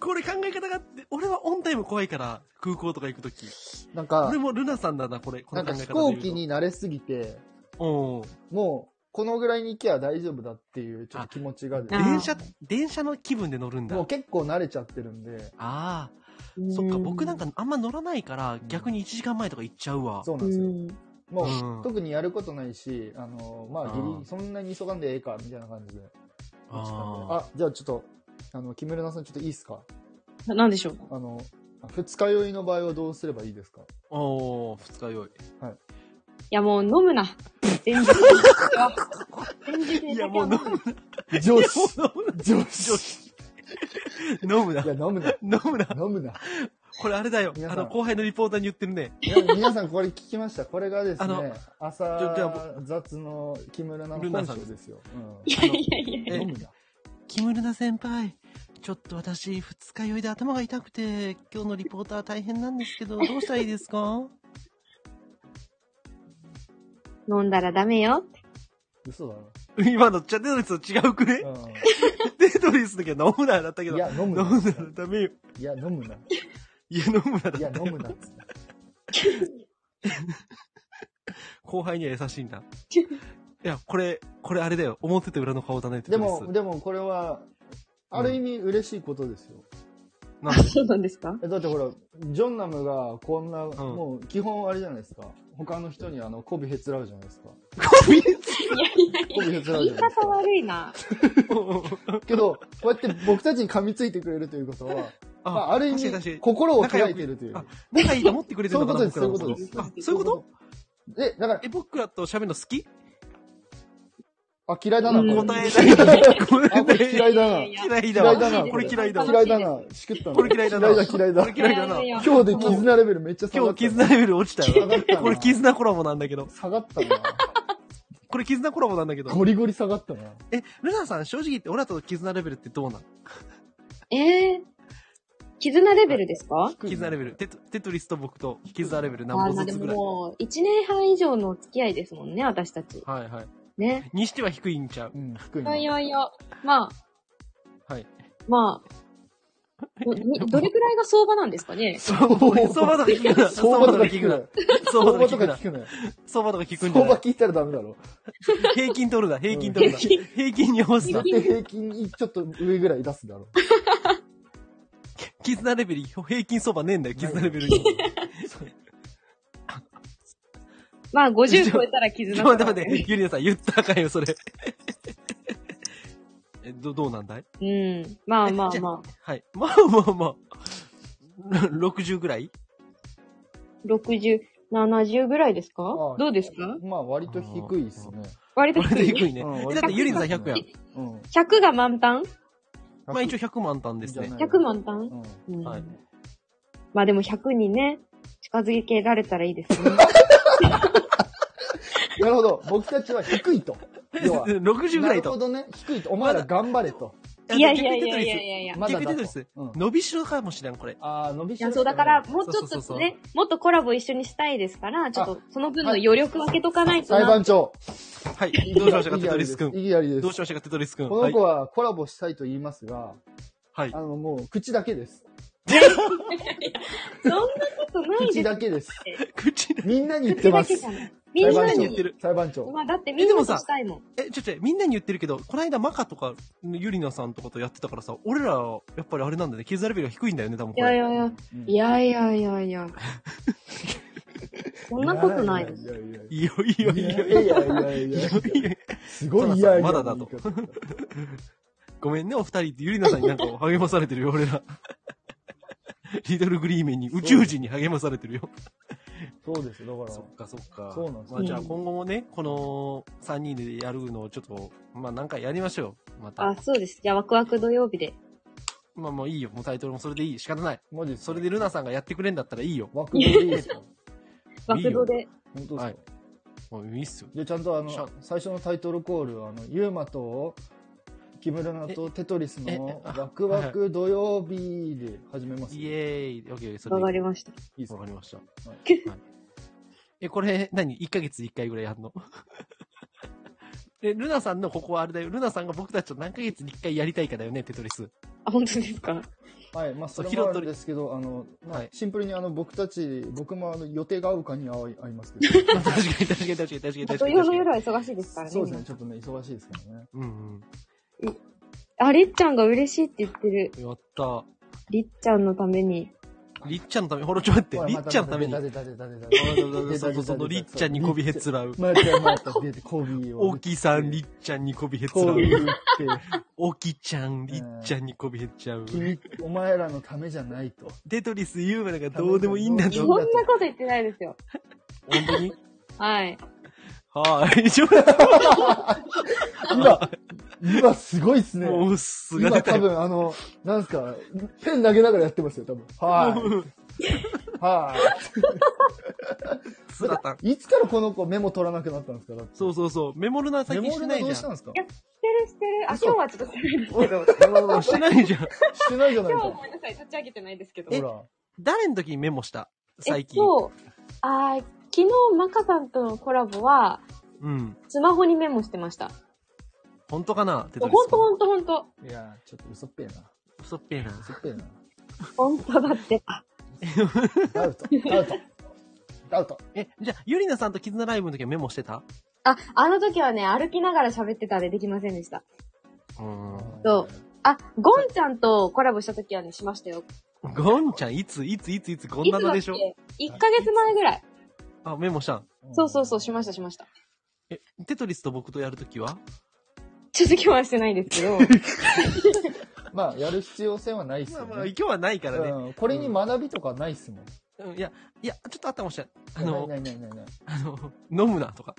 B: これ考え方があって、俺はオンタイム怖いから、空港とか行くとき。
A: なんか
B: 俺、もルナさんだな、これ。こ
A: な
B: の
A: ん
B: 考
A: か
B: え方
A: 飛
B: で言うと
A: 行機。に慣れすぎて、
B: うん。
A: もう、このぐらいに行けば大丈夫だっていう、ちょっと気持ちがで
C: あ
B: 電車、電車の気分で乗るんだ。
A: もう結構慣れちゃってるんで、
B: ああ。そっか、僕なんかあんま乗らないから、逆に1時間前とか行っちゃうわ。
A: そうな
C: うん
A: ですよ。
C: ん。
A: もう、
B: うん
A: 特にやることないし、あの、まあ、ギ
B: う
A: リ、
B: ん
A: そんなに急がんでええか、みたいな感じで。
B: あ
A: あ、じゃあちょっと、あの、木村菜さんちょっといいっすか
C: ななんでしょう
A: あの、二日酔いの場合はどうすればいいです か
B: あ。おー、二日酔い。
C: いや、もう飲 むな。前日に。前日に
B: いや、
C: 酒
B: もう
C: を飲
B: 飲
C: む。
B: むな。
A: 上
B: も
A: 司
B: う
A: 上司
B: 飲女子むな。飲むない
A: や、。飲 むな。
B: 飲むな。
A: 飲むな。
B: これあれだよ。
A: 皆
B: あ
A: さん
B: の、後輩のリポーターに言ってるね。
A: いや皆さんこれ聞きました。これがです
B: あ
A: ね
B: の、じゃじゃ
A: 朝雑の木村菜の本性ですよ。
C: いやいやい
A: うん
C: や
B: え
A: 飲むな。
B: 木村菜先輩、ちょっと私、二日酔いで頭が痛くて、今日のリポーター大変なんですけど、どうしたらいいですか
C: 飲んだらダメよ。
A: 嘘だろ。
B: 今の、じゃ、テトリスと違うくね
A: う
B: テトリスの時は飲むなだったけ
A: ん
B: ど、
A: い
B: 飲
A: や、飲む
B: むな
A: な。
B: らダメよ。
A: いや、飲むな。
B: いや、飲むなだ
A: いや、飲む なっつって。
B: 後輩には優しいん だ。いや、これ、これあれだよ。表と裏の顔だね、テ
A: で
B: トリ
A: も、
B: ス。
A: でもこれは、ある意味嬉しいことですよ。
B: なんで
C: そうなんですか
A: えだってほら、ジョンナムがこんな、
B: ん
A: もう基本あれじゃないですか。他の人にあの、媚びへつらうじゃないですか。
B: コビ
C: いやいやい
A: 媚びへつら
C: や。
A: うじゃないで
C: 言い
A: す
C: 方
A: か。
C: 悪いな。
A: けど、こうやって僕たちに噛みついてくれるということは、まあ、ある意
B: 確
A: 味、
B: かに確かに
A: 心を開いてるという。
B: あ仲いいと思ってくれて
A: そうい
B: る
A: う
B: の
A: こ
B: か
A: とです、
B: な
A: そういうことです。
B: 僕らのことあ、そういうこと
A: とえ、だから
B: え、、僕らと喋るの好き
A: あ、嫌いだな、
C: うん
A: こ
B: 答
A: れ。
B: えな い。
A: あ、こ
B: 答
A: れ嫌いだな。
C: いや
B: 嫌いだ
A: 嫌
B: わ。
A: いだな。
B: これ嫌いだわ。
A: 嫌いだな。しくったな
B: これ嫌いだな。
A: 嫌いだ、嫌いだ
B: これ。嫌いだな。
C: 嫌いだよ
A: 今日で絆レベルめっちゃ下
B: 今
A: が
B: 日、
A: った。
B: 絆レベル落ちたよ
A: 下がったな。
B: これ絆コラボなんだけど。
A: 下がったな。
B: これ絆コラボなんだけど。
A: ゴリゴリ下がったな。
B: え、ルナさん、正直言って、俺らと絆レベルってどうなん
C: ええ絆レベルですか
A: 低いな
B: 絆レベル。。テトテトリスと僕と絆レベル
C: あ
B: 何
C: ー
B: 本
C: まあ
B: ず
C: で
B: つ
C: も
B: ぐらい。
C: もう、一年半以上の付き合いですもんね、私たち。
B: はいはい。
C: ね。
B: にしては低いんちゃう
A: う。ん、低い
C: い
A: な
C: やい。やいや。まあ、
B: はい。
C: まあ、どにどれくらいが相場なんですか ね
B: 相場とか聞くな。
A: 相場とか聞くな。
B: 相
A: 相
B: 場
A: 場
B: と
A: と
B: か
A: か
B: 聞くな。
A: 聞くな。
B: 相場とか聞くんじ
A: 相
B: ゃな
A: 場
B: い
A: 聞いたらダメだろ。
B: 平均取るな。平均取るな。
C: 平均
B: 平均に合わせ
A: だ
B: た
A: っ。て平均にちょっと上ぐらい出すだろ。
B: 絆レベル、平均相場ねえんだよ、絆レベルに。
C: まあ、50超えたら絆
B: ちょ、待って待って、ゆりなさん言ったらあかんよ、 それ。え、ど、どうなんだい
C: うん。まあまあまあ、
B: はい。 まあまあまあ。60ぐら い
C: 60、70ぐらいですか
A: あ
C: どうですか
A: まあ割と低いっすね。
C: 割と
B: これで
C: 低い。
B: 低いね。
A: うん
B: えだってゆりなさん100やん。
A: うん。
C: 100が満タン
B: まあ一応100満タンですね。
C: ?100 満タン、
A: うん。
C: うん
B: はい
C: まあでも100にね、近づけられたらいいですね。
A: なるほど。僕たちは低いと。要 は。
B: 60ぐらい
A: なるほ
B: と。
A: どね。低いと。お前ら頑張れと。
C: いやいやいやいやいやいや。
A: まだ
B: 逆に
A: だ
B: テト
A: と
B: リス。
A: うん
B: 伸びしろかもしれん、これ。
A: ああ、伸び
C: い
A: しろ
C: や、そう、だから、もうち
B: そ
C: ょっ
B: うそう
C: と
B: そう
C: ね、もっとコラボ一緒にしたいですから、ちょっと、その分の余力を空けとかないと
A: 裁
C: な。
A: 判長。
B: はい。どうしましたか、テトリス君。
A: いきなりです。
B: どうしましたか、テトリス君。
A: こ
B: は
A: の
B: い
A: 子。はコラボしたいと言いますが、
B: はい
A: あ。の、もう、口だけです。
C: そんなことないです
A: 口
C: よ
A: だけです。
B: 口で。
A: みんなに言ってます。
C: 口だけじゃないみ
A: 裁
C: んな
A: 判
B: に言
A: 長
B: ってる
C: に。。
A: 裁判長。
C: まあ、だってみんなにしたいもん。
B: え、ちょちょ、みんなに言ってるけど、この間マカとか、ゆりなさんとかとやってたからさ、俺ら、やっぱりあれなんだね、絆レベルが低いんだよね、多分
C: い
B: こ
C: やい
B: れ。
C: やいや。
A: うん
C: い、やいやいやいや。 そんなことないです。
A: いやいやい
B: いやいやい
A: や
B: やい
A: いやいやいやいやいや。
B: やいや。
A: すごい、いやいや。
B: まだだとごめんね、お二人って、ゆりなさんになんか励まされてるよ、俺 ら。リトルグリーメンに、宇宙人に励まされてるよ。
A: そうですよ、だか
B: そっかそっか。
A: そうなんです
B: まあじゃあ
C: うん
B: 今後もね、この三人でやるのをちょっと、まあ何回やりましょう。ま
C: あ
B: た。、
C: そうです。じゃあ、ワクワク土曜日で。
B: まあもういいよ、もうタイトルもそれでいい、仕方ない。
A: ら。マジ
B: それでルナさんがやってくれんだったらいいよ。
A: 枠でいいですか
C: ワク土で。
A: 本当ですか、
B: はいもういいっすよ。
A: で、ちゃんとあ
B: シャ
A: の、最初のタイトルコール、あの、ユーマと、木村菜とテトリス
B: ええ
A: の
B: あ
A: ワクワク土曜日で始めます。
B: イエーイ。オッケーオッケー、それ
C: わ
B: でいい
C: かりました。
A: いいです
B: わ
A: か
B: かりました。はいい、え、これ、何 ?1 ヶ月1回ぐらいやんの え、ルナさんのここはあれだよ。ルナさんが僕たちと何ヶ月に1回やりたいかだよね、テトリス。
C: あ、本当ですか
A: はい、まあ、そ
B: そ
A: れもあ
B: うヒロ
A: る
B: ト
A: ん
B: リ
A: ですけど、あの、まあ
B: はい
A: シンプルにあの、僕たち、僕もあの、予定が合うかに合い合いますけど、
B: 確かに確かに確かに確かに確か
C: 土
B: に
C: 曜の
B: 確
C: 夜
B: かに。
C: は忙しいですからね。
A: そうですね、ちょっとね、忙しいですからね。
B: うん
C: あ、りっちゃんが嬉しいって言ってる。
B: うん。やった。
C: りっちゃんのために。
B: りっちゃんのため、ほら、ちょっと待
A: ほら
B: って、りっちゃんのために。
A: ま
B: そ
A: 出
B: う
A: た出た出た
B: そうそうそう、りっちゃんにこびへつらう。
A: またまた出て、コビーを。
B: おきさん、りっちゃんにこびへつ
A: コ
B: らう。
A: ビーって、
B: おきちゃん、りっちゃんにこびへっちゃう。
A: 君、お前らのためじゃないと。
B: テトリス言うまでがどうでもいいんだ
A: そ
C: そ
A: うん
B: と。
A: だ
C: な
A: と
C: こと言ってないですよ。
B: 本当に
C: はい。
B: はーい。ちょ っと
A: 今、今すごいっすね。
B: もう、すが
A: 今
B: 出た
A: 多
B: よ。
A: 分あの、なんすか、ペン投げながらやってますよ、多分。は
B: もう
A: い。 は
B: すがたん。
A: い。いつからこの子メモ取らなくなったんですかだって
B: そうそうそう。メモルナー
A: メ
B: 最近
A: モ
B: して
A: リ
B: な
A: ナ
B: い
A: どうし
B: じ
A: た
B: ゃ
A: ん
B: ん。
A: ですか
C: してるしてる。あ、
A: 嘘
C: 今日はちょっとしてないですけど。
B: してないじゃん。
A: してないじゃない
C: 今日は
A: か
C: ご。めんなさい、立ち上げてないですけど。
A: ほら。
B: 誰の時にメモした最近。
C: そう。あー昨日、マカさんとのコラボは、
B: うん。
C: スマホにメモしてました。
B: 本当かなテト
C: ほ
B: リ
C: ん
B: ス。
C: とほんとほんと。
A: いやー、ちょっと嘘っぺえな。
B: 嘘っぺえな。
A: 嘘っぺえな。
C: ほんとだって。
A: ダウト、ダウト。ダウト。
B: え、じゃあ、ゆりなさんとキズナライブの時はメモしてた
C: あ、あの時はね、歩きながら喋ってたんでできませんでした。
B: うーん。
C: そうあ、ゴンちゃんとコラボした時はね、しましたよ。
B: ゴンちゃん、いつ、いつ、いつ、いつ、ゴンナのでしょ
C: いつだっけ ?1 ヶ月前ぐらい。
B: あ、メモしたん。
A: うん。
C: そうそうそう、しましたしました。
B: え、テトリスと僕とやるときは
C: ちょっと今日はしてないですけど。
A: まあ、やる必要性はないっす
B: まあ
A: よ
B: まあ、今
A: ね。
B: 日はないからね。
A: うんこれに学びとかないっすもん。
B: うん、いや、いや、ちょっとあったかもしれない。
A: な
B: あ
A: い
B: の、
A: ないないないない。
B: あの、飲むなとか。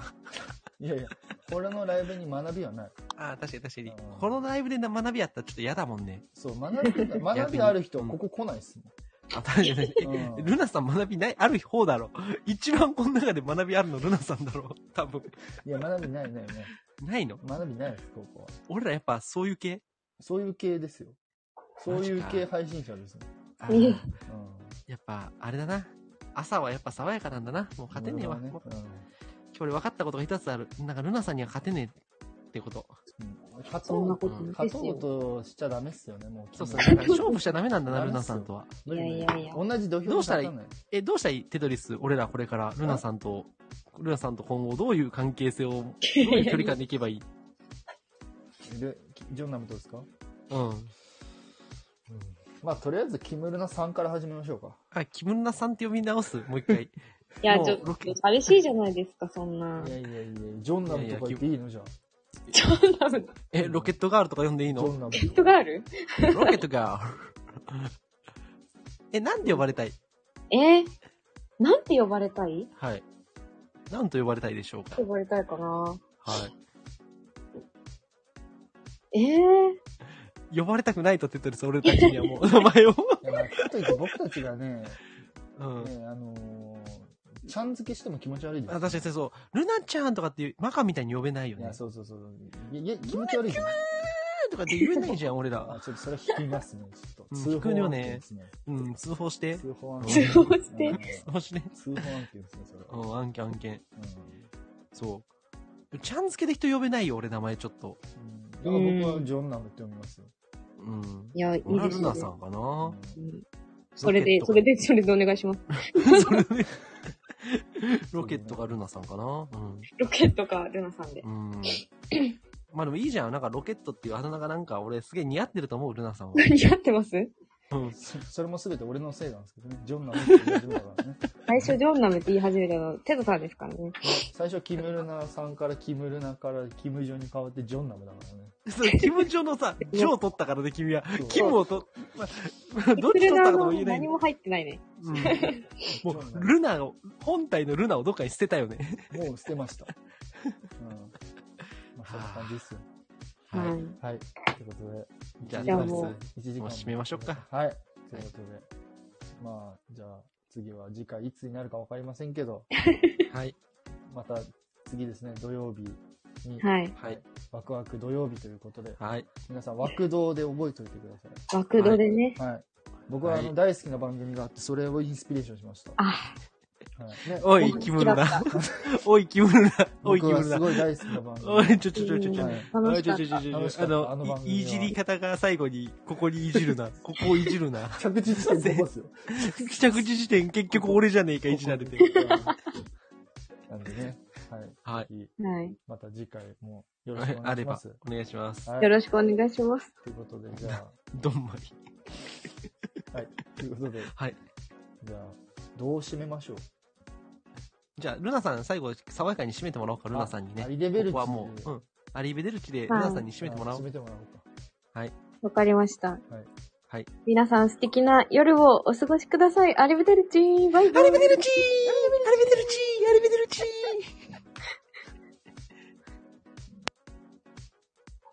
A: いやいや、俺のライブに学びはない。
B: ああ、確かに確かに
A: うん。
B: このライブで学びやったらちょっと嫌だもんね。
A: そう、学 びが、学びがある人はここ来ないっすもん。
B: あ、確かに確かに。
A: うん
B: ルナさん学びない、ある方だろ。 一番この中で学びあるのルナさんだろ。 多分。
A: いや、学びないないない。
B: ないの
A: 学びないです、ここは。
B: 俺らやっぱそういう系
A: そういう系ですよ。そういう系
B: マ
A: 配
B: ジ
A: 信者ですね。
B: あ
C: い
B: ー
C: や
A: う
B: やっぱ、あれだな。朝はやっぱ爽やかなんだな。もう勝てねえわ。
A: 俺は
B: も
A: う
B: う
A: ん
B: 今日俺分かったことが一つある。なんかルナさんには勝てねえってこと。
A: うん勝
C: そんな
A: と
C: こ
A: う、
C: とな
A: 勝
C: いです
A: とう
C: よ。
A: としちゃダメっすよね、もう。
B: そうそう。
A: 君
B: だから勝負しちゃダメなんだな、ルナさんとは。
A: 無理無理
C: いやいやいや
A: 同じ土俵に立たない
B: どうえ、どうしたらいいテトリス、俺らこれから、ルナさんと、ルナさんと今後どういう関係性を、どういう距離感でいけばいい
A: でジョンナムどうですか
B: うん。
A: まあ、とりあえず、キムルナさんから始めましょうか。
B: あ、キムルナさんって呼び直すもう一回。
C: いや、
B: もう
C: ちょっと
B: ロケ
C: 寂しいじゃないですか、そんな。
A: い
C: ジ
A: やいやいや、ジョンナムとか言っていいのじゃあ。
C: ョンダム、
B: え、ロケットガールとか呼んでいい
A: ジョ
B: の
A: ンナム。
C: 人がある
B: ロケットガール。 え、なんて呼ばれたい
C: えー、なんて呼ばれたい
B: はい。なんと呼ばれたいでしょうか
C: 呼ばれたいかな
B: は
C: えー、
B: い。呼ばれたくないとテトリス、俺たちにはもう 名前を。
A: いや、まあ、かといって僕たちがね、ね
B: うん。
A: あのー、ちゃん付けしても気持ち悪いです
B: あ、確かにそう。ルナちゃんとかっていう、マカみたいに呼べないよ
A: い
B: ね。
A: や、そうそうそう。いや、いや気持ち悪いですね。
B: とかって言えないじゃん、俺ら
A: あ。 ちょっとそれ引きますね。ちょっと。
B: うん
A: 通報
B: 引くよ
A: 案
B: ね
A: 件ですね。
B: うん、通報して。
A: 通報案
B: 通
C: 報して
A: うん
B: 通報して。
A: 通報案件ですね、それ
B: う
A: は。
B: ん、案件案件。
A: う
B: そう。ちゃん付けで人呼べないよ、俺名前ちょっと。
A: ん。うん、だから僕はジョンナムって読みますよ。
B: うん。
C: いや、いい
B: オラ
C: で
B: ル
C: す
B: ナ
C: よ。
B: さんか
A: う
B: なん
C: うんそれで、それ
B: ロケ
C: で、それでお願いします。
B: ットが。 それで。ロケットがルナさんかな
C: ロケットか、ルナさんで
B: う。ん。うん。 まあでもいいじゃん。なんかロケットっていうあだ名がなんか俺すげえ似合ってると思う、ルナさん は。
C: 何やってます
B: うん。
A: そそれも全て俺のせいなんですけどね。ジョンナムって言うんだからね。
C: 最初、ジョンナムって言い始めたの、テドさんですからね。
A: 最初、キムルナさんからキムルナからキムジョンに変わってジョンナムだからね。
B: それ、キムジョの さ、ジョを取ったからね、君は
A: そ。う
B: キムをと、まあまあ、どっち取
C: ル
B: った
C: ナ
B: かとも
C: の
B: 言えないん
C: 何
B: だ
C: も入ってないね。
B: うんもう、ルナを、本体のルナをどっかに捨てたよね。
A: もう捨てました。うん。まあ、そんな感じですよ。
C: はい。
A: はい。ということで。
B: じゃあ、
C: じゃあ
B: テト
C: も
B: リ
C: う
B: ス
A: 1時間
B: もう締めましょうか。
A: はい。ということで。まあ、じゃあ、次は次回いつになるかわかりませんけ ど、
B: はい。
A: また次ですね、土曜日に、
C: はい。
B: はい。
A: ワクワク土曜日ということで、
B: はい。
A: 皆さん、枠道で覚えておいてくだ
C: 枠度でね。
A: さい。はい。僕はあ
B: は
A: の
B: い
A: 大好きな番組があって、それをインスピレーションしました。
C: あ、
A: はい。ね、
B: おい、キムルナ。 おい、キムルナ。おい、
A: 僕
B: キム
A: は
B: ル
A: す
B: ナ。
A: ごい大好きな番
B: お
A: 組。
B: い、ちょちょちょちょちょ。
A: はい
B: お
C: 楽
B: い
C: し
B: ち
C: か
B: ょ
C: っ
B: ちょちょちょ
A: 楽しか
B: ち
A: った
B: ょ。あ
A: あの番
B: の、
A: 組はい
B: いじり方が最後に、ここにいじるな。ここをいじるな。
A: 着地してここですよ。
B: 帰着地時点結局俺じゃねえか、いじられて。
A: なんでね、はい。
B: はい。
A: ぜひ
C: た。はい。
A: また次回もよろしくお願
B: あ
A: いし
B: れ
A: ま
B: ば
A: す。、
B: お願いします。
A: は
C: よ
A: い。
C: ろしくお願いします。
A: ということで、じゃ
B: どんまり。
A: あ、はい。ということで、
B: はい。
A: じゃあ、どう締めましょう。
B: じゃあ、ルナさん、最後、爽やかに締めてもらおうか、ルナさんに
A: あ
B: ね
A: ア。リレベル
B: ここはもう、うん。アリベデルチで、ルナさんに締めてもらお
A: 締
B: う。
A: めてもらおうか。
C: わかりました。
B: はい。
C: 皆さん素敵な夜をお過ごしください。アリブデルチーバイバイ。
B: アリベデルチーアリベデルチーアリベデルチー